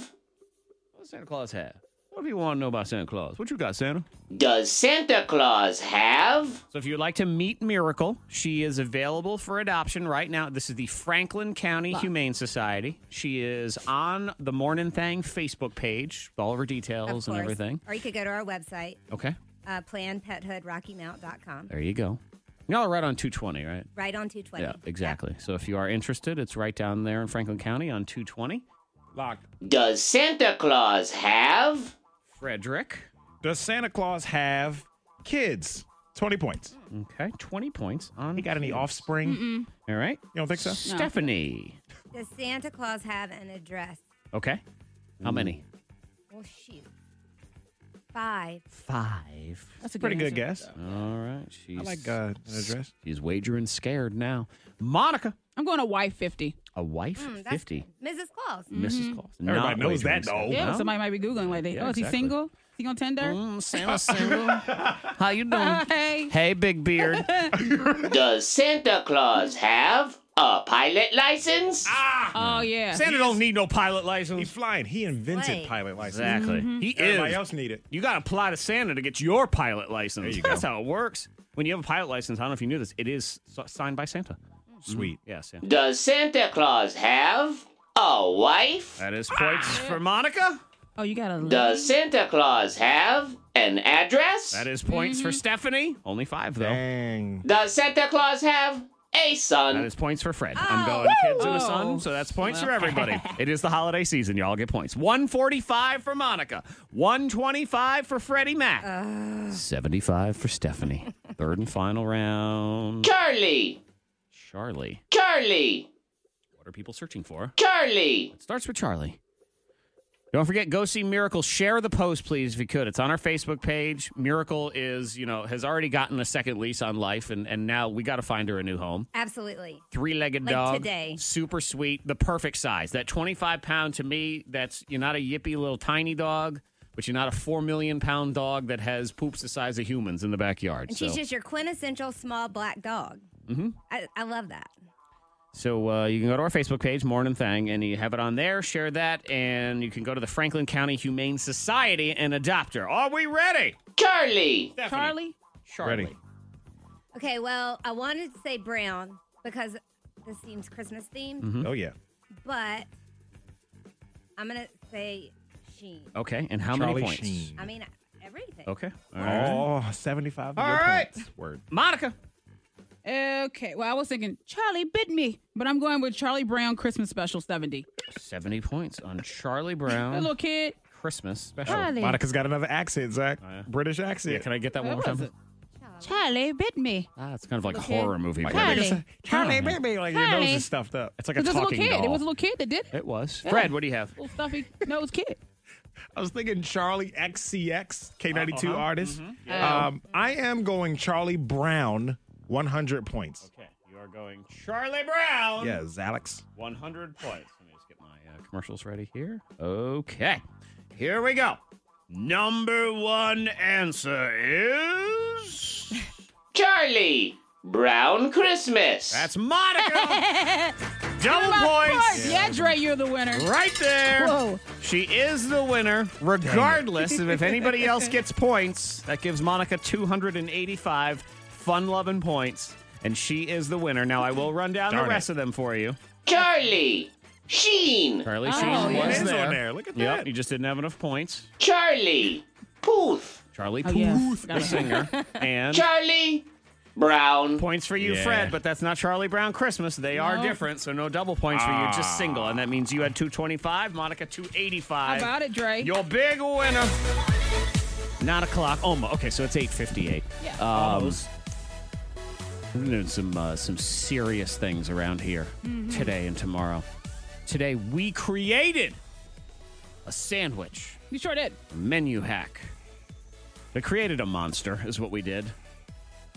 Speaker 3: What does Santa Claus have? What do you want to know about Santa Claus? What you got, Santa?
Speaker 11: Does Santa Claus have?
Speaker 3: So if you'd like to meet Miracle, she is available for adoption right now. This is the Franklin County Humane Society. She is on the Morning Thang Facebook page, all of her details and
Speaker 15: course.
Speaker 3: everything.
Speaker 15: Or you could go to our website,
Speaker 3: Okay,
Speaker 15: uh, planpethoodrockymount.com.
Speaker 3: there you go. Y'all are right on 220, right?
Speaker 15: Right on 220.
Speaker 3: Yeah, exactly. So if you are interested, it's right down there in Franklin County on 220.
Speaker 1: Locked.
Speaker 11: Does Santa Claus have?
Speaker 3: Frederick.
Speaker 1: Does Santa Claus have kids? 20 points.
Speaker 3: Okay, 20 points on.
Speaker 1: He got any
Speaker 3: kids.
Speaker 1: offspring?
Speaker 15: Mm-mm.
Speaker 3: All right.
Speaker 1: You don't think so? No.
Speaker 3: Stephanie.
Speaker 15: Does Santa Claus have an address?
Speaker 3: Okay.
Speaker 1: Mm-hmm.
Speaker 3: How many?
Speaker 15: Well, shoot. Five.
Speaker 3: Five.
Speaker 15: That's a good Pretty good
Speaker 1: answer.
Speaker 3: All right. She's,
Speaker 1: like, uh, an address.
Speaker 3: She's wagering scared now. Monica.
Speaker 4: I'm going to wife 50.
Speaker 3: A wife?
Speaker 4: Mm,
Speaker 15: Hmm,
Speaker 4: that's
Speaker 3: 50.
Speaker 15: Mrs. Claus.
Speaker 17: Mm-hmm.
Speaker 3: Mrs. Claus.
Speaker 1: Everybody
Speaker 3: Not
Speaker 1: knows
Speaker 3: wagering
Speaker 1: that,
Speaker 3: scared.
Speaker 1: though.
Speaker 4: Yeah,
Speaker 3: No?
Speaker 4: somebody might be Googling like, they,
Speaker 3: Yeah,
Speaker 4: oh, is
Speaker 3: exactly.
Speaker 4: he single? Is he on Tinder?
Speaker 3: Mm, Santa's single. How you doing?
Speaker 4: Hey.
Speaker 3: Hey, big beard.
Speaker 11: Does Santa Claus have a pilot license?
Speaker 1: Ah!
Speaker 4: Oh,
Speaker 3: Mm.
Speaker 4: yeah.
Speaker 3: Santa don't need no pilot license.
Speaker 1: He's flying. Mm-hmm. He invented
Speaker 4: Flying.
Speaker 1: pilot license.
Speaker 3: Exactly.
Speaker 4: Mm-hmm.
Speaker 3: He
Speaker 1: Everybody
Speaker 3: is.
Speaker 1: else need it.
Speaker 3: You got to apply to Santa to get your pilot license.
Speaker 1: There you
Speaker 3: That's
Speaker 1: go.
Speaker 3: how it works. When you have a pilot license, I don't know if you knew this, it is s- signed by Santa. Mm.
Speaker 1: Sweet.
Speaker 3: Yeah, Santa.
Speaker 11: Does Santa Claus have a wife?
Speaker 3: That is points for Monica.
Speaker 4: Oh, you got a.
Speaker 11: Does Santa Claus have an address?
Speaker 3: That is points
Speaker 11: Mm-hmm.
Speaker 3: for Stephanie. Only five, though.
Speaker 1: Dang.
Speaker 11: Does Santa Claus have a son? Ah,
Speaker 3: That is points for Fred. I'm going kids and a son, so that's points for everybody. it is the holiday season. Y'all get points. 145 for Monica, 125 for Freddie Mac,
Speaker 11: Uh.
Speaker 3: 75 for Stephanie. Third and final round.
Speaker 11: Charlie!
Speaker 3: Charlie.
Speaker 11: Charlie!
Speaker 3: What are people searching for?
Speaker 11: Charlie!
Speaker 3: It starts with Charlie. Don't forget, go see Miracle. Share the post, please, if you could. It's on our Facebook page. Miracle is, you know, has already gotten a second lease on life, and, and now we got to find her a new home.
Speaker 15: Absolutely.
Speaker 3: Three legged
Speaker 15: Like
Speaker 3: dog.
Speaker 15: today.
Speaker 3: Super sweet. The perfect size. That 25 pound to me, that's, you're not a yippy little tiny dog, but you're not a 4 million pound dog that has poops the size of humans in the backyard.
Speaker 15: And
Speaker 3: so.
Speaker 15: she's just your quintessential small black dog.
Speaker 3: hmm
Speaker 15: I, I love that.
Speaker 3: So uh, you can go to our Facebook page, Morning Thing, and you have it on there. Share that, and you can go to the Franklin County Humane Society and adopt her. Are we ready?
Speaker 11: Charlie.
Speaker 4: Charlie?
Speaker 3: Charlie. Ready.
Speaker 15: Okay, well, I wanted to say brown because this seems Christmas themed,
Speaker 3: Mm-hmm.
Speaker 1: Oh, yeah.
Speaker 15: but I'm going to say sheen.
Speaker 3: Okay, and how
Speaker 1: Charlie
Speaker 3: many points?
Speaker 1: Sheen.
Speaker 15: I mean, everything.
Speaker 3: Okay. All right.
Speaker 1: Oh, 75
Speaker 4: All
Speaker 1: your
Speaker 4: right.
Speaker 1: points. Word.
Speaker 3: Monica.
Speaker 4: Okay. Well, I was thinking Charlie bit me, but I'm going with Charlie Brown Christmas Special 70.
Speaker 3: 70 points on Charlie
Speaker 4: That
Speaker 3: Brown
Speaker 4: little kid.
Speaker 3: Christmas special. Oh,
Speaker 4: Charlie.
Speaker 1: Monica's got another accent, Zach. British accent.
Speaker 3: Yeah, can I get that one more
Speaker 4: Where was
Speaker 3: time?
Speaker 4: it? Charlie bit me.
Speaker 3: Ah, it's kind of like
Speaker 4: Little
Speaker 3: a
Speaker 4: kid.
Speaker 3: horror movie.
Speaker 4: Like,
Speaker 3: but-
Speaker 4: Charlie. Charlie.
Speaker 1: Charlie, baby, like your nose
Speaker 4: Charlie.
Speaker 1: is stuffed up.
Speaker 3: It's like a
Speaker 4: It was a little
Speaker 3: talking
Speaker 4: kid.
Speaker 3: doll.
Speaker 4: It was a little kid that did it.
Speaker 3: It was.
Speaker 4: Yeah.
Speaker 3: Fred, what do you have?
Speaker 4: Little stuffy nose kid.
Speaker 1: I was thinking Charlie XCX, K92
Speaker 7: Uh-huh.
Speaker 1: artist.
Speaker 3: Mm-hmm.
Speaker 4: Mm-hmm.
Speaker 7: Mhm. Yeah.
Speaker 1: Um, I am going Charlie Brown, 100 points.
Speaker 3: Okay, you are going Charlie Brown.
Speaker 1: Yes, Alex.
Speaker 3: 100 points. Let me just get my uh, commercials ready here. Okay, here we go. Number one answer is
Speaker 11: Charlie Brown Christmas.
Speaker 3: That's Monica. Double
Speaker 4: Come on,
Speaker 3: points.
Speaker 4: Yeah. Dre, you're the winner.
Speaker 3: Right there.
Speaker 4: Whoa.
Speaker 3: She is the winner, regardless of if anybody else gets points. That gives Monica 285 fun loving points, and she is the winner. Now, I will run down
Speaker 11: Darn
Speaker 3: the
Speaker 11: it.
Speaker 3: rest of them for you.
Speaker 11: Charlie Sheen.
Speaker 3: Charlie
Speaker 11: Oh,
Speaker 3: Sheen
Speaker 11: yeah.
Speaker 3: was
Speaker 11: It is
Speaker 3: there.
Speaker 11: on there. Look at
Speaker 3: Yep,
Speaker 11: that.
Speaker 3: you just didn't have enough points.
Speaker 11: Charlie Puth.
Speaker 3: Charlie
Speaker 11: Oh,
Speaker 3: Puth,
Speaker 11: yeah.
Speaker 3: the
Speaker 11: Got it.
Speaker 3: singer, and
Speaker 11: Charlie Brown.
Speaker 3: Points for you,
Speaker 11: Yeah.
Speaker 3: Fred, but that's not Charlie Brown Christmas. They are
Speaker 11: No.
Speaker 3: different, so no double points for you,
Speaker 11: Ah.
Speaker 3: just single, and that means you had 225, Monica 285.
Speaker 4: How about it, Dre?
Speaker 3: Your big winner. Nine o'clock. Oh, my- okay, so it's eight fifty-eight.
Speaker 4: Yeah.
Speaker 3: Um,
Speaker 4: Almost.
Speaker 3: we're doing some uh, some serious things around here
Speaker 4: Mhm.
Speaker 3: today and tomorrow. Today we created a sandwich
Speaker 4: You sure did.
Speaker 3: menu hack. They created a monster, is what we did.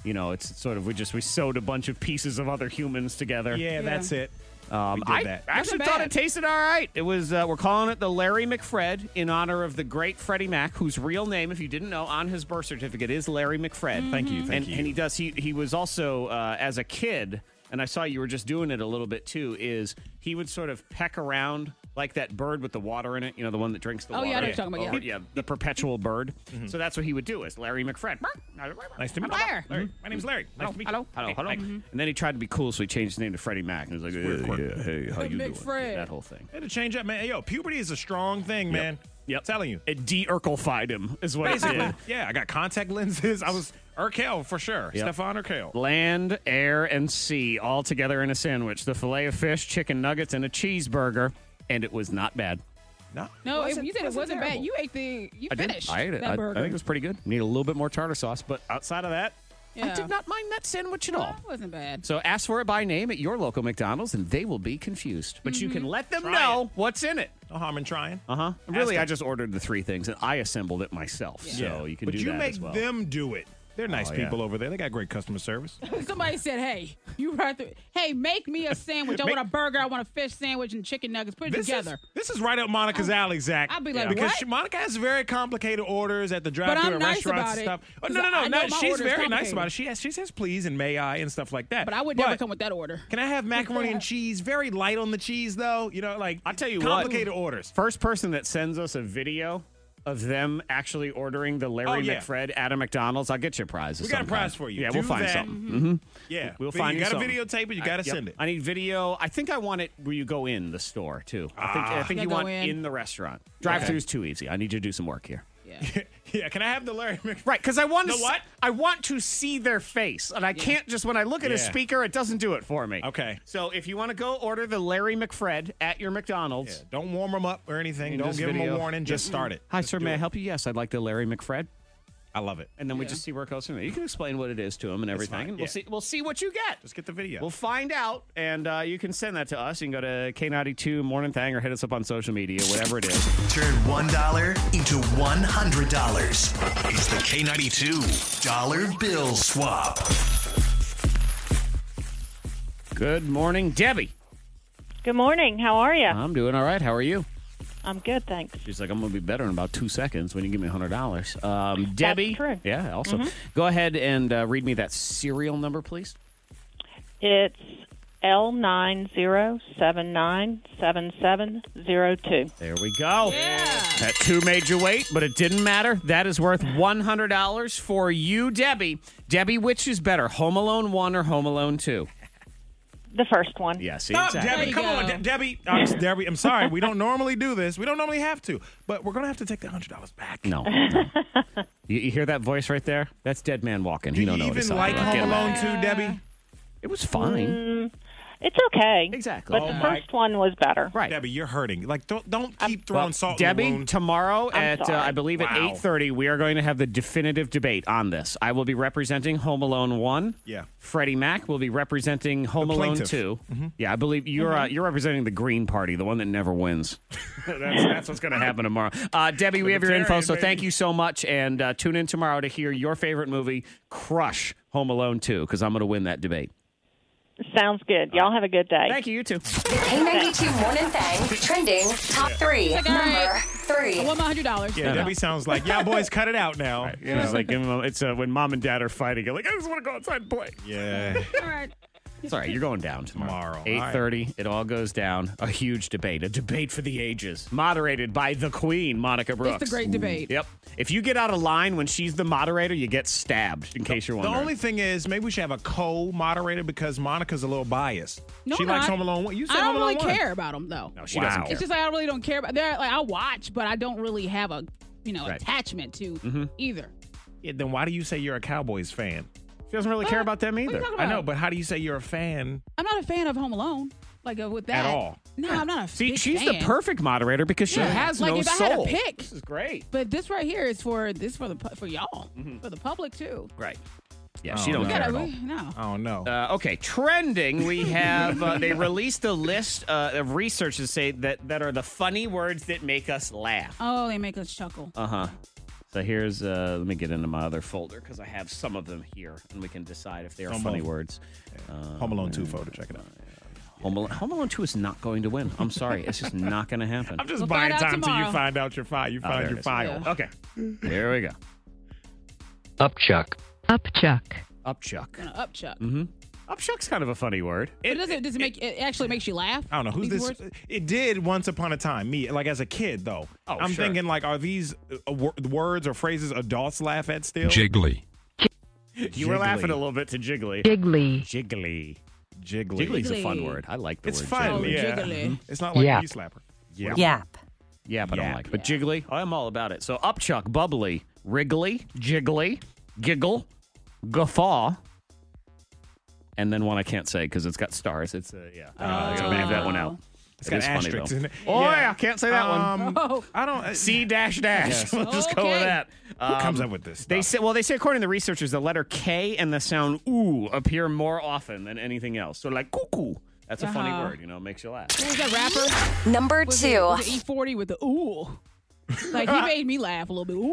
Speaker 3: You know, it's sort of we just we sewed a bunch of pieces of other humans together.
Speaker 1: Yeah, Yeah. that's it.
Speaker 3: Um,
Speaker 1: We did
Speaker 3: I
Speaker 1: that.
Speaker 3: actually
Speaker 1: Wasn't
Speaker 3: thought
Speaker 1: bad.
Speaker 3: it tasted all right. It was uh, we're calling it the Larry McFred in honor of the great Freddie Mac, whose real name, if you didn't know, on his birth certificate is Larry McFred.
Speaker 1: Thank you, thank
Speaker 3: and,
Speaker 1: you.
Speaker 3: And he does. He he was also uh, as a kid, and I saw you were just doing it a little bit too. Is he would sort of peck around like that bird with the water in it. You know, the one that drinks the
Speaker 4: Oh,
Speaker 3: water.
Speaker 4: yeah, I know what you're talking about,
Speaker 3: Over-
Speaker 4: yeah.
Speaker 3: the perpetual bird. So that's what he would do. Is Larry McFred. Nice
Speaker 1: to meet you.
Speaker 3: Larry.
Speaker 1: Larry. My name's Larry. Nice to meet you.
Speaker 3: Hello. Hello.
Speaker 1: Hey,
Speaker 3: Hello.
Speaker 1: Mike.
Speaker 3: And then he tried to be cool, so he changed his name to Freddie Mac. And he was like, yeah, yeah, hey, how
Speaker 1: Good
Speaker 3: you
Speaker 1: Mick
Speaker 3: doing?
Speaker 1: Fred.
Speaker 3: That whole thing.
Speaker 1: It'll change up, man. Hey, Yo, puberty is a strong thing, man.
Speaker 3: Yep.
Speaker 1: telling you.
Speaker 3: It de-Urkelfied him, is what it
Speaker 1: Basically.
Speaker 3: did.
Speaker 1: Yeah, I got contact lenses. I was Urkel for sure.
Speaker 3: Yep.
Speaker 1: Stefan Urkel.
Speaker 3: Land, air, and sea all together in a sandwich. The filet of fish, chicken nuggets, and a cheeseburger. And it was not bad.
Speaker 1: No.
Speaker 4: No, if
Speaker 1: Wasn't-
Speaker 4: you said it
Speaker 1: wasn't
Speaker 4: wasn't bad.
Speaker 1: terrible.
Speaker 4: You ate the. You
Speaker 3: I
Speaker 4: finished.
Speaker 3: did. I ate it.
Speaker 4: That
Speaker 3: I, I
Speaker 4: burger.
Speaker 3: think it was pretty good. Need a little bit more tartar sauce, but outside of that,
Speaker 4: Yeah.
Speaker 3: I did not mind that sandwich at all.
Speaker 4: That wasn't bad.
Speaker 3: So ask for it by name at your local McDonald's, and they will be confused. But you
Speaker 4: Mm-hmm.
Speaker 3: can let them know what's in it.
Speaker 1: No harm in trying.
Speaker 3: Uh huh. Really,
Speaker 1: them.
Speaker 3: I just ordered the three things, and I assembled it myself. So you can
Speaker 1: but
Speaker 3: do
Speaker 1: you
Speaker 3: that
Speaker 1: make
Speaker 3: as well.
Speaker 1: them do it. They're nice
Speaker 3: Oh, yeah.
Speaker 1: people over there. They got great customer service.
Speaker 4: Somebody said, "Hey, you right there. Hey, make me a sandwich. I
Speaker 1: Make-
Speaker 4: want a burger. I want a fish sandwich and chicken nuggets. Put it
Speaker 1: This
Speaker 4: together."
Speaker 1: is, this is right up Monica's alley, Zach.
Speaker 4: I'd be like,
Speaker 1: because
Speaker 4: what?
Speaker 1: she- Monica has very complicated orders at the
Speaker 4: I'm
Speaker 1: drive-through at
Speaker 4: nice
Speaker 1: restaurants
Speaker 4: about
Speaker 1: and
Speaker 4: it,
Speaker 1: stuff. Oh,
Speaker 4: 'cause
Speaker 1: no, no,
Speaker 4: I
Speaker 1: no,
Speaker 4: know
Speaker 1: no.
Speaker 4: my
Speaker 1: She's
Speaker 4: order's
Speaker 1: very nice
Speaker 4: complicated.
Speaker 1: about it. She has, she says please and may I and stuff like that.
Speaker 4: but I would never come with that order.
Speaker 1: Can I have macaroni and cheese? Very light on the cheese, though. You know, like I tell
Speaker 3: you what.
Speaker 1: complicated orders.
Speaker 3: First person that sends us a video of them actually ordering the Larry
Speaker 1: Oh, yeah.
Speaker 3: McFred at a McDonald's, I'll get you a prize. of
Speaker 1: We got a
Speaker 3: some
Speaker 1: prize
Speaker 3: kind.
Speaker 1: for you.
Speaker 3: Yeah,
Speaker 1: Do
Speaker 3: we'll find
Speaker 1: that.
Speaker 3: something.
Speaker 1: Mhm.
Speaker 3: Mhm.
Speaker 1: Yeah,
Speaker 3: we'll
Speaker 1: But you
Speaker 3: find
Speaker 1: gotta
Speaker 3: something.
Speaker 1: videotape it, you
Speaker 3: I-
Speaker 1: gotta
Speaker 3: yep.
Speaker 1: send it.
Speaker 3: I need video. I think I want it where you go in the store too. I think I
Speaker 1: Ah.
Speaker 3: think
Speaker 1: Yeah,
Speaker 3: you
Speaker 1: go
Speaker 3: want
Speaker 1: in.
Speaker 3: in. the restaurant. Drive through is too easy. I need you to do some work here.
Speaker 1: Yeah, can I have the Larry McFred?
Speaker 3: Right, because I want
Speaker 1: The
Speaker 3: to.
Speaker 1: what?
Speaker 3: I want to see their face, and I can't just when I look at a
Speaker 1: Yeah.
Speaker 3: speaker, it doesn't do it for me.
Speaker 1: Okay.
Speaker 3: So if you want to go order the Larry McFred at your McDonald's,
Speaker 1: Don't warm them up or anything.
Speaker 3: You
Speaker 1: Don't
Speaker 3: just
Speaker 1: give them a
Speaker 3: video.
Speaker 1: warning. Just
Speaker 3: Yeah.
Speaker 1: start it.
Speaker 3: Hi, sir. May I help you? Yes, I'd like the Larry McFred.
Speaker 1: I love it.
Speaker 3: And then we
Speaker 1: Yeah.
Speaker 3: just see where it goes from there. You can explain what it is to him and everything,
Speaker 1: fine,
Speaker 3: and
Speaker 1: yeah.
Speaker 3: we'll see. We'll see what you get.
Speaker 1: Just get the video.
Speaker 3: We'll find out, and uh, you can send that to us. You can go to K92 Morning Thang or hit us up on social media, whatever it is.
Speaker 2: Turn $1 into $100. It's the K92 Dollar Bill Swap.
Speaker 3: Good morning, Debbie.
Speaker 17: Good morning. How are you?
Speaker 3: I'm doing all right. How are you?
Speaker 17: I'm good, thanks.
Speaker 3: She's like, I'm going to be better in about two seconds when you give me $100. Um, Debbie.
Speaker 17: true.
Speaker 3: Yeah, also.
Speaker 1: Mm-hmm.
Speaker 17: Mhm.
Speaker 3: Go ahead and uh, read me that serial number, please.
Speaker 17: It's L nine zero seven nine seven seven zero two.
Speaker 3: There we go. That two made you wait, but it didn't matter. That is worth $100 for you, Debbie. Debbie, which is better, Home Alone 1 or Home Alone 2?
Speaker 17: The first one.
Speaker 3: Yeah, see,
Speaker 1: Stop,
Speaker 3: exactly.
Speaker 1: Debbie. Come on, De- Debbie. I'm, Debbie. I'm sorry. We don't normally do this. We don't normally have to, but we're gonna have to take the hundred dollars back.
Speaker 3: No. no. you, you hear that voice right there? That's Dead Man Walking. He don't know what
Speaker 1: Even
Speaker 3: he's talking
Speaker 1: like
Speaker 3: about. Get
Speaker 1: Home
Speaker 3: him out.
Speaker 1: Alone too, Debbie.
Speaker 3: It was fine.
Speaker 17: Mm, It's okay.
Speaker 3: Exactly.
Speaker 17: But
Speaker 1: Oh,
Speaker 17: the
Speaker 1: my-
Speaker 17: first one was better.
Speaker 3: Right.
Speaker 1: Debbie, you're hurting. Like, don't, don't keep throwing
Speaker 3: Well,
Speaker 1: salt in
Speaker 3: Debbie,
Speaker 1: the wound.
Speaker 3: tomorrow
Speaker 1: I'm
Speaker 3: at uh,
Speaker 1: sorry.
Speaker 3: I believe at
Speaker 1: Wow.
Speaker 3: eight thirty, we are going to have the definitive debate on this. I will be representing Home Alone one.
Speaker 1: Yeah.
Speaker 3: Freddie Mac will be representing Home
Speaker 1: The
Speaker 3: Alone
Speaker 1: plaintiff. Mm-hmm.
Speaker 3: 2 Yeah, I believe you're uh, you're representing the Green Party, the one that never wins. that's, that's what's going to happen tomorrow. Uh, Debbie, we have your info, so
Speaker 1: Libertarian,
Speaker 3: thank you so much, and uh, tune in tomorrow to hear your favorite movie, Crush Home Alone two, because I'm going to win that debate.
Speaker 17: Sounds good. Y'all have a good day.
Speaker 3: Thank you. You too.
Speaker 5: The K92 Morning Thing trending top three.
Speaker 4: It's like, all
Speaker 5: Number
Speaker 4: right.
Speaker 5: three.
Speaker 4: I want my hundred dollars.
Speaker 1: Yeah, Debbie sounds like, yeah, boys, cut it out now. You know?
Speaker 3: It's like give 'em a- it's uh, when mom and dad are fighting. You're like, "Oh, I just want to go outside and play.
Speaker 1: yeah.
Speaker 4: All right.
Speaker 3: It's all right. You're going down tomorrow. Eight thirty. It all goes down. A huge debate. A debate for the ages. Moderated by the Queen, Monica Brooks.
Speaker 4: the great debate.
Speaker 3: Yep. If you get out of line when she's the moderator, you get stabbed. In case you're
Speaker 1: The
Speaker 3: wondering.
Speaker 1: only thing is, maybe we should have a co-moderator because Monica's a little biased.
Speaker 4: No,
Speaker 1: she
Speaker 4: I'm
Speaker 1: likes
Speaker 4: not.
Speaker 1: Home Alone. One. You
Speaker 4: I
Speaker 1: said
Speaker 4: don't
Speaker 1: Home Alone
Speaker 4: really
Speaker 1: one.
Speaker 4: care about them though.
Speaker 1: No, she doesn't Wow. care.
Speaker 4: It's just like I really don't care about. They're like I watch, but I don't really have a you know
Speaker 1: Right.
Speaker 4: attachment to
Speaker 3: Mm-hmm.
Speaker 1: Mhm.
Speaker 4: either.
Speaker 1: Yeah, then why do you say you're a Cowboys fan?
Speaker 3: She doesn't really care about them
Speaker 4: you
Speaker 3: either.
Speaker 4: talking
Speaker 1: I know,
Speaker 4: about?
Speaker 1: but how do you say you're a fan?
Speaker 4: I'm not a fan of Home Alone, like uh, with that
Speaker 1: At all.
Speaker 4: No, I'm not a.
Speaker 3: See,
Speaker 4: big
Speaker 3: she's
Speaker 4: fan.
Speaker 3: the perfect moderator because she
Speaker 4: Yeah.
Speaker 3: has
Speaker 4: like
Speaker 3: no
Speaker 4: if
Speaker 3: soul.
Speaker 4: I had a pick,
Speaker 3: This is great.
Speaker 4: But this right here is for this for the pu- for y'all
Speaker 1: Mm-hmm.
Speaker 4: for the public too.
Speaker 3: Right. Yeah,
Speaker 1: I
Speaker 3: she
Speaker 1: don't
Speaker 3: don't
Speaker 1: know.
Speaker 3: care at
Speaker 4: Gotta-
Speaker 3: all.
Speaker 4: no.
Speaker 1: Oh no.
Speaker 3: Uh, okay, trending. We have uh, they released a list uh, of research to say that that are the funny words that make us laugh.
Speaker 4: Oh, they make us chuckle.
Speaker 3: Uh huh. So here's uh, let me get into my other folder because I have some of them here, and we can decide if they are
Speaker 1: Some
Speaker 3: funny
Speaker 1: of-
Speaker 3: words. Uh,
Speaker 1: Home Alone 2 photo. Check it out.
Speaker 3: Home Alone, Home Alone 2 is not going to win. I'm sorry. It's just not going to happen.
Speaker 1: I'm just
Speaker 4: We'll
Speaker 1: buying
Speaker 4: find out
Speaker 1: time till
Speaker 4: tomorrow.
Speaker 1: you find out your file. You
Speaker 3: Oh,
Speaker 1: find
Speaker 3: there it
Speaker 1: your
Speaker 3: is.
Speaker 1: file.
Speaker 4: Yeah.
Speaker 3: Okay.
Speaker 5: Mm-hmm.
Speaker 3: Here we go.
Speaker 12: Upchuck. Upchuck.
Speaker 3: Upchuck.
Speaker 4: Gonna upchuck.
Speaker 3: Mm-hmm. Upchuck's kind of a funny word.
Speaker 4: But It, doesn't. Does it make? It actually makes you laugh. E
Speaker 1: I don't know who's
Speaker 4: These
Speaker 1: this.
Speaker 4: words?
Speaker 1: It did once upon a time. Me, like as a kid, though.
Speaker 3: Oh,
Speaker 1: I'm
Speaker 3: sure.
Speaker 1: thinking like, are these uh, wor- words or phrases adults laugh at still?
Speaker 8: Jiggly.
Speaker 3: You were laughing a little bit to jiggly.
Speaker 12: Jiggly.
Speaker 3: Jiggly.
Speaker 1: Jiggly.
Speaker 3: Jiggly's a fun
Speaker 4: Jiggly.
Speaker 3: word. I like the
Speaker 1: It's
Speaker 3: word.
Speaker 1: fun.
Speaker 3: jiggly.
Speaker 1: yeah.
Speaker 4: Jiggly.
Speaker 1: Mhm. It's not like
Speaker 3: Yap.
Speaker 1: you slapper.
Speaker 3: Yap.
Speaker 12: Yap.
Speaker 3: Yap, I don't
Speaker 1: Yap.
Speaker 3: like. But jiggly, I'm all about it. So upchuck, bubbly, wriggly, jiggly, giggle, guffaw. And then one I can't say because it's got stars. It's uh, yeah. I
Speaker 4: Oh.
Speaker 3: gotta leave that one out.
Speaker 1: It's
Speaker 3: It
Speaker 1: got
Speaker 3: is funny,
Speaker 1: asterisks
Speaker 3: though.
Speaker 1: in it.
Speaker 3: Oh yeah, I can't say that one.
Speaker 1: Um,
Speaker 4: Oh,
Speaker 1: I don't. uh,
Speaker 3: C dash dash.
Speaker 1: Yes.
Speaker 3: We'll just go with
Speaker 4: Okay.
Speaker 3: that.
Speaker 1: Who comes
Speaker 3: Um,
Speaker 1: up with this? Stuff?
Speaker 3: They say, well, they say according to the researchers, the letter K and the sound ooh appear more often than anything else. So like cuckoo, that's a funny
Speaker 4: Uh-huh.
Speaker 3: word, you know, it makes you laugh.
Speaker 4: Who's that rapper?
Speaker 5: Number
Speaker 4: Was
Speaker 5: two.
Speaker 4: E forty with the ooh. Like he made me laugh a little bit. Ooh.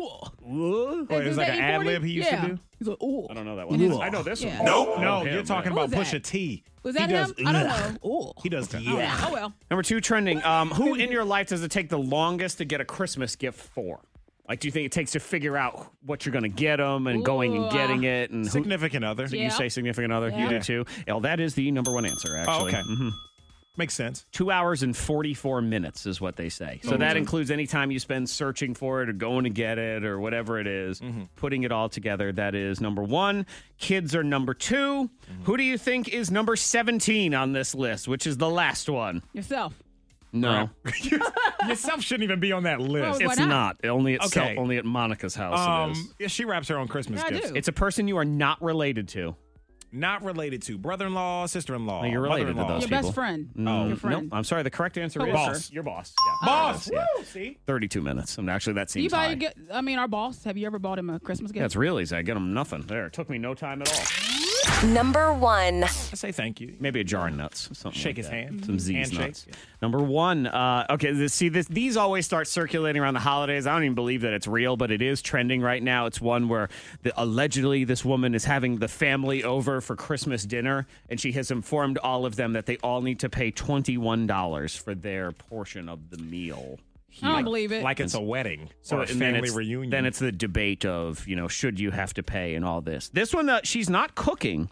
Speaker 3: Ooh.
Speaker 1: Wait, it was
Speaker 4: Is
Speaker 1: like
Speaker 4: that
Speaker 1: an
Speaker 4: E40?
Speaker 1: ad lib he used
Speaker 4: Yeah.
Speaker 1: to do.
Speaker 4: He's like, ooh.
Speaker 3: I don't know that
Speaker 4: And
Speaker 3: one.
Speaker 4: it's-
Speaker 3: I know this
Speaker 4: yeah.
Speaker 3: one.
Speaker 1: No,
Speaker 3: Oh,
Speaker 1: you're
Speaker 3: him,
Speaker 1: talking
Speaker 4: Who
Speaker 1: about
Speaker 4: was
Speaker 1: Pusha
Speaker 4: that?
Speaker 1: T.
Speaker 4: Was that
Speaker 1: he
Speaker 4: him?
Speaker 1: Does,
Speaker 4: I don't know. Oh, Ooh.
Speaker 1: He does.
Speaker 4: Yeah. Oh well.
Speaker 3: Number two trending. Um, who in your life does it take the longest to get a Christmas gift for? Like, do you think it takes to figure out what you're going to get them and going
Speaker 4: Ooh,
Speaker 3: and
Speaker 4: uh,
Speaker 3: getting it? And who,
Speaker 1: Significant other.
Speaker 4: Yeah.
Speaker 3: you say significant other, you
Speaker 4: Yeah.
Speaker 3: do too. Well, that is the number one answer, actually.
Speaker 1: Oh, okay.
Speaker 3: Mhm.
Speaker 1: Makes sense. Oh,
Speaker 3: Two hours and 44 minutes is what they say. So that includes any time you spend searching for it or going to get it or whatever it is,
Speaker 1: Mm-hmm.
Speaker 3: putting it all together. That is number one. Kids are number 2
Speaker 1: Mm-hmm.
Speaker 3: Who do you think is number 17 on this list, which is the last one?
Speaker 4: Yourself.
Speaker 3: No.
Speaker 1: Yourself shouldn't even be on that list.
Speaker 4: Why
Speaker 3: It's
Speaker 4: not?
Speaker 3: not. Only at Sel-
Speaker 1: Okay.
Speaker 3: only at Monica's house. it is.
Speaker 1: Um, yeah, she wraps her own Christmas
Speaker 4: Yeah, I
Speaker 1: gifts.
Speaker 4: do.
Speaker 3: It's a person you are not related to.
Speaker 1: Not related to
Speaker 4: Oh,
Speaker 1: brother-in-law, sister-in-law.
Speaker 3: No, you're related to
Speaker 1: mother-in-law.
Speaker 3: those
Speaker 4: Your
Speaker 3: people.
Speaker 4: best friend.
Speaker 3: Mm,
Speaker 4: Your friend.
Speaker 3: Nope. I'm sorry. The correct answer is
Speaker 1: Boss.
Speaker 3: Your boss. Yeah.
Speaker 1: Boss.
Speaker 3: Yeah.
Speaker 1: Woo, see.
Speaker 3: 32 minutes. And actually, that
Speaker 4: Do you
Speaker 3: seems
Speaker 4: buy
Speaker 3: high.
Speaker 4: a gift? I mean, our boss. Have you ever bought him a Christmas gift?
Speaker 3: That's really easy. I get them nothing. There. It took me no time at all.
Speaker 5: Number one.
Speaker 1: I say thank you.
Speaker 3: Maybe a jar of nuts. Something
Speaker 1: Shake
Speaker 3: like
Speaker 1: his
Speaker 3: that.
Speaker 1: hand.
Speaker 3: Some Z's
Speaker 1: Handshake.
Speaker 3: nuts. Number one. Uh, okay. This, see, this, these always start circulating around the holidays. I don't even believe that it's real, but it is trending right now. It's one where the, allegedly this woman is having the family over for Christmas dinner, and she has informed all of them that they all need to pay twenty-one dollars for their portion of the meal.
Speaker 4: I don't believe it.
Speaker 1: Like it's a wedding or a
Speaker 3: and then
Speaker 1: family
Speaker 3: it's-
Speaker 1: reunion.
Speaker 3: Then it's the debate of you know should you have to pay and all this. This one, uh, she's not cooking;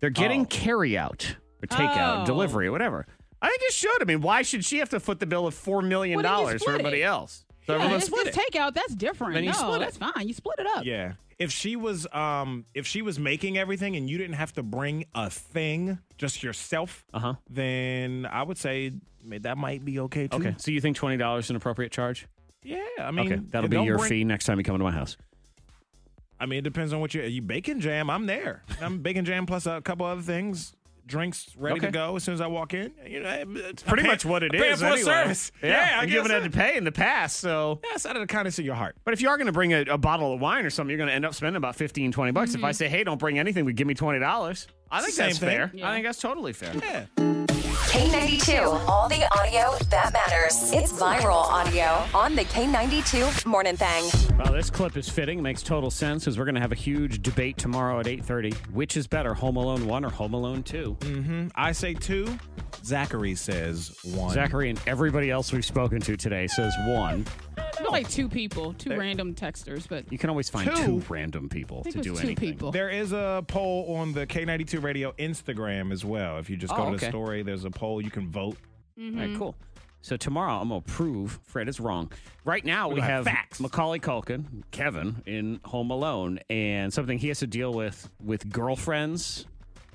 Speaker 3: they're getting carry out or takeout,
Speaker 4: Oh.
Speaker 3: delivery, or whatever. I think it should. I mean, why should she have to foot the bill of four million
Speaker 4: Why don't you
Speaker 3: dollars for
Speaker 4: split it?
Speaker 3: everybody else? So
Speaker 4: yeah,
Speaker 3: everyone
Speaker 4: it's
Speaker 3: split
Speaker 4: just
Speaker 3: it.
Speaker 4: takeout. That's different.
Speaker 3: Then you
Speaker 4: no,
Speaker 3: split it.
Speaker 4: that's fine. You split it up.
Speaker 1: Yeah. If she was um if she was making everything and you didn't have to bring a thing, just yourself,
Speaker 3: Uh-huh.
Speaker 1: then I would say ma- that might be okay too.
Speaker 3: Okay, so you think twenty dollars is an appropriate charge?
Speaker 1: Yeah, I mean
Speaker 3: okay, that'll be
Speaker 1: don't
Speaker 3: your
Speaker 1: bring-
Speaker 3: fee next time you come to my house.
Speaker 1: I mean, it depends on what you you bacon jam. I'm there. I'm bacon jam plus a couple other things. drinks ready to
Speaker 3: Okay.
Speaker 1: go as soon as I walk in. You know, it's
Speaker 3: Pretty much what it
Speaker 1: I pay
Speaker 3: is
Speaker 1: for
Speaker 3: anyway.
Speaker 1: a service.
Speaker 3: Yeah,
Speaker 1: Yeah, I
Speaker 3: you
Speaker 1: guess
Speaker 3: haven't had
Speaker 1: so.
Speaker 3: to pay in the past, so
Speaker 1: that's out of the kindness of your heart.
Speaker 3: But if you are going to bring a, a bottle of wine or something, you're going to end up spending about 15, 20 bucks. If I say, hey, don't bring anything, but give me $20, I think
Speaker 1: Same
Speaker 3: that's
Speaker 1: thing.
Speaker 3: fair. I think that's totally fair. Yeah.
Speaker 5: K92, all the audio that matters. It's viral audio on the K92 Morning Thing.
Speaker 3: Well, this clip is fitting. It makes total sense because we're going to have a huge debate tomorrow at 8.30. Which is better, Home Alone 1 or Home Alone 2?
Speaker 1: Mm-hmm. I say two. Zachary says one.
Speaker 3: Zachary and everybody else we've spoken to today says one.
Speaker 4: There's like two people, two random texters, but
Speaker 3: You can always find two,
Speaker 1: Two?
Speaker 3: random people
Speaker 4: I think
Speaker 3: to
Speaker 4: it
Speaker 3: do
Speaker 4: was two
Speaker 3: anything.
Speaker 4: people.
Speaker 1: There is a poll on the K92 Radio Instagram as well. If you just go
Speaker 3: Oh,
Speaker 1: to
Speaker 3: okay.
Speaker 1: the story, there's a poll. You can vote.
Speaker 4: Mm-hmm.
Speaker 3: All right, cool. So tomorrow I'm gonna prove Fred is wrong. Right now we
Speaker 1: gonna have
Speaker 3: have Macaulay Culkin, Kevin in Home Alone, and something he has to deal with with girlfriends.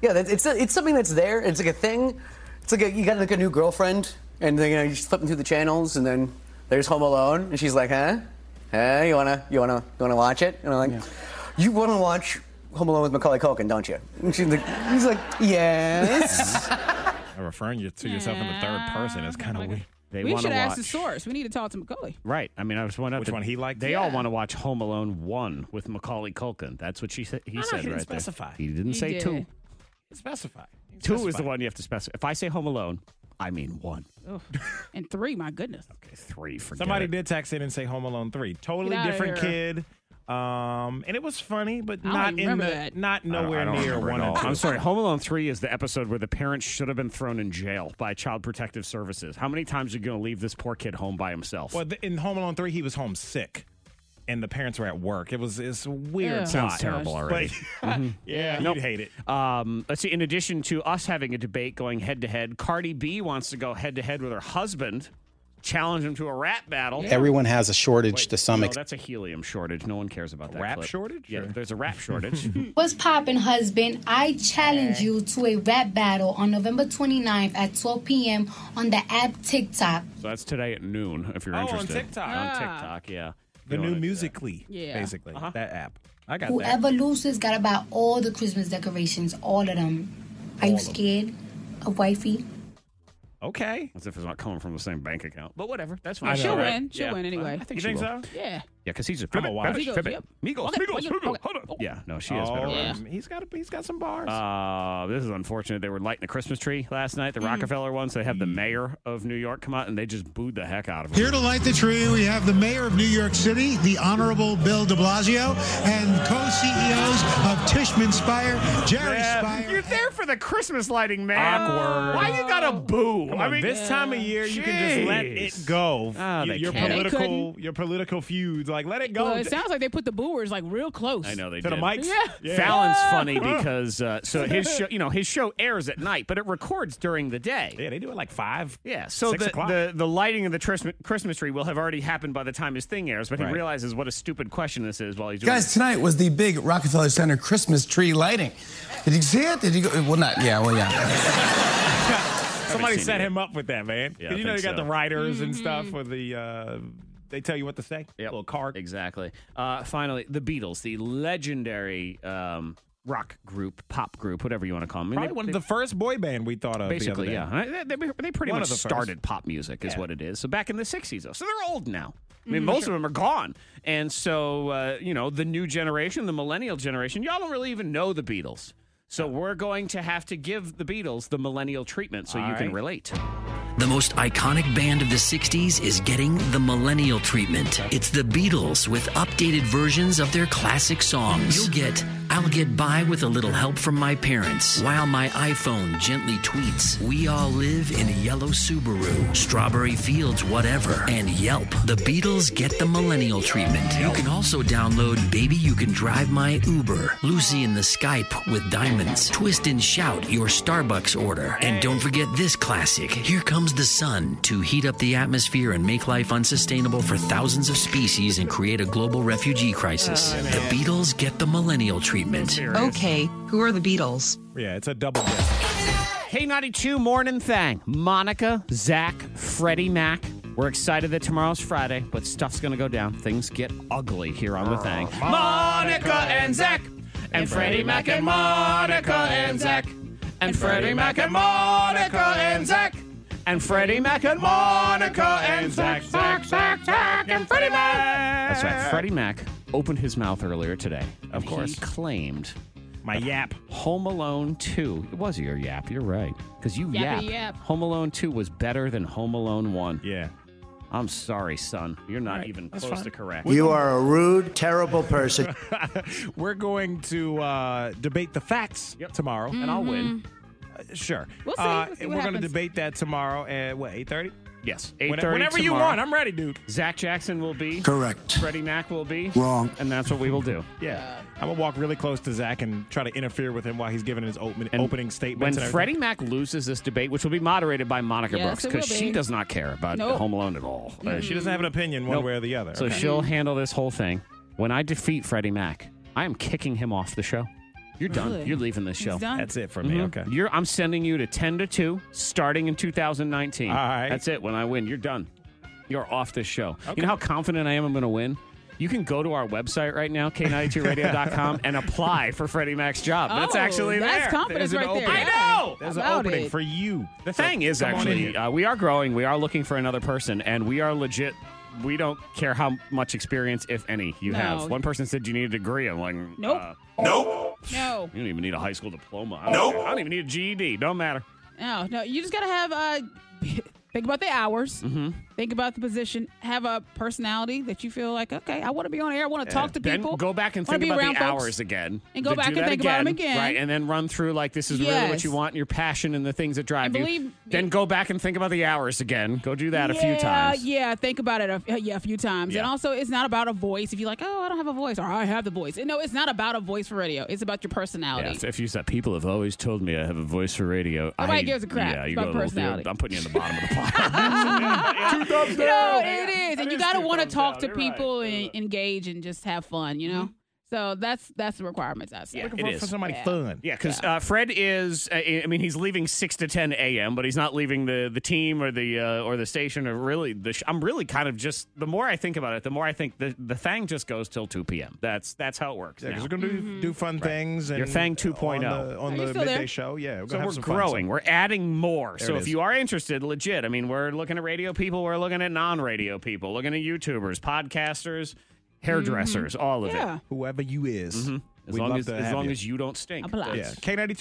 Speaker 18: Yeah, that, it's it's something that's there. It's like a thing. It's like a, you got like a new girlfriend, and then you know you're just flipping through the channels, and then there's Home Alone, and she's like, "Huh? Huh? You wanna you wanna you wanna watch it?" And I'm like, "You wanna watch Home Alone with Macaulay Culkin, don't you?" And she's like, "He's like, yes."
Speaker 1: I'm referring you to yourself in the third person. It's kind of weird.
Speaker 3: They
Speaker 4: oh we
Speaker 3: want
Speaker 4: should
Speaker 3: to
Speaker 4: ask
Speaker 3: watch.
Speaker 4: the source. We need to talk to Macaulay.
Speaker 3: Right. I mean, I was one up.
Speaker 1: Which one he liked?
Speaker 3: They all
Speaker 4: Yeah.
Speaker 3: want to watch Home Alone one with Macaulay Culkin. That's what she said. He
Speaker 1: No, no,
Speaker 3: said
Speaker 1: he didn't
Speaker 3: right
Speaker 1: specify.
Speaker 3: there. He didn't
Speaker 1: He
Speaker 3: say
Speaker 1: did.
Speaker 3: two.
Speaker 1: Specify. He
Speaker 3: Two is the
Speaker 1: specified.
Speaker 3: one you have to specify. If I say Home Alone, I mean one.
Speaker 4: Ugh. and three, my goodness.
Speaker 3: Okay, three. Forget
Speaker 1: Somebody
Speaker 3: it.
Speaker 1: did text in and say Home Alone three. Totally
Speaker 4: Get outta
Speaker 1: different
Speaker 4: here.
Speaker 1: kid. Um, and it was funny, but
Speaker 4: I don't
Speaker 1: not
Speaker 4: even
Speaker 1: in the
Speaker 4: remember that.
Speaker 1: not
Speaker 3: I don't- I
Speaker 1: nowhere
Speaker 3: don't
Speaker 1: near
Speaker 3: remember at
Speaker 1: one. And
Speaker 3: all.
Speaker 1: two.
Speaker 3: I'm sorry. Home Alone 3 is the episode where the parents should have been thrown in jail by Child Protective Services. How many times are you going to leave this poor kid home by himself?
Speaker 1: Well, th- in Home Alone three, he was home sick, and the parents were at work. It was it's weird.
Speaker 3: Ew. Sounds
Speaker 1: plot.
Speaker 3: terrible
Speaker 1: But-
Speaker 3: already. Mhm.
Speaker 1: yeah,
Speaker 3: Nope.
Speaker 1: you'd hate it.
Speaker 3: Um, let's see. In addition to us having a debate going head to head, Cardi B wants to go head to head with her husband, challenge him to a rap battle.
Speaker 19: Everyone has a shortage to some
Speaker 3: No,
Speaker 19: extent.
Speaker 3: that's a helium shortage. No one cares about that.
Speaker 19: rap
Speaker 3: shortage? Yeah, there's a rap shortage.
Speaker 20: What's poppin', husband? I challenge you to a rap battle on November 29th at 12 p.m. on the app TikTok.
Speaker 3: so that's today at noon if you're
Speaker 1: Oh, on
Speaker 3: interested.
Speaker 1: TikTok.
Speaker 3: On
Speaker 1: Ah.
Speaker 3: TikTok, yeah.
Speaker 1: The
Speaker 3: You don't wanna do
Speaker 1: new
Speaker 3: that. Uh-huh.
Speaker 1: Musically,
Speaker 20: Yeah.
Speaker 1: basically that app. I got that.
Speaker 20: Whoever loses gotta buy all the Christmas decorations, all of them. Are you scared of wifey?
Speaker 1: Okay.
Speaker 3: As if it's not coming from the same bank account. But whatever. That's
Speaker 4: Yeah,
Speaker 3: fine.
Speaker 4: she'll
Speaker 3: All right.
Speaker 4: win. She'll
Speaker 3: Yeah.
Speaker 4: win anyway.
Speaker 3: I think You she think will. so?
Speaker 4: Yeah.
Speaker 3: Yeah, because he's a
Speaker 1: I'm
Speaker 3: flip
Speaker 1: a
Speaker 3: it,
Speaker 1: watch.
Speaker 3: flip it,
Speaker 4: Migos,
Speaker 3: flip it.
Speaker 4: yep.
Speaker 3: Migos,
Speaker 4: Okay,
Speaker 3: Migos,
Speaker 4: okay,
Speaker 3: Migos.
Speaker 4: okay.
Speaker 3: Hold up. Yeah, no, she has better
Speaker 1: Oh,
Speaker 3: rhymes.
Speaker 1: He's got a, he's got some bars.
Speaker 3: Uh, this is unfortunate. They were lighting the Christmas tree last night, the
Speaker 7: Hmm.
Speaker 3: Rockefeller one. So they had the mayor of New York come out and they just booed the heck out of him.
Speaker 21: Here to light the tree, we have the mayor of New York City, the Honorable Bill de Blasio, and co-CEOs of Tishman Spire, Jerry Spire.
Speaker 7: You're there for the Christmas lighting, man.
Speaker 1: Awkward.
Speaker 7: Why you gotta boo?
Speaker 1: Come on, this time of year, you can just let it go.
Speaker 3: Ah,
Speaker 1: Y-
Speaker 3: they
Speaker 1: your
Speaker 4: And
Speaker 3: can't.
Speaker 4: they
Speaker 1: political your political feuds, like let it go.
Speaker 4: Well, it sounds like they put the booers like real close.
Speaker 3: I know they
Speaker 1: To the
Speaker 3: did.
Speaker 1: mics?
Speaker 4: Yeah. Oh,
Speaker 1: Yeah.
Speaker 3: Fallon's
Speaker 1: Ah!
Speaker 3: funny because uh, so his show, you know, his show airs at night, but it records during the day.
Speaker 1: Yeah, they do it like five.
Speaker 3: Yeah, so
Speaker 1: six
Speaker 3: the,
Speaker 1: o'clock.
Speaker 3: the the lighting of the trism- Christmas tree will have already happened by the time his thing airs, but he
Speaker 22: Right.
Speaker 3: realizes what a stupid question this is while he's doing.
Speaker 22: Guys, tonight was the big Rockefeller Center Christmas tree lighting. Did you see it? Did you go? Well, not. Yeah, well, yeah.
Speaker 1: Somebody
Speaker 22: seen
Speaker 1: set
Speaker 22: it.
Speaker 1: him up with that, man.
Speaker 22: Yeah, I
Speaker 1: 'Cause you know
Speaker 22: think
Speaker 1: you got
Speaker 22: so.
Speaker 1: the writers and stuff with the uh, they tell you what to say. Yeah, little card.
Speaker 3: Exactly. Uh, finally, the Beatles, the legendary um, rock group, pop group, whatever you want to call them. I mean,
Speaker 1: Probably
Speaker 3: they-
Speaker 1: one
Speaker 3: they-
Speaker 1: of the first boy band we thought of. the other
Speaker 3: Basically,
Speaker 1: day.
Speaker 3: yeah. I- They, they- they pretty
Speaker 1: One
Speaker 3: much
Speaker 1: of the first.
Speaker 3: started pop music, is
Speaker 1: Yeah.
Speaker 3: what it is. So back in the 60s, though. So they're old now. I mean,
Speaker 1: Mhm.
Speaker 3: most
Speaker 1: Sure.
Speaker 3: of them are gone. And so, uh, you know, the new generation, the millennial generation, y'all don't really even know the Beatles. So we're going to have to give the Beatles the millennial treatment so you can
Speaker 23: right.
Speaker 3: relate.
Speaker 23: The most iconic band of the 60s is getting the millennial treatment. It's the Beatles with updated versions of their classic songs. You'll get I'll Get By with a Little Help from My Parents, While My iPhone Gently Tweets, We All Live in a Yellow Subaru, Strawberry Fields Whatever, and Yelp. The Beatles get the millennial treatment. You can also download Baby You Can Drive My Uber, Lucy in the Skype with Diamonds, Twist and Shout Your Starbucks Order, and don't forget this classic, Here Comes the Sun, to heat up the atmosphere and make life unsustainable for thousands of species and create a global refugee crisis. The Beatles get the millennial treatment.
Speaker 24: Okay, who are the Beatles?
Speaker 1: Yeah, it's a double guess.
Speaker 3: K92 Morning Thang. Monica, Zach, Freddie Mac. We're excited that tomorrow's Friday, but stuff's going to go down. Things get ugly here on
Speaker 1: Oh,
Speaker 3: The Thang.
Speaker 7: Monica and Zach.
Speaker 3: And Freddie Mac and
Speaker 7: Monica and Zach. and Freddie Mac and Monica and Zach. And Freddie Mac and Monica and Zach, Zach, Zach, Zach, and Freddie Mac.
Speaker 3: That's right. Freddie Mac opened his mouth earlier today. Of
Speaker 1: course.
Speaker 3: He claimed. My yap. Home Alone 2. It was your yap. You're right. Because you
Speaker 4: Yappy
Speaker 3: yap.
Speaker 4: yap.
Speaker 3: Home Alone 2 was better than Home Alone 1. Yeah. I'm sorry, son. You're not even
Speaker 1: That's
Speaker 3: close
Speaker 1: fine.
Speaker 3: to correct.
Speaker 25: You are a rude, terrible person.
Speaker 1: We're going to uh, debate the facts tomorrow, and I'll win. Uh, sure.
Speaker 3: Mm-hmm. We'll see.
Speaker 1: Uh,
Speaker 3: We'll see
Speaker 1: and
Speaker 3: what
Speaker 1: we're gonna
Speaker 3: happens.
Speaker 1: debate that tomorrow at what eight thirty?
Speaker 3: Yes,
Speaker 1: When-
Speaker 3: 8:30
Speaker 1: Whenever you
Speaker 3: tomorrow.
Speaker 1: want, I'm ready, dude.
Speaker 3: Zach Jackson will be.
Speaker 1: Correct.
Speaker 3: Freddie Mac will be.
Speaker 1: Wrong.
Speaker 3: And that's what we will do.
Speaker 1: Yeah. I'm gonna walk really close to Zach and try to interfere with him while he's giving his open,
Speaker 3: And
Speaker 1: opening statement.
Speaker 3: When Freddie Mac loses this debate, which will be moderated by Monica
Speaker 1: Yes,
Speaker 3: Brooks,
Speaker 1: it will
Speaker 3: because she
Speaker 1: be.
Speaker 3: does not care about
Speaker 1: Nope.
Speaker 3: Home Alone at all. Uh,
Speaker 1: she doesn't have an opinion one
Speaker 3: Nope.
Speaker 1: way or the other.
Speaker 3: So
Speaker 1: Okay.
Speaker 3: she'll handle this whole thing. When I defeat Freddie Mac, I am kicking him off the show. You're done.
Speaker 1: Really?
Speaker 3: You're leaving this
Speaker 1: He's
Speaker 3: show.
Speaker 1: done? That's it for me,
Speaker 3: Mhm.
Speaker 1: okay.
Speaker 3: You're, I'm sending you to 10 to 2 starting in 2019. All right. That's it. When I win, you're done. You're off this show. You know how confident I am I'm going to win? You can go to our website right now, k92radio.com, and apply for Freddie Mac's job. that's
Speaker 4: Oh,
Speaker 3: actually
Speaker 4: that's
Speaker 3: there.
Speaker 4: confidence
Speaker 3: There's an
Speaker 4: right there.
Speaker 3: opening.
Speaker 4: Yeah.
Speaker 3: I know.
Speaker 4: There's an About opening it. for
Speaker 1: you.
Speaker 3: The thing is,
Speaker 1: come on in
Speaker 3: actually,
Speaker 1: here.
Speaker 3: uh, we are growing. We are looking for another person, and we are legit. We don't care how much experience, if any, you
Speaker 4: No.
Speaker 3: have. One person said you need a degree. I'm like,
Speaker 4: Nope.
Speaker 3: uh,
Speaker 4: nope. No.
Speaker 3: you don't even need a high school diploma. I don't, I don't even need a GED. Don't matter.
Speaker 4: No. No. You just gotta have uh, think about the hours.
Speaker 3: Mm-hmm.
Speaker 4: Think about the position. Have a personality that you feel like, okay, I want to be on air. I want to talk to
Speaker 3: Then
Speaker 4: people.
Speaker 3: Go back and
Speaker 4: wanna
Speaker 3: think
Speaker 4: be
Speaker 3: about the
Speaker 4: around folks.
Speaker 3: hours again.
Speaker 4: And go
Speaker 3: Do
Speaker 4: back and
Speaker 3: that
Speaker 4: think about 'em again.
Speaker 3: Right, and then run through like this is really what
Speaker 4: Yes.
Speaker 3: you want, your passion and the things that drive
Speaker 4: And
Speaker 3: you.
Speaker 4: believe-
Speaker 3: Then go back and think about the hours again. Go do that
Speaker 4: yeah,
Speaker 3: a few times.
Speaker 4: Yeah, think about it. A, uh, yeah, a few times. And
Speaker 3: Yeah.
Speaker 4: also, it's not about a voice. If you're like, oh, I don't have a voice, or I have the voice. No, it's not about a voice for radio. It's about your personality.
Speaker 3: Yeah, if, if you said people have always told me I have a voice for radio,
Speaker 4: Nobody
Speaker 3: I,
Speaker 4: gives a crap
Speaker 3: Yeah, you
Speaker 4: about
Speaker 3: go. to the-
Speaker 4: personality.
Speaker 3: I'm putting you in the bottom of the pile.
Speaker 4: You know, it is, and you got to want to talk to people and engage and just have fun. You know,
Speaker 3: Mm-hmm.
Speaker 4: so that's that's the requirements. I say.
Speaker 3: It is.
Speaker 4: Yeah.
Speaker 3: Yeah, because uh, Fred is. Uh, I mean, he's leaving six to ten a.m., but he's not leaving the the team or the uh, or the station or really the. Sh- I'm really kind of just. The more I think about it, the more I think the the thing just goes till two p.m. That's that's how it works.
Speaker 1: Yeah, 'cause
Speaker 3: now.
Speaker 1: we're gonna do, do fun things. And
Speaker 3: Your Fang 2.0.
Speaker 1: on the, on
Speaker 3: Mm-hmm. Are you
Speaker 1: the
Speaker 3: still
Speaker 1: midday
Speaker 3: there?
Speaker 1: show. Yeah, we're
Speaker 3: so
Speaker 1: gonna have
Speaker 3: we're
Speaker 1: some fun.
Speaker 3: growing. We're adding more.
Speaker 1: There
Speaker 3: so
Speaker 1: it
Speaker 3: if
Speaker 1: is.
Speaker 3: you are interested, legit. I mean, we're looking at radio people. We're looking at non-radio people. Looking at YouTubers, podcasters,
Speaker 4: Mm-hmm.
Speaker 3: hairdressers, all of it. Mm-hmm.
Speaker 1: Whoever you is.
Speaker 3: As
Speaker 1: we'd
Speaker 3: long
Speaker 1: love
Speaker 3: as
Speaker 1: to
Speaker 3: as
Speaker 1: have
Speaker 3: long
Speaker 1: you.
Speaker 3: as you don't stink.
Speaker 1: Yeah,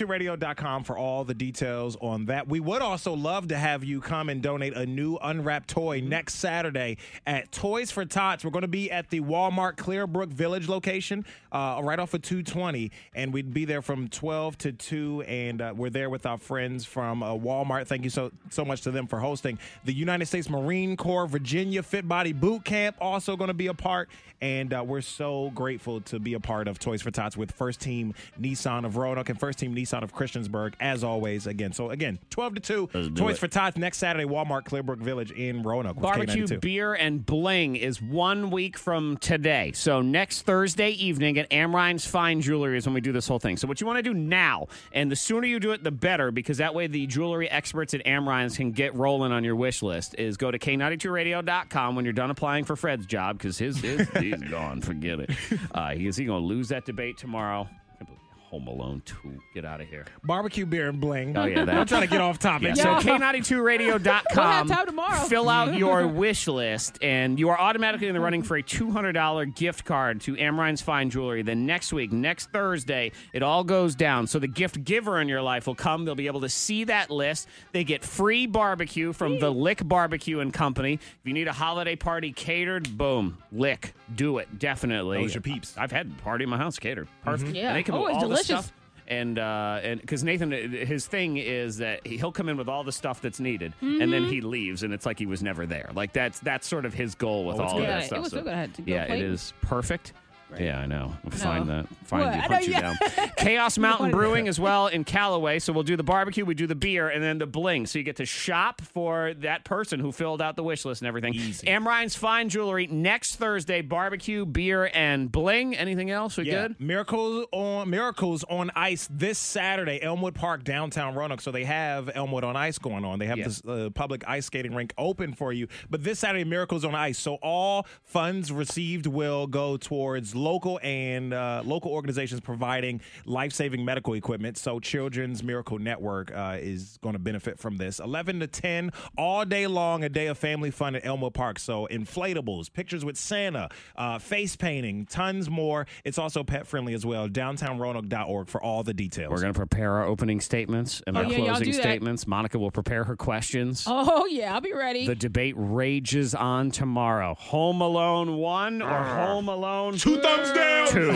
Speaker 1: K92radio.com for all the details on that. We would also love to have you come and donate a new unwrapped toy next Saturday at Toys for Tots. We're going to be at the Walmart Clearbrook Village location uh, right off of 220, and we'd be there from 12 to 2, and uh, we're there with our friends from uh, Walmart. Thank you so, so much to them for hosting. The United States Marine Corps Virginia Fit Body Boot Camp also going to be a part, and uh, we're so grateful to be a part of Toys for Tots with First Team Nissan of Roanoke and First Team Nissan of Christiansburg, as always. Again, so again, twelve to two, Toys
Speaker 3: it.
Speaker 1: for Tots next Saturday, Walmart Clearbrook Village in Roanoke. with
Speaker 3: Barbecue,
Speaker 1: K92.
Speaker 3: beer, and bling is one week from today. So next Thursday evening at Amrine's Fine Jewelry is when we do this whole thing. So what you want to do now, and the sooner you do it, the better, because that way the jewelry experts at Amrine's can get rolling on your wish list. Is go to k92radio.com when you're done applying for Fred's job because his is he's gone. Forget it. Uh, he is he going to lose that debate tomorrow? I can't believe Home Alone two. Get out of here.
Speaker 1: Barbecue, beer, and bling.
Speaker 3: Oh, yeah, that-
Speaker 1: I'm trying to get off topic.
Speaker 3: Yeah, so k92radio.com.
Speaker 4: We'll have time tomorrow.
Speaker 3: Fill out your wish list, and you are automatically in the running for a $200 gift card to Amrine's Fine Jewelry. Then next week, next Thursday, it all goes down. So the gift giver in your life will come. They'll be able to see that list. They get free barbecue from the Lick Barbecue and Company. If you need a holiday party catered, boom, Lick. Do it, definitely.
Speaker 1: Those Mm-hmm.
Speaker 3: your peeps. I've had a party in my house catered. Perfect.
Speaker 4: Yeah.
Speaker 3: And they come
Speaker 4: Oh,
Speaker 3: with
Speaker 4: it's
Speaker 3: all the
Speaker 4: delicious.
Speaker 3: stuff and uh and because nathan his thing is that he'll come in with all the stuff that's needed and then
Speaker 4: Mhm.
Speaker 3: he leaves and it's like he was never there like that's that's sort of his goal with
Speaker 4: Oh, it's
Speaker 3: all of
Speaker 4: good.
Speaker 3: that
Speaker 4: It
Speaker 3: stuff
Speaker 4: was so good. I had to go
Speaker 3: yeah
Speaker 4: play.
Speaker 3: it is perfect yeah i know I'll find that find
Speaker 4: What?
Speaker 3: you
Speaker 4: I know,
Speaker 3: hunt you
Speaker 4: yeah.
Speaker 3: down chaos mountain brewing as well in callaway so we'll do the barbecue we do the beer and then the bling so you get to shop for that person who filled out the wish list and everything Easy. amrine's fine jewelry next thursday barbecue beer and bling anything else we
Speaker 1: Yeah.
Speaker 3: good
Speaker 1: Miracles on Miracles on Ice this Saturday, Elmwood Park, downtown Roanoke. So they have Elmwood on Ice going on. They have this uh, public ice skating rink open for you. But this Saturday, Miracles on Ice. So all funds received will go towards local and uh, local organizations providing life saving medical equipment. So Children's Miracle Network uh, is going to benefit from this. 11 to 10 all day long, a day of family fun at Elmo Park. So inflatables, pictures with Santa, uh, face painting, tons more. It's also pet friendly as well. DowntownRoanoke.org for all the details.
Speaker 3: We're going to prepare our opening statements and
Speaker 4: Oh,
Speaker 3: our
Speaker 4: yeah, y'all do
Speaker 3: closing
Speaker 4: that.
Speaker 3: statements. Monica will prepare her questions.
Speaker 4: Oh yeah, I'll be ready.
Speaker 3: The debate rages on tomorrow. Home Alone 1 or Home Alone 2?
Speaker 1: thumbs down.
Speaker 3: Two.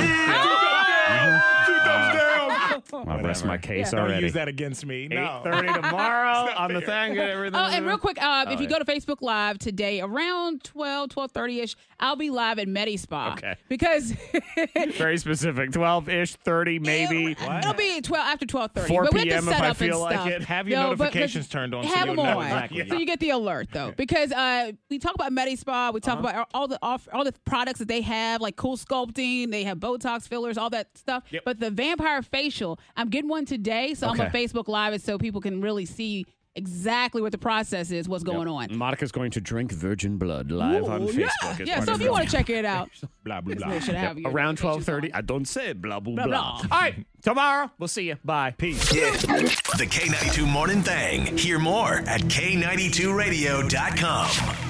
Speaker 1: thumbs down.
Speaker 3: I'll rest my case
Speaker 1: Don't
Speaker 3: already.
Speaker 1: use that against me. No.
Speaker 3: 8:30 tomorrow on the thing. Get
Speaker 4: Oh,
Speaker 3: everything.
Speaker 4: and real quick, uh,
Speaker 3: Oh,
Speaker 4: if you
Speaker 3: yeah.
Speaker 4: go to Facebook Live today around 12, 12.30ish, I'll be live at MediSpa.
Speaker 3: Okay.
Speaker 4: Because
Speaker 3: Very specific. 12 ish, 30 maybe.
Speaker 4: it'll be 12 after 12.30.
Speaker 3: 4
Speaker 4: but we have
Speaker 3: p.m.
Speaker 4: to
Speaker 3: if
Speaker 4: set
Speaker 3: I
Speaker 4: up
Speaker 3: feel
Speaker 4: and
Speaker 3: like
Speaker 4: stuff.
Speaker 3: it. Have your
Speaker 4: but- 'cause
Speaker 1: notifications turned on so
Speaker 4: Have
Speaker 1: you'll
Speaker 4: them
Speaker 1: know
Speaker 4: on.
Speaker 1: exactly.
Speaker 4: So you get the alert, though. Because uh, we talk about MediSpa, we talk
Speaker 3: Uh-huh.
Speaker 4: about all the off, all the products that they have, like cool sculpting, they have Botox fillers, all that stuff. But the vampire facial, I'm getting one today, so I'm on
Speaker 3: Okay.
Speaker 4: Facebook Live it so people can really see exactly what the process is, what's going on.
Speaker 3: Monica's going to drink virgin blood live on
Speaker 4: Ooh,
Speaker 3: Facebook.
Speaker 4: yeah.
Speaker 3: as
Speaker 4: Yeah,
Speaker 3: part
Speaker 4: so
Speaker 3: of
Speaker 4: if you
Speaker 3: the-
Speaker 4: want to check it out.
Speaker 3: blah blah
Speaker 4: This
Speaker 3: blah.
Speaker 4: man should have your
Speaker 3: Around twelve thirty, I don't say blah blah
Speaker 4: Blah,
Speaker 3: blah.
Speaker 4: blah.
Speaker 3: All right, tomorrow we'll see you. Bye. Peace.
Speaker 2: The K92 Morning Thang. Hear more at K92Radio.com.